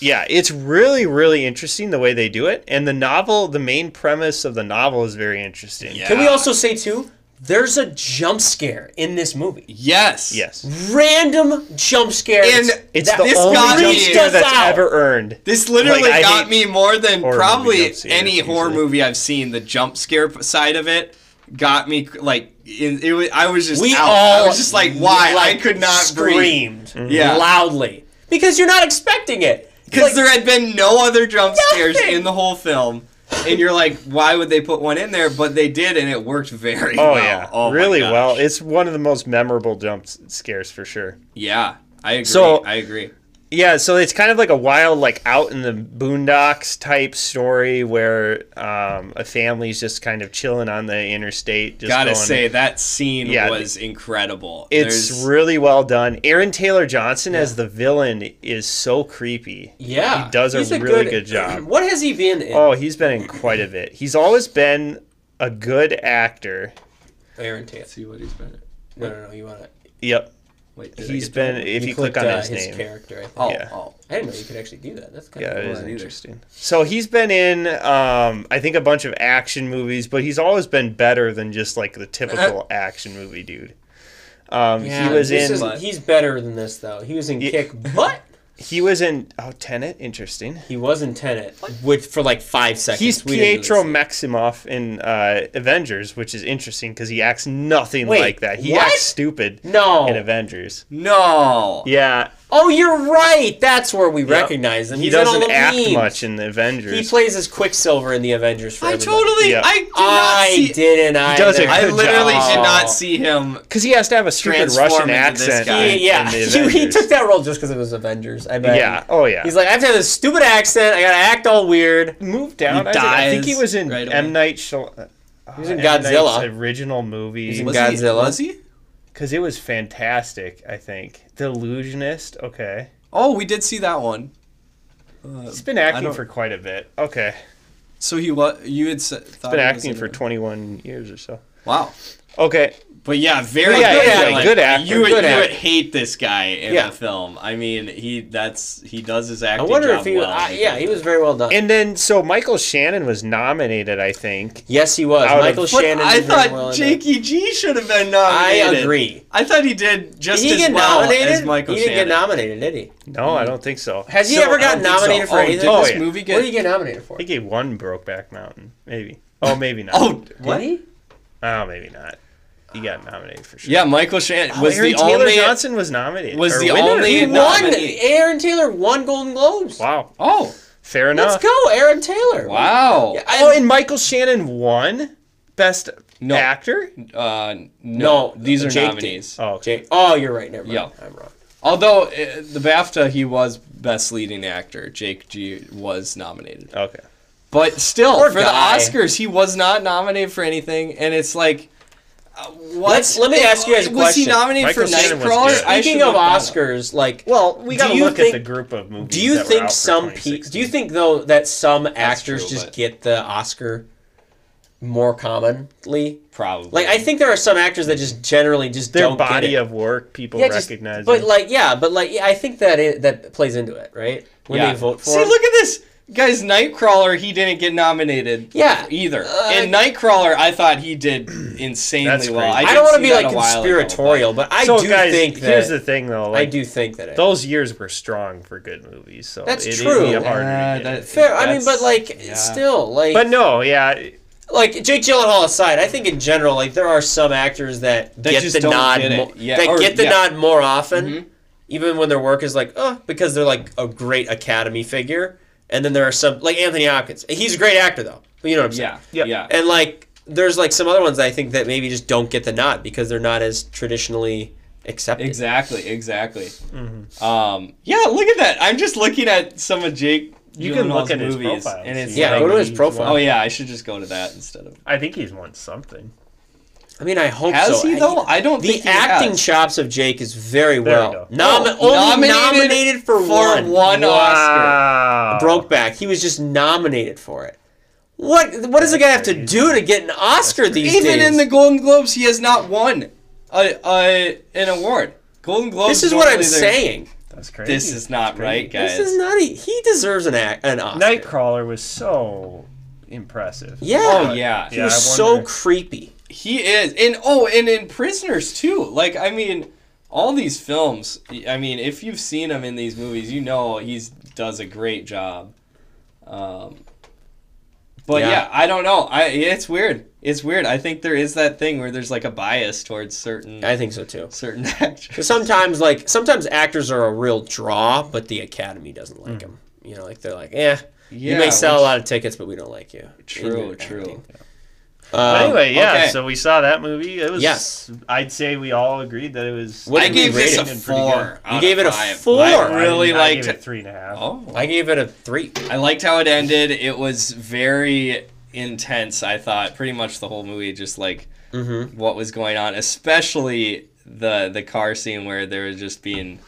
Speaker 4: yeah, it's really, really interesting the way they do it. And the novel, the main premise of the novel is very interesting.
Speaker 2: Yeah.
Speaker 1: Can we also say, too, there's a jump scare in this movie.
Speaker 2: Yes.
Speaker 4: Yes.
Speaker 1: Random jump scare.
Speaker 2: And
Speaker 4: It's
Speaker 1: that
Speaker 4: the
Speaker 2: This
Speaker 4: only
Speaker 2: got
Speaker 4: jump
Speaker 2: me-
Speaker 4: scare that's
Speaker 1: out.
Speaker 4: ever earned.
Speaker 2: This literally
Speaker 4: Like, I
Speaker 2: got
Speaker 4: hate
Speaker 2: me more than
Speaker 4: horror movie
Speaker 2: probably
Speaker 4: jump scares
Speaker 2: any horror
Speaker 4: usually.
Speaker 2: movie I've seen. The jump scare p- side of it got me like in, it was, I was just
Speaker 1: we
Speaker 2: out.
Speaker 1: all
Speaker 2: I was just like why
Speaker 1: like,
Speaker 2: I could not breathe Mm-hmm.
Speaker 1: screamed
Speaker 2: Yeah.
Speaker 1: loudly because you're not expecting it.
Speaker 2: because
Speaker 1: Like,
Speaker 2: there had been no other jump scares
Speaker 1: Nothing.
Speaker 2: in the whole film. And you're like, why would they put one in there? But they did, and it worked very
Speaker 4: Oh,
Speaker 2: well.
Speaker 4: yeah.
Speaker 2: my
Speaker 4: really
Speaker 2: gosh.
Speaker 4: well. It's one of the most memorable jump s- scares for sure.
Speaker 2: Yeah, I agree.
Speaker 4: So-
Speaker 2: I agree.
Speaker 4: Yeah, so it's kind of like a wild, like out in the boondocks type story where um, a family's just kind of chilling on the interstate. Just
Speaker 2: Gotta
Speaker 4: going-
Speaker 2: say that scene
Speaker 4: Yeah,
Speaker 2: was incredible.
Speaker 4: It's
Speaker 2: There's-
Speaker 4: really well done. Aaron Taylor Johnson as the villain is so creepy.
Speaker 1: yeah,
Speaker 4: He does a
Speaker 1: He's
Speaker 4: really good job.
Speaker 1: What has he been in?
Speaker 4: Oh, he's been in quite a bit. He's always been a good actor.
Speaker 1: Aaron Taylor.
Speaker 2: see what he's been.
Speaker 1: No, no, no. You want to?
Speaker 4: Yep.
Speaker 2: Wait, did I
Speaker 4: He's
Speaker 2: get that
Speaker 4: been
Speaker 2: one?
Speaker 4: if you, click on his, name.
Speaker 1: uh, character. I think.
Speaker 2: Oh,
Speaker 4: yeah.
Speaker 2: oh,
Speaker 1: I didn't know you could actually do that. That's kind
Speaker 4: Yeah,
Speaker 1: of
Speaker 4: it
Speaker 1: cool.
Speaker 4: is
Speaker 2: either.
Speaker 4: interesting. So he's been in um, I think a bunch of action movies, but he's always been better than just like
Speaker 2: Uh-huh.
Speaker 4: the typical action movie dude. Um, he was
Speaker 1: this
Speaker 4: in
Speaker 1: is- he's better than this though. He was in Kick, but
Speaker 4: he was in oh Tenet, interesting.
Speaker 1: he was in Tenet, which for like five seconds.
Speaker 4: He's
Speaker 1: we didn't really
Speaker 4: Pietro
Speaker 1: see.
Speaker 4: Maximoff in uh, Avengers, which is interesting because he acts nothing
Speaker 1: Wait,
Speaker 4: like that. He
Speaker 1: what?
Speaker 4: acts stupid
Speaker 1: No.
Speaker 4: in Avengers.
Speaker 2: No.
Speaker 4: Yeah,
Speaker 1: Oh, you're right. That's where we recognize him.
Speaker 4: he
Speaker 1: He's in all
Speaker 4: doesn't
Speaker 1: the
Speaker 4: act
Speaker 1: memes.
Speaker 4: much in the
Speaker 1: He
Speaker 4: Avengers.
Speaker 1: plays as Quicksilver in the Avengers. For
Speaker 2: I
Speaker 1: everybody.
Speaker 2: totally.
Speaker 4: Yeah.
Speaker 2: I did not
Speaker 1: I
Speaker 2: see.
Speaker 1: didn't. I
Speaker 4: does a
Speaker 2: I
Speaker 4: Good
Speaker 2: literally
Speaker 4: job.
Speaker 2: did not see him.
Speaker 4: because he, has to have a stupid
Speaker 2: Transform
Speaker 4: Russian
Speaker 2: into this
Speaker 4: accent.
Speaker 2: guy.
Speaker 4: in-
Speaker 1: He, yeah,
Speaker 4: in the
Speaker 1: he, he
Speaker 4: Avengers.
Speaker 1: took that role just because it was Avengers. I bet.
Speaker 4: Yeah. Oh yeah.
Speaker 1: He's like, I have to have this stupid accent. I gotta act all weird.
Speaker 4: moved down.
Speaker 2: He
Speaker 4: I, think, I think he
Speaker 2: dies
Speaker 4: was in
Speaker 2: right away.
Speaker 4: M Night. Shyam- uh,
Speaker 1: was in
Speaker 4: M. Night's
Speaker 1: Godzilla.
Speaker 4: original movie
Speaker 1: in
Speaker 2: Was
Speaker 1: Godzilla.
Speaker 2: He, was he?
Speaker 4: because it was fantastic. I think The Illusionist. Okay,
Speaker 2: Oh, we did see that one. Uh,
Speaker 4: he's been
Speaker 2: I
Speaker 4: acting
Speaker 2: don't-
Speaker 4: for quite a bit. Okay,
Speaker 2: So he was. You had said, thought
Speaker 4: been
Speaker 2: he was
Speaker 4: acting
Speaker 2: in
Speaker 4: for
Speaker 2: it.
Speaker 4: 21 years or so.
Speaker 2: Wow.
Speaker 4: Okay,
Speaker 2: But yeah, very
Speaker 4: Yeah,
Speaker 2: good.
Speaker 1: yeah,
Speaker 2: actor.
Speaker 1: yeah,
Speaker 2: Like,
Speaker 4: good actor,
Speaker 2: You would,
Speaker 1: good
Speaker 2: you
Speaker 1: actor.
Speaker 2: would hate this guy in
Speaker 1: Yeah.
Speaker 2: the film. I mean, he that's he does his acting.
Speaker 1: I wonder
Speaker 2: job
Speaker 1: if he.
Speaker 2: Well.
Speaker 1: I- yeah, he was very well done.
Speaker 4: and then so Michael Shannon was nominated, I think.
Speaker 1: yes, he was.
Speaker 4: Out of-
Speaker 1: Michael
Speaker 4: But
Speaker 2: But
Speaker 1: Shannon.
Speaker 2: I
Speaker 1: did very
Speaker 2: thought
Speaker 1: well in that.
Speaker 2: Jakey G should have been
Speaker 1: I
Speaker 2: nominated.
Speaker 1: agree.
Speaker 2: I thought he did just
Speaker 1: Did he
Speaker 2: as
Speaker 1: get
Speaker 2: well
Speaker 1: nominated?
Speaker 2: as Michael
Speaker 1: he didn't
Speaker 2: Shannon.
Speaker 1: get nominated, did he?
Speaker 4: No, I don't think so.
Speaker 1: Has he
Speaker 2: So,
Speaker 1: ever
Speaker 2: I
Speaker 1: gotten
Speaker 2: don't think so.
Speaker 1: nominated for
Speaker 2: Oh,
Speaker 1: anything?
Speaker 2: Did
Speaker 4: Oh,
Speaker 2: this
Speaker 4: yeah.
Speaker 2: movie
Speaker 1: What did he
Speaker 2: get?
Speaker 1: get nominated for?
Speaker 4: I think he won Brokeback Mountain, maybe. Oh, maybe not.
Speaker 2: Oh, what?
Speaker 1: Did he?
Speaker 4: oh, maybe not. He got nominated for sure.
Speaker 2: Yeah, Michael Shannon
Speaker 4: Oh,
Speaker 2: was
Speaker 4: Aaron
Speaker 2: the
Speaker 4: Taylor
Speaker 2: only.
Speaker 4: Johnson was nominated.
Speaker 2: was
Speaker 4: or
Speaker 2: the
Speaker 4: winner.
Speaker 2: only-
Speaker 1: He
Speaker 2: He
Speaker 1: won.
Speaker 2: nominated-
Speaker 1: Aaron Taylor won Golden Globes.
Speaker 4: Wow,
Speaker 2: Oh,
Speaker 4: fair enough.
Speaker 1: Let's go, Aaron Taylor.
Speaker 2: wow.
Speaker 1: Yeah,
Speaker 4: Oh,
Speaker 1: I,
Speaker 4: and Michael Shannon won Best
Speaker 2: No.
Speaker 4: Actor.
Speaker 2: Uh,
Speaker 1: No,
Speaker 2: no, these are
Speaker 1: Jake did.
Speaker 2: nominees.
Speaker 4: Oh, okay.
Speaker 1: Jake- oh, you're right. Never mind.
Speaker 2: Yeah.
Speaker 1: I'm wrong.
Speaker 2: Although uh, the BAFTA, he was best leading actor. Jake G was nominated,
Speaker 4: okay.
Speaker 2: but still
Speaker 1: Poor
Speaker 2: for
Speaker 1: guy.
Speaker 2: the Oscars, he was not nominated for anything. And it's like, uh, what?
Speaker 1: Let's- let me ask you guys a
Speaker 2: Was he
Speaker 1: question.
Speaker 2: nominated for
Speaker 4: Michael Shannon was
Speaker 2: Nightcrawler?
Speaker 4: good.
Speaker 2: I
Speaker 1: Speaking
Speaker 2: should
Speaker 1: of
Speaker 2: look that up.
Speaker 1: Oscars, like,
Speaker 4: Well, we
Speaker 1: Do
Speaker 4: got to
Speaker 1: you
Speaker 4: look
Speaker 1: think-
Speaker 4: at the group of movies.
Speaker 1: do you
Speaker 4: that were
Speaker 1: think
Speaker 4: out for
Speaker 1: some people? Do
Speaker 4: 2016.
Speaker 1: you think though that some actors
Speaker 2: true,
Speaker 1: just
Speaker 2: but-
Speaker 1: get the Oscar more commonly?
Speaker 2: Probably.
Speaker 1: Like, I think there are some actors that just generally just
Speaker 4: their
Speaker 1: don't get
Speaker 4: body
Speaker 1: it.
Speaker 4: of work people
Speaker 1: Yeah, just-
Speaker 4: recognize?
Speaker 1: but
Speaker 4: them.
Speaker 1: like, yeah, but like, yeah, I think that it, that plays into it, right? When
Speaker 2: Yeah.
Speaker 1: they vote for
Speaker 2: See,
Speaker 1: him.
Speaker 2: look at this. Guys, Nightcrawler, he didn't get nominated.
Speaker 1: Yeah.
Speaker 2: Either.
Speaker 1: Uh,
Speaker 2: and Nightcrawler, I thought he did insanely
Speaker 4: That's
Speaker 2: well.
Speaker 4: crazy.
Speaker 2: I,
Speaker 1: I
Speaker 2: did
Speaker 1: don't want
Speaker 2: see
Speaker 1: to be
Speaker 2: that
Speaker 1: like
Speaker 2: a while ago,
Speaker 1: conspiratorial, but, I
Speaker 4: so
Speaker 1: do
Speaker 4: guys,
Speaker 1: think that
Speaker 4: here's the thing though.
Speaker 1: I
Speaker 4: Like,
Speaker 1: do think that it.
Speaker 4: Those years were strong for good movies, so
Speaker 1: That's
Speaker 4: it is
Speaker 1: true.
Speaker 2: but-
Speaker 4: harder. to
Speaker 2: Uh,
Speaker 4: get.
Speaker 2: that-
Speaker 1: Fair. I mean,
Speaker 2: that's-
Speaker 1: but like,
Speaker 2: yeah.
Speaker 1: still, like,
Speaker 4: but no, yeah,
Speaker 1: like Jake Gyllenhaal aside, I think in general, like, there are some actors that,
Speaker 2: That
Speaker 1: get
Speaker 2: just
Speaker 1: the
Speaker 2: don't
Speaker 1: nod,
Speaker 2: get it.
Speaker 1: mo-
Speaker 2: Yeah,
Speaker 1: that
Speaker 2: or-
Speaker 1: get the
Speaker 2: yeah. Mm-hmm.
Speaker 1: nod more often, even when their work is like, oh, because they're like a great Academy figure. And then there are some like Anthony Hopkins. He's a great actor though. You know what I'm saying?
Speaker 2: Yeah.
Speaker 4: Yeah.
Speaker 2: Yeah.
Speaker 1: And like, there's like some other ones I think that maybe just don't get the nod because they're not as traditionally accept it.
Speaker 2: Exactly, exactly.
Speaker 4: Mm-hmm.
Speaker 2: Um, yeah, look at that. I'm just looking at some of Jake.
Speaker 4: You can look
Speaker 2: Gyllenhaal's
Speaker 4: at his
Speaker 2: movies,
Speaker 4: profile.
Speaker 2: and
Speaker 4: see
Speaker 2: it's
Speaker 1: Yeah,
Speaker 2: like,
Speaker 1: go to his
Speaker 4: he's
Speaker 1: profile.
Speaker 2: oh
Speaker 4: won-
Speaker 2: yeah, I should just go to that instead of.
Speaker 4: I think he's won something.
Speaker 1: I mean, I hope
Speaker 2: Has
Speaker 1: so.
Speaker 2: he
Speaker 1: I-
Speaker 2: though? I don't
Speaker 1: the
Speaker 2: think he
Speaker 1: acting
Speaker 2: has.
Speaker 1: chops of Jake is very
Speaker 4: There we
Speaker 1: well.
Speaker 4: go.
Speaker 1: Nom-
Speaker 2: No,
Speaker 1: only
Speaker 2: nominated
Speaker 1: nominated, for, one.
Speaker 2: one Oscar.
Speaker 4: Wow.
Speaker 1: Brokeback. He was just nominated for it. What what does a guy have to do to get an Oscar these
Speaker 2: Even
Speaker 1: days?
Speaker 2: in the Golden Globes, he has not won a, a, an award. Golden Globes.
Speaker 1: this is what I'm
Speaker 2: normally they're-
Speaker 1: saying.
Speaker 4: That's crazy.
Speaker 2: This is not right, guys.
Speaker 1: This is not a, he deserves an ac- an Oscar.
Speaker 4: Nightcrawler was so impressive.
Speaker 1: Yeah.
Speaker 2: oh yeah,
Speaker 1: He was
Speaker 4: I
Speaker 1: so
Speaker 4: wonder.
Speaker 1: creepy.
Speaker 2: He is, and oh, and in Prisoners too. Like I mean, all these films. I mean, if you've seen him in these movies, you know he's does a great job. Um, but
Speaker 1: Yeah.
Speaker 2: yeah. I don't know. I it's weird. It's weird. I think there is that thing where there's like a bias towards certain
Speaker 1: I think so too.
Speaker 2: certain actors.
Speaker 1: 'Cause sometimes like sometimes actors are a real draw, but the Academy doesn't
Speaker 2: Hmm.
Speaker 1: like them. You know, like they're like, eh, you may sell a lot of tickets, but we don't like you. in
Speaker 2: True,
Speaker 1: your
Speaker 2: true.
Speaker 1: acting."
Speaker 4: But
Speaker 1: Um,
Speaker 4: anyway, yeah.
Speaker 2: okay.
Speaker 4: So we saw that movie. It was.
Speaker 1: Yes.
Speaker 4: I'd say we all agreed that it was.
Speaker 1: What
Speaker 2: I
Speaker 1: did we
Speaker 2: gave
Speaker 1: rate
Speaker 2: this
Speaker 1: it?
Speaker 2: a
Speaker 1: Pretty
Speaker 2: four.
Speaker 1: You
Speaker 2: out
Speaker 1: gave
Speaker 2: of
Speaker 1: it a
Speaker 2: five.
Speaker 1: four.
Speaker 2: I
Speaker 4: I
Speaker 2: really
Speaker 4: did- I
Speaker 2: liked
Speaker 4: gave it
Speaker 2: it.
Speaker 4: three and a half.
Speaker 2: Oh,
Speaker 1: I gave it a three.
Speaker 2: I liked how it ended. It was very intense. I thought pretty much the whole movie, just like
Speaker 1: Mm-hmm.
Speaker 2: what was going on, especially the the car scene where they were just being.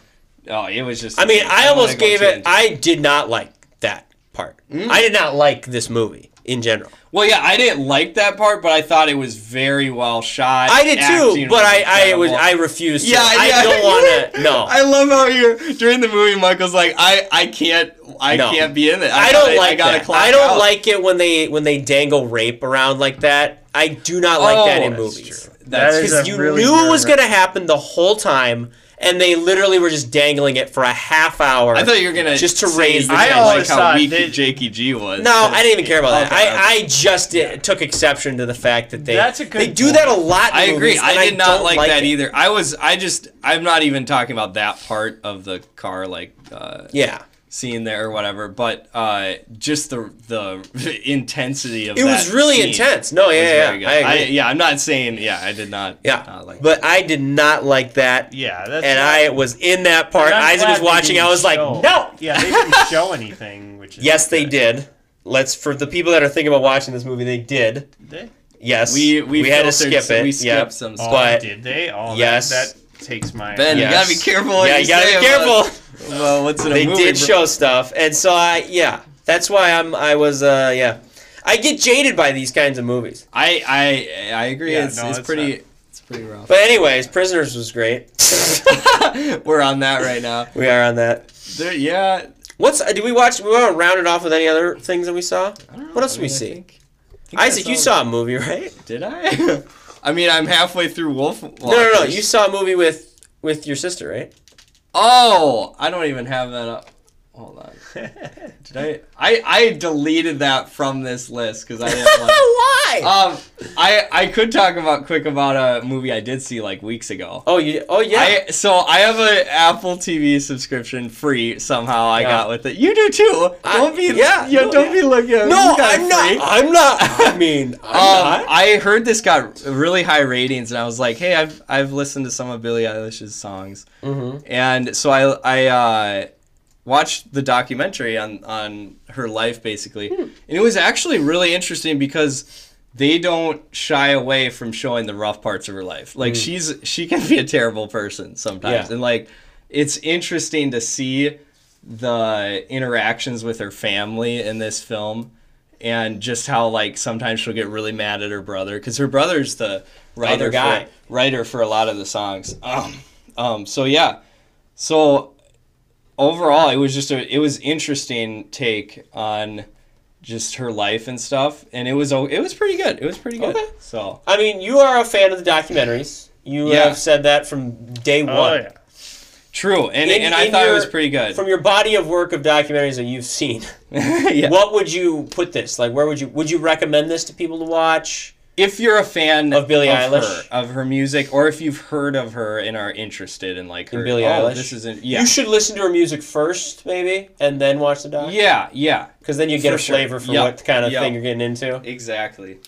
Speaker 2: Oh, it was just.
Speaker 1: I mean, I
Speaker 2: don't wanna
Speaker 1: almost
Speaker 2: go
Speaker 1: gave
Speaker 2: too
Speaker 1: it.
Speaker 2: into-
Speaker 1: I did not like that part.
Speaker 2: Mm.
Speaker 1: I did not like this movie in general.
Speaker 2: well, yeah, I didn't like that part, but I thought it was very well shot.
Speaker 1: I did too,
Speaker 2: Acting
Speaker 1: but
Speaker 2: was
Speaker 1: I, I was
Speaker 2: incredible.
Speaker 1: I refused. To.
Speaker 2: Yeah,
Speaker 1: I
Speaker 2: yeah.
Speaker 1: don't want to. No,
Speaker 2: I love how you're during the movie. Michael's like, I, I can't, I
Speaker 1: No.
Speaker 2: can't be in it.
Speaker 1: I
Speaker 2: gotta-
Speaker 1: don't like
Speaker 2: gotta
Speaker 1: that.
Speaker 2: clock
Speaker 1: I don't
Speaker 2: out."
Speaker 1: like it when they when they dangle rape around like that. I do not like that
Speaker 2: Oh,
Speaker 1: in
Speaker 2: that's
Speaker 1: movies.
Speaker 2: That's
Speaker 4: That is
Speaker 1: Because
Speaker 4: a
Speaker 1: you
Speaker 4: really
Speaker 1: knew it was
Speaker 4: nerve-
Speaker 1: going to happen the whole time, and they literally were just dangling it for a half hour.
Speaker 2: I thought you were gonna
Speaker 1: just to
Speaker 2: say
Speaker 1: raise. The
Speaker 2: you
Speaker 4: I
Speaker 2: didn't
Speaker 1: tension.
Speaker 2: like
Speaker 4: always
Speaker 2: how
Speaker 4: thought
Speaker 2: weak
Speaker 4: that-
Speaker 2: Jakey G was.
Speaker 1: No, I didn't even care about that.
Speaker 2: Okay,
Speaker 1: I, I just did, took exception to the fact that they
Speaker 4: That's a good
Speaker 1: they do that a lot. In
Speaker 2: I agree.
Speaker 1: movies, and
Speaker 2: I did not
Speaker 1: don't
Speaker 2: like, that
Speaker 1: it.
Speaker 2: either. I was. I just. I'm not even talking about that part of the car, like uh,
Speaker 1: Yeah,
Speaker 2: scene there or whatever. But uh, just the the intensity of
Speaker 1: it was
Speaker 2: that
Speaker 1: really
Speaker 2: scene
Speaker 1: intense. No,
Speaker 2: was
Speaker 1: yeah,
Speaker 2: very
Speaker 1: yeah,
Speaker 2: good.
Speaker 1: yeah. I agree.
Speaker 2: yeah, I'm not saying. Yeah, I did not.
Speaker 1: yeah,
Speaker 2: not like
Speaker 1: but I did not like that.
Speaker 4: Yeah. That's.
Speaker 1: and I was in that part.
Speaker 4: I'm
Speaker 1: Isaac
Speaker 4: glad
Speaker 1: was
Speaker 4: they
Speaker 1: watching.
Speaker 4: didn't
Speaker 1: I was like,
Speaker 4: show-
Speaker 1: no.
Speaker 4: Yeah, they didn't show anything. Which is
Speaker 1: Yes, they
Speaker 4: good.
Speaker 1: did. Let's for the people that are thinking about watching this movie, they did.
Speaker 4: They-
Speaker 1: Yes,
Speaker 2: We- we
Speaker 1: had to
Speaker 2: filtered
Speaker 1: skip
Speaker 2: some-
Speaker 1: it.
Speaker 2: we
Speaker 1: yeah.
Speaker 2: skipped some
Speaker 4: Oh,
Speaker 2: stuff.
Speaker 1: But-
Speaker 4: did they? Oh, that-
Speaker 1: Yes.
Speaker 4: That, takes my.
Speaker 2: Ben,
Speaker 1: Yeah.
Speaker 2: you gotta be careful. What
Speaker 1: yeah, you gotta
Speaker 2: say
Speaker 1: be
Speaker 2: about-
Speaker 1: careful.
Speaker 2: Well, what's in a
Speaker 1: they
Speaker 2: movie?
Speaker 1: did
Speaker 2: bro?
Speaker 1: show stuff, and so I yeah, that's why I'm I was uh yeah, I get jaded by these kinds of movies.
Speaker 2: I I I agree.
Speaker 4: Yeah,
Speaker 2: it's,
Speaker 4: no,
Speaker 2: it's
Speaker 4: it's
Speaker 2: pretty.
Speaker 4: not.
Speaker 2: It's pretty rough.
Speaker 1: But anyways, Prisoners was great.
Speaker 2: We're on that right now.
Speaker 1: we are on that.
Speaker 2: There, yeah.
Speaker 1: What's uh, did we watch? We want to round it off with any other things that we saw. What else did we
Speaker 2: I
Speaker 1: see?
Speaker 2: think- I think
Speaker 1: Isaac,
Speaker 2: that's
Speaker 1: you
Speaker 2: all-
Speaker 1: saw a movie, right?
Speaker 2: Did I? I mean, I'm halfway through Wolf.
Speaker 1: No, no, no. You saw a movie with with your sister, right?
Speaker 2: Oh, I don't even have that up. Hold on. Did I? I, I deleted that from this list because I didn't want.
Speaker 1: Why?
Speaker 2: um, I I could talk about quick about a movie I did see like weeks ago.
Speaker 1: oh, you. Oh, yeah.
Speaker 2: I so I have a Apple TV subscription free somehow I
Speaker 1: Yeah.
Speaker 2: got with it. You do too.
Speaker 1: I-
Speaker 2: don't be
Speaker 1: yeah,
Speaker 2: yeah,
Speaker 1: no,
Speaker 2: don't
Speaker 1: yeah.
Speaker 2: be looking. at me.
Speaker 1: no,
Speaker 2: You got it
Speaker 1: I'm not.
Speaker 2: free.
Speaker 1: I'm not. I mean, I'm
Speaker 2: Um,
Speaker 1: not.
Speaker 2: I heard this got really high ratings, and I was like, "Hey, I've I've listened to some of Billie Eilish's songs,"
Speaker 1: Mm-hmm.
Speaker 2: and so I I uh, watched the documentary on on her life basically,
Speaker 1: Hmm.
Speaker 2: and it was actually really interesting because they don't shy away from showing the rough parts of her life. Like she's she can be a terrible person sometimes,
Speaker 1: Hmm. Yeah.
Speaker 2: and like it's interesting to see the interactions with her family in this film and just how like sometimes she'll get really mad at her brother because her brother's the writer
Speaker 1: Other guy.
Speaker 2: for, writer for a lot of the songs um, um so yeah so overall it was just a it was interesting take on just her life and stuff and it was o- it was pretty good it was pretty good
Speaker 1: Okay.
Speaker 2: so
Speaker 1: I mean, you are a fan of the documentaries. You
Speaker 2: Yeah.
Speaker 1: have said that from day one.
Speaker 4: Oh yeah.
Speaker 2: true and
Speaker 1: In-
Speaker 2: and i
Speaker 1: in
Speaker 2: thought it
Speaker 1: your-
Speaker 2: was pretty good
Speaker 1: From your body of work of documentaries that you've seen,
Speaker 2: yeah.
Speaker 1: what would you put this? Like, where would you would you recommend this to people to watch?
Speaker 2: if you're a fan
Speaker 1: Of Billie
Speaker 2: her,
Speaker 1: Eilish?
Speaker 2: of her music, or if you've heard of her and are interested in like her,
Speaker 1: Billie
Speaker 2: oh,
Speaker 1: Eilish?
Speaker 2: this isn't yeah,
Speaker 1: You should listen to her music first, maybe, and then watch the doc.
Speaker 2: yeah, yeah,
Speaker 1: Because then you get
Speaker 2: For
Speaker 1: a
Speaker 2: sure.
Speaker 1: flavor for
Speaker 2: Yep.
Speaker 1: what kind of
Speaker 2: Yep.
Speaker 1: thing you're getting into.
Speaker 2: exactly.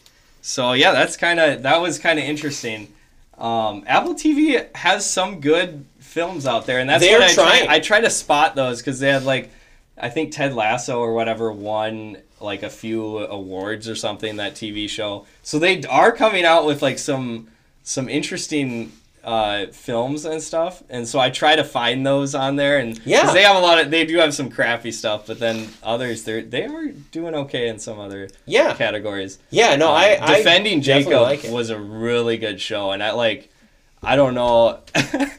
Speaker 2: So yeah, that's kind of that was kind of interesting. Um, Apple TV has some good films out there, and that's
Speaker 1: They're
Speaker 2: what I
Speaker 1: trying.
Speaker 2: Try, I try to spot those because they had like, I think Ted Lasso or whatever won like a few awards or something that TV show. So they are coming out with like some some interesting uh, films and stuff, and so I try to find those on there. And 'cause
Speaker 1: Yeah.
Speaker 2: they have a lot of they do have some crappy stuff, but then others they they are doing okay in some other
Speaker 1: Yeah.
Speaker 2: categories.
Speaker 1: Yeah, no, I, I definitely
Speaker 2: Defending Jacob
Speaker 1: like it.
Speaker 2: was a really good show, and I like, I don't know,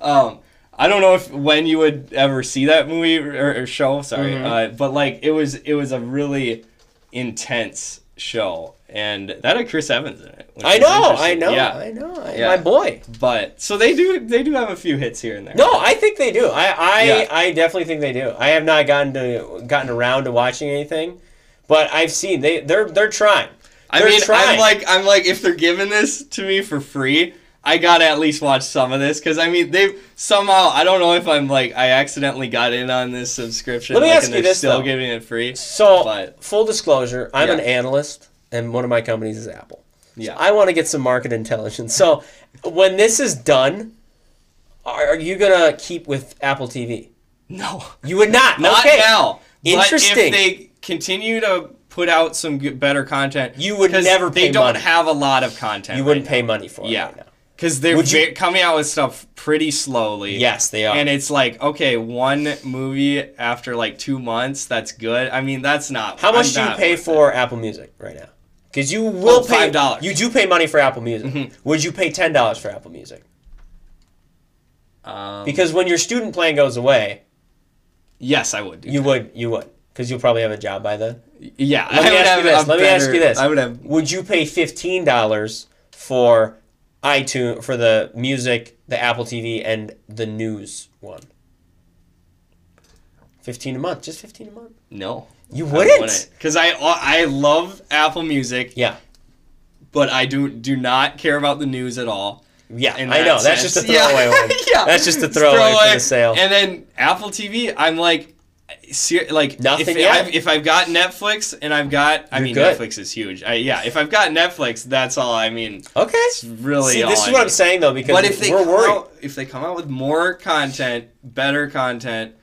Speaker 2: um, I don't know if when you would ever see that movie or, or show. Sorry,
Speaker 1: Mm-hmm.
Speaker 2: uh, but like it was, it was a really intense show, and that had Chris Evans in it. which
Speaker 1: I
Speaker 2: was
Speaker 1: know, I
Speaker 2: interesting.
Speaker 1: know,
Speaker 2: yeah.
Speaker 1: I know, I
Speaker 2: Yeah.
Speaker 1: my boy.
Speaker 2: But so they do, they do have a few hits here and there.
Speaker 1: No, I think they do. I I,
Speaker 2: Yeah.
Speaker 1: I definitely think they do. I have not gotten to gotten around to watching anything, but I've seen they they're they're trying.
Speaker 2: I
Speaker 1: They're
Speaker 2: mean,
Speaker 1: trying.
Speaker 2: I'm like, I'm like, if they're giving this to me for free, I gotta at least watch some of this because I mean, they've somehow, I don't know if I'm like, I accidentally got in on this subscription.
Speaker 1: Let me
Speaker 2: like,
Speaker 1: ask
Speaker 2: and
Speaker 1: you
Speaker 2: they're
Speaker 1: this,
Speaker 2: still
Speaker 1: though.
Speaker 2: giving it free.
Speaker 1: So,
Speaker 2: But-
Speaker 1: full disclosure, I'm
Speaker 2: Yeah.
Speaker 1: an analyst, and one of my companies is Apple.
Speaker 2: Yeah.
Speaker 1: I want to get some market intelligence. So, when this is done, are, are you gonna keep with Apple TV?
Speaker 2: no,
Speaker 1: You would not.
Speaker 2: not
Speaker 1: okay.
Speaker 2: now. But
Speaker 1: Interesting.
Speaker 2: if they continue to put out some good, better content,
Speaker 1: You would
Speaker 2: 'cause
Speaker 1: never
Speaker 2: They
Speaker 1: pay
Speaker 2: don't
Speaker 1: money.
Speaker 2: have a lot of content.
Speaker 1: You wouldn't
Speaker 2: right
Speaker 1: pay money for it.
Speaker 2: now. Yeah,
Speaker 1: right now.
Speaker 2: because they're
Speaker 1: Would you-
Speaker 2: ve- coming out with stuff pretty slowly.
Speaker 1: Yes, they are.
Speaker 2: And it's like, okay, one movie after like two months, that's good. I mean, that's not.
Speaker 1: How much
Speaker 2: I'm
Speaker 1: do you
Speaker 2: not
Speaker 1: pay
Speaker 2: with it.
Speaker 1: for Apple Music right now? Because you will
Speaker 2: Oh, Mm-hmm.
Speaker 1: pay
Speaker 2: $5.
Speaker 1: You do pay money for Apple Music. Would you pay ten dollars for Apple Music?
Speaker 2: Um,
Speaker 1: Because when your student plan goes away,
Speaker 2: yes, I would. Do.
Speaker 1: you would you would because you'll probably have a job by then.
Speaker 2: yeah,
Speaker 1: Let me
Speaker 2: I would
Speaker 1: ask
Speaker 2: have
Speaker 1: you this.
Speaker 2: a
Speaker 1: Let me ask you
Speaker 2: better-
Speaker 1: this.
Speaker 2: I would have.
Speaker 1: Would you pay fifteen dollars for iTunes for the music, the Apple TV, and the news one? Fifteen a month, just fifteen a month.
Speaker 2: No,
Speaker 1: You wouldn't.
Speaker 2: because I I love Apple Music,
Speaker 1: Yeah,
Speaker 2: but I do do not care about the news at all.
Speaker 1: yeah.
Speaker 2: in
Speaker 1: I
Speaker 2: that
Speaker 1: know. That's
Speaker 2: sense.
Speaker 1: just a throwaway
Speaker 2: yeah.
Speaker 1: one.
Speaker 2: yeah.
Speaker 1: That's just a throwaway, for the sale.
Speaker 2: And then Apple TV, I'm like, ser- like
Speaker 1: Nothing
Speaker 2: If
Speaker 1: yet.
Speaker 2: I've, if I've got Netflix and I've got, I
Speaker 1: You're
Speaker 2: mean,
Speaker 1: good.
Speaker 2: Netflix is huge. I, yeah, if I've got Netflix, that's all. I mean,
Speaker 1: okay.
Speaker 2: it's really.
Speaker 1: See,
Speaker 2: all
Speaker 1: this
Speaker 2: I
Speaker 1: is what
Speaker 2: need.
Speaker 1: I'm saying though, because
Speaker 2: But if they
Speaker 1: we're
Speaker 2: come
Speaker 1: worried.
Speaker 2: out, if they come out with more content, better content,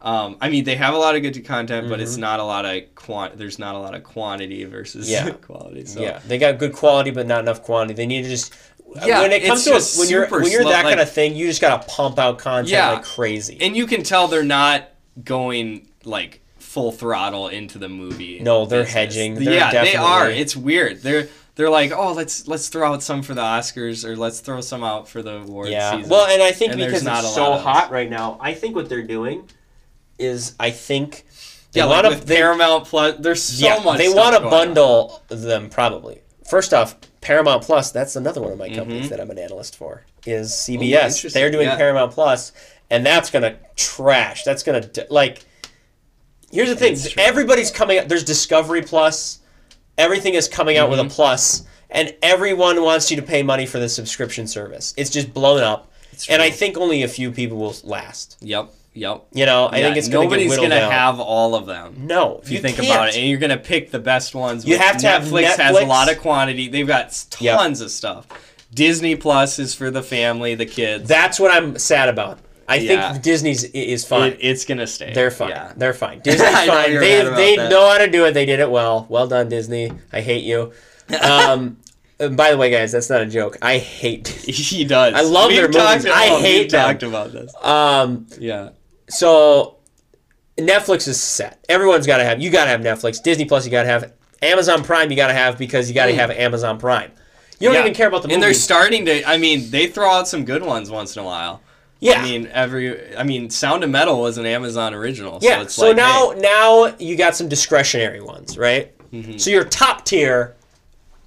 Speaker 2: um, I mean, they have a lot of good content, but
Speaker 1: Mm-hmm.
Speaker 2: it's not a lot of quant. There's not a lot of quantity versus
Speaker 1: Yeah.
Speaker 2: quality. So.
Speaker 1: Yeah, they got good quality, but not enough quantity. They need to just.
Speaker 2: Yeah,
Speaker 1: when it
Speaker 2: it's
Speaker 1: comes to a,
Speaker 2: just
Speaker 1: when you're
Speaker 2: super
Speaker 1: when you're
Speaker 2: slow,
Speaker 1: that kind
Speaker 2: like-
Speaker 1: of thing, you just gotta pump out content
Speaker 2: Yeah.
Speaker 1: like crazy.
Speaker 2: and you can tell they're not going like full throttle into the movie.
Speaker 1: No, they're
Speaker 2: business.
Speaker 1: hedging. They're
Speaker 2: yeah, they are.
Speaker 1: definitely-
Speaker 2: It's weird. They're they're like, oh, let's let's throw out some for the Oscars or let's throw some out for the awards.
Speaker 1: yeah.
Speaker 2: season.
Speaker 1: Well, and I think
Speaker 2: And there's
Speaker 1: because
Speaker 2: not a
Speaker 1: it's
Speaker 2: lot
Speaker 1: so
Speaker 2: of those.
Speaker 1: hot right now, I think what they're doing is I think they
Speaker 2: yeah, like
Speaker 1: want
Speaker 2: with
Speaker 1: to they,
Speaker 2: Paramount Plus. There's so
Speaker 1: yeah,
Speaker 2: much.
Speaker 1: they
Speaker 2: stuff
Speaker 1: want to
Speaker 2: going on.
Speaker 1: bundle them probably. First off, Paramount Plus, that's another one of my companies that I'm an analyst for is CBS.
Speaker 2: Mm-hmm. Oh, interesting.
Speaker 1: they're doing
Speaker 2: Yeah.
Speaker 1: Paramount Plus and that's going to trash. That's going to like Here's the thing.
Speaker 2: It's true.
Speaker 1: Everybody's coming out. There's Discovery Plus. Everything is coming out
Speaker 2: Mm-hmm.
Speaker 1: with a plus, and everyone wants you to pay money for the subscription service. It's just blown up, and I
Speaker 2: true.
Speaker 1: think only a few people will last.
Speaker 2: Yep. Yep.
Speaker 1: You know, I think
Speaker 2: Yeah,
Speaker 1: it's going to get
Speaker 2: nobody's
Speaker 1: whittled
Speaker 2: gonna
Speaker 1: down.
Speaker 2: have all of them.
Speaker 1: no.
Speaker 2: If you, think about it, and you're gonna pick the best ones.
Speaker 1: You
Speaker 2: which
Speaker 1: have to have
Speaker 2: has a
Speaker 1: Netflix.
Speaker 2: lot of quantity. They've got s-
Speaker 1: Yep.
Speaker 2: tons of stuff. Disney Plus is for the family, the kids.
Speaker 1: that's what I'm sad about. I
Speaker 2: Yeah.
Speaker 1: think Disney's i- is fine.
Speaker 2: It- it's gonna stay.
Speaker 1: They're fine.
Speaker 2: Yeah.
Speaker 1: They're fine. Disney's
Speaker 2: I know
Speaker 1: fine.
Speaker 2: you're
Speaker 1: They,
Speaker 2: mad about
Speaker 1: they
Speaker 2: that.
Speaker 1: know how to do it. They did it well. Well done, Disney. I hate you. Um, uh, by the way, guys, that's not a joke. I hate Disney.
Speaker 2: He does.
Speaker 1: I love their
Speaker 2: talked-
Speaker 1: movies. I
Speaker 2: oh,
Speaker 1: hate
Speaker 2: we've
Speaker 1: them.
Speaker 2: talked about this.
Speaker 1: Um,
Speaker 2: Yeah.
Speaker 1: so Netflix is set. Everyone's got to have. You got to have Netflix. Disney Plus. You got to have Amazon Prime. You got to have because you got to have Amazon Prime. You don't
Speaker 2: Yeah.
Speaker 1: even care about the
Speaker 2: And they're
Speaker 1: movies.
Speaker 2: starting to. I mean, they throw out some good ones once in a while.
Speaker 1: yeah,
Speaker 2: I mean, every. I mean, Sound of Metal was an Amazon original. So
Speaker 1: yeah.
Speaker 2: It's
Speaker 1: so
Speaker 2: like,
Speaker 1: now,
Speaker 2: hey, Mm-hmm.
Speaker 1: now you got some discretionary ones, right? So your top tier,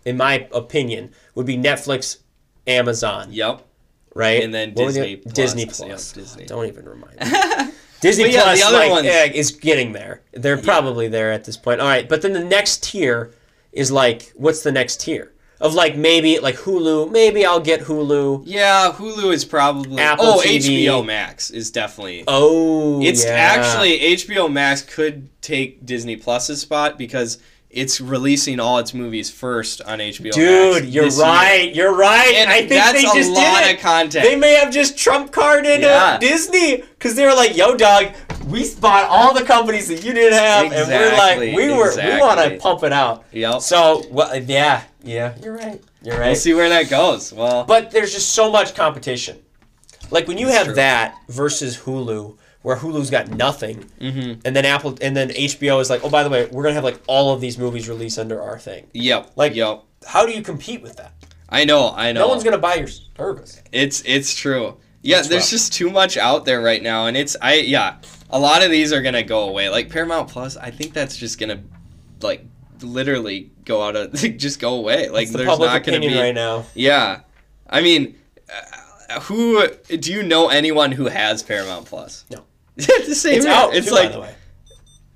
Speaker 1: in my opinion, would be Netflix, Amazon,
Speaker 2: yep.
Speaker 1: right?
Speaker 2: And then
Speaker 1: What was
Speaker 2: Disney
Speaker 1: it?
Speaker 2: Plus.
Speaker 1: Disney
Speaker 2: Yeah,
Speaker 1: Plus.
Speaker 2: Disney.
Speaker 1: Don't even remind me. Disney
Speaker 2: But yeah,
Speaker 1: Plus
Speaker 2: the other
Speaker 1: like,
Speaker 2: ones-
Speaker 1: eh, is getting there. They're probably there at this point. All right, but then the next tier is like, what's the next tier? Of like maybe like Hulu. Maybe I'll get Hulu.
Speaker 2: Yeah, Hulu is probably.
Speaker 1: Apple
Speaker 2: oh,
Speaker 1: TV.
Speaker 2: HBO Max is definitely.
Speaker 1: Oh,
Speaker 2: It's
Speaker 1: yeah.
Speaker 2: actually HBO Max could take Disney Plus's spot because it's releasing all its movies first on HBO.
Speaker 1: Dude,
Speaker 2: Max
Speaker 1: you're
Speaker 2: this year.
Speaker 1: right. You're right.
Speaker 2: And
Speaker 1: I think
Speaker 2: that's
Speaker 1: they
Speaker 2: a
Speaker 1: just
Speaker 2: lot
Speaker 1: did it.
Speaker 2: of content.
Speaker 1: They may have just trump carded
Speaker 2: Yeah.
Speaker 1: uh, Disney because they were like, "Yo, dog, we bought all the companies that you didn't have,
Speaker 2: Exactly,
Speaker 1: and we're like, we were we want
Speaker 2: exactly.
Speaker 1: to pump it out."
Speaker 2: Yep.
Speaker 1: So, well, yeah, yeah, you're right. You're right.
Speaker 2: We'll see where that goes. Well,
Speaker 1: But there's just so much competition. Like when you have
Speaker 2: true.
Speaker 1: that versus Hulu, where Hulu's got nothing,
Speaker 2: Mm. mm-hmm.
Speaker 1: and then Apple, and then HBO is like, "Oh, by the way, we're gonna have like all of these movies released under our thing."
Speaker 2: yep,
Speaker 1: Like-
Speaker 2: yep.
Speaker 1: How do you compete with that?
Speaker 2: I know, I know.
Speaker 1: No one's gonna buy your service.
Speaker 2: It's it's true. Yeah,
Speaker 1: That's
Speaker 2: there's
Speaker 1: rough.
Speaker 2: just too much out there right now, and it's I yeah. A lot of these are gonna go away. Like Paramount Plus, I think that's just gonna like literally go out of just go away. Like
Speaker 1: It's the
Speaker 2: there's
Speaker 1: public
Speaker 2: not gonna
Speaker 1: opinion
Speaker 2: be
Speaker 1: right now.
Speaker 2: yeah. I mean, uh, who do you know anyone who has Paramount Plus?
Speaker 1: No.
Speaker 2: it's the same.
Speaker 1: It's
Speaker 2: here.
Speaker 1: out.
Speaker 2: It's
Speaker 1: too,
Speaker 2: like
Speaker 1: by the way,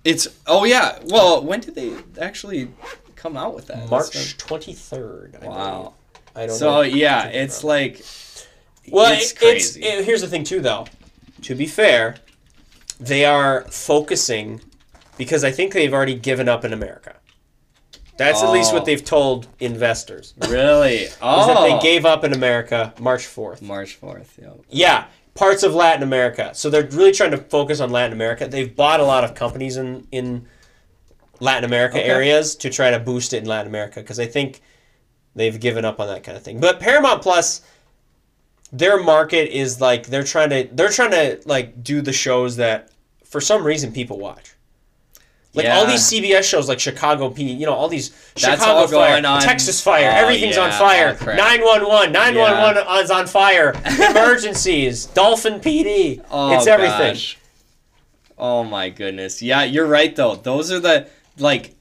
Speaker 2: it's oh yeah. Well, when did they actually come out with that? That's
Speaker 1: March twenty third.
Speaker 2: been- wow.
Speaker 1: I don't
Speaker 2: So
Speaker 1: know.
Speaker 2: yeah, it's like
Speaker 1: well,
Speaker 2: it's
Speaker 1: it-
Speaker 2: crazy.
Speaker 1: it- here's the thing too, though. To be fair, they are focusing because I think they've already given up in America. That's at least
Speaker 2: Oh.
Speaker 1: what they've told investors. Is
Speaker 2: really oh
Speaker 1: that they gave up in America March fourth.
Speaker 2: March fourth. Yeah.
Speaker 1: Yeah, parts of Latin America. So they're really trying to focus on Latin America. They've bought a lot of companies in in Latin America
Speaker 2: Okay.
Speaker 1: areas to try to boost it in Latin America because I think they've given up on that kind of thing. But Paramount Plus their market is like they're trying to they're trying to like do the shows that for some reason people watch. Like all
Speaker 2: Yeah.
Speaker 1: these CBS shows, like Chicago P, you know, all these
Speaker 2: That's
Speaker 1: Chicago
Speaker 2: all
Speaker 1: Fire,
Speaker 2: going on.
Speaker 1: Texas Fire,
Speaker 2: Oh,
Speaker 1: everything's on
Speaker 2: yeah.
Speaker 1: fire.
Speaker 2: Oh, crap.
Speaker 1: 911, 911 is on fire. Emergencies, Dolphin PD.
Speaker 2: Oh,
Speaker 1: it's everything.
Speaker 2: gosh. Oh my goodness. Yeah, you're right though. Those are the like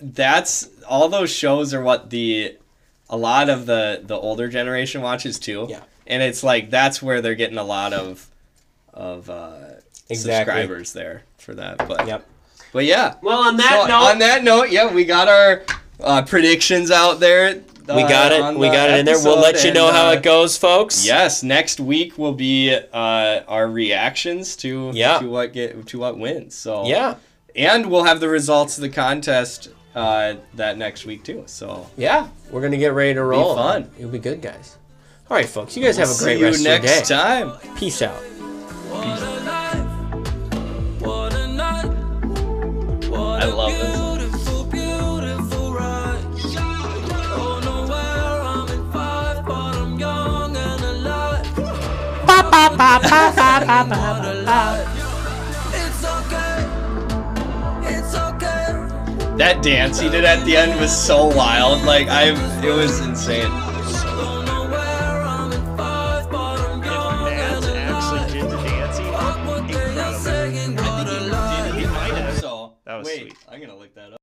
Speaker 2: that's all those shows are what the a lot of the the older generation watches too.
Speaker 1: Yeah.
Speaker 2: And it's like that's where they're getting a lot of of uh
Speaker 1: Exactly.
Speaker 2: subscribers there for that. But
Speaker 1: Yep.
Speaker 2: but yeah.
Speaker 1: Well, on that
Speaker 2: So,
Speaker 1: note,
Speaker 2: on that note, yeah, we got our uh, predictions out there. uh,
Speaker 1: we got it. We got it in there. We'll let you know how it
Speaker 2: goes.
Speaker 1: goes, folks.
Speaker 2: uh, Yes, next week will be uh, our reactions to
Speaker 1: Yeah.
Speaker 2: to what get to what wins. So
Speaker 1: Yeah.
Speaker 2: and we'll have the results of the contest uh, that next week too. So
Speaker 1: Yeah. We're going to get ready to roll.
Speaker 2: fun.
Speaker 1: It'll be good, guys. All right, folks. You guys have a
Speaker 2: see
Speaker 1: great
Speaker 2: you
Speaker 1: rest of your
Speaker 2: next
Speaker 1: day.
Speaker 2: time.
Speaker 1: Peace out.
Speaker 3: What a life, what a night, what
Speaker 2: I
Speaker 3: a
Speaker 2: love this.
Speaker 3: beautiful, beautiful ride. Don't know where I'm at five, but I'm young and alive. What a life. It's okay, it's okay.
Speaker 2: That dance he did at the end was so wild. Like I, it was insane.
Speaker 3: Don't know where I'm at five, but I'm young
Speaker 4: Mads
Speaker 3: and alive.
Speaker 4: actually did the dancing.
Speaker 3: What they are
Speaker 4: eh? Incredible.
Speaker 3: saying, what a life.
Speaker 2: So
Speaker 4: That was
Speaker 2: wait,
Speaker 4: sweet.
Speaker 2: I'm gonna look that up.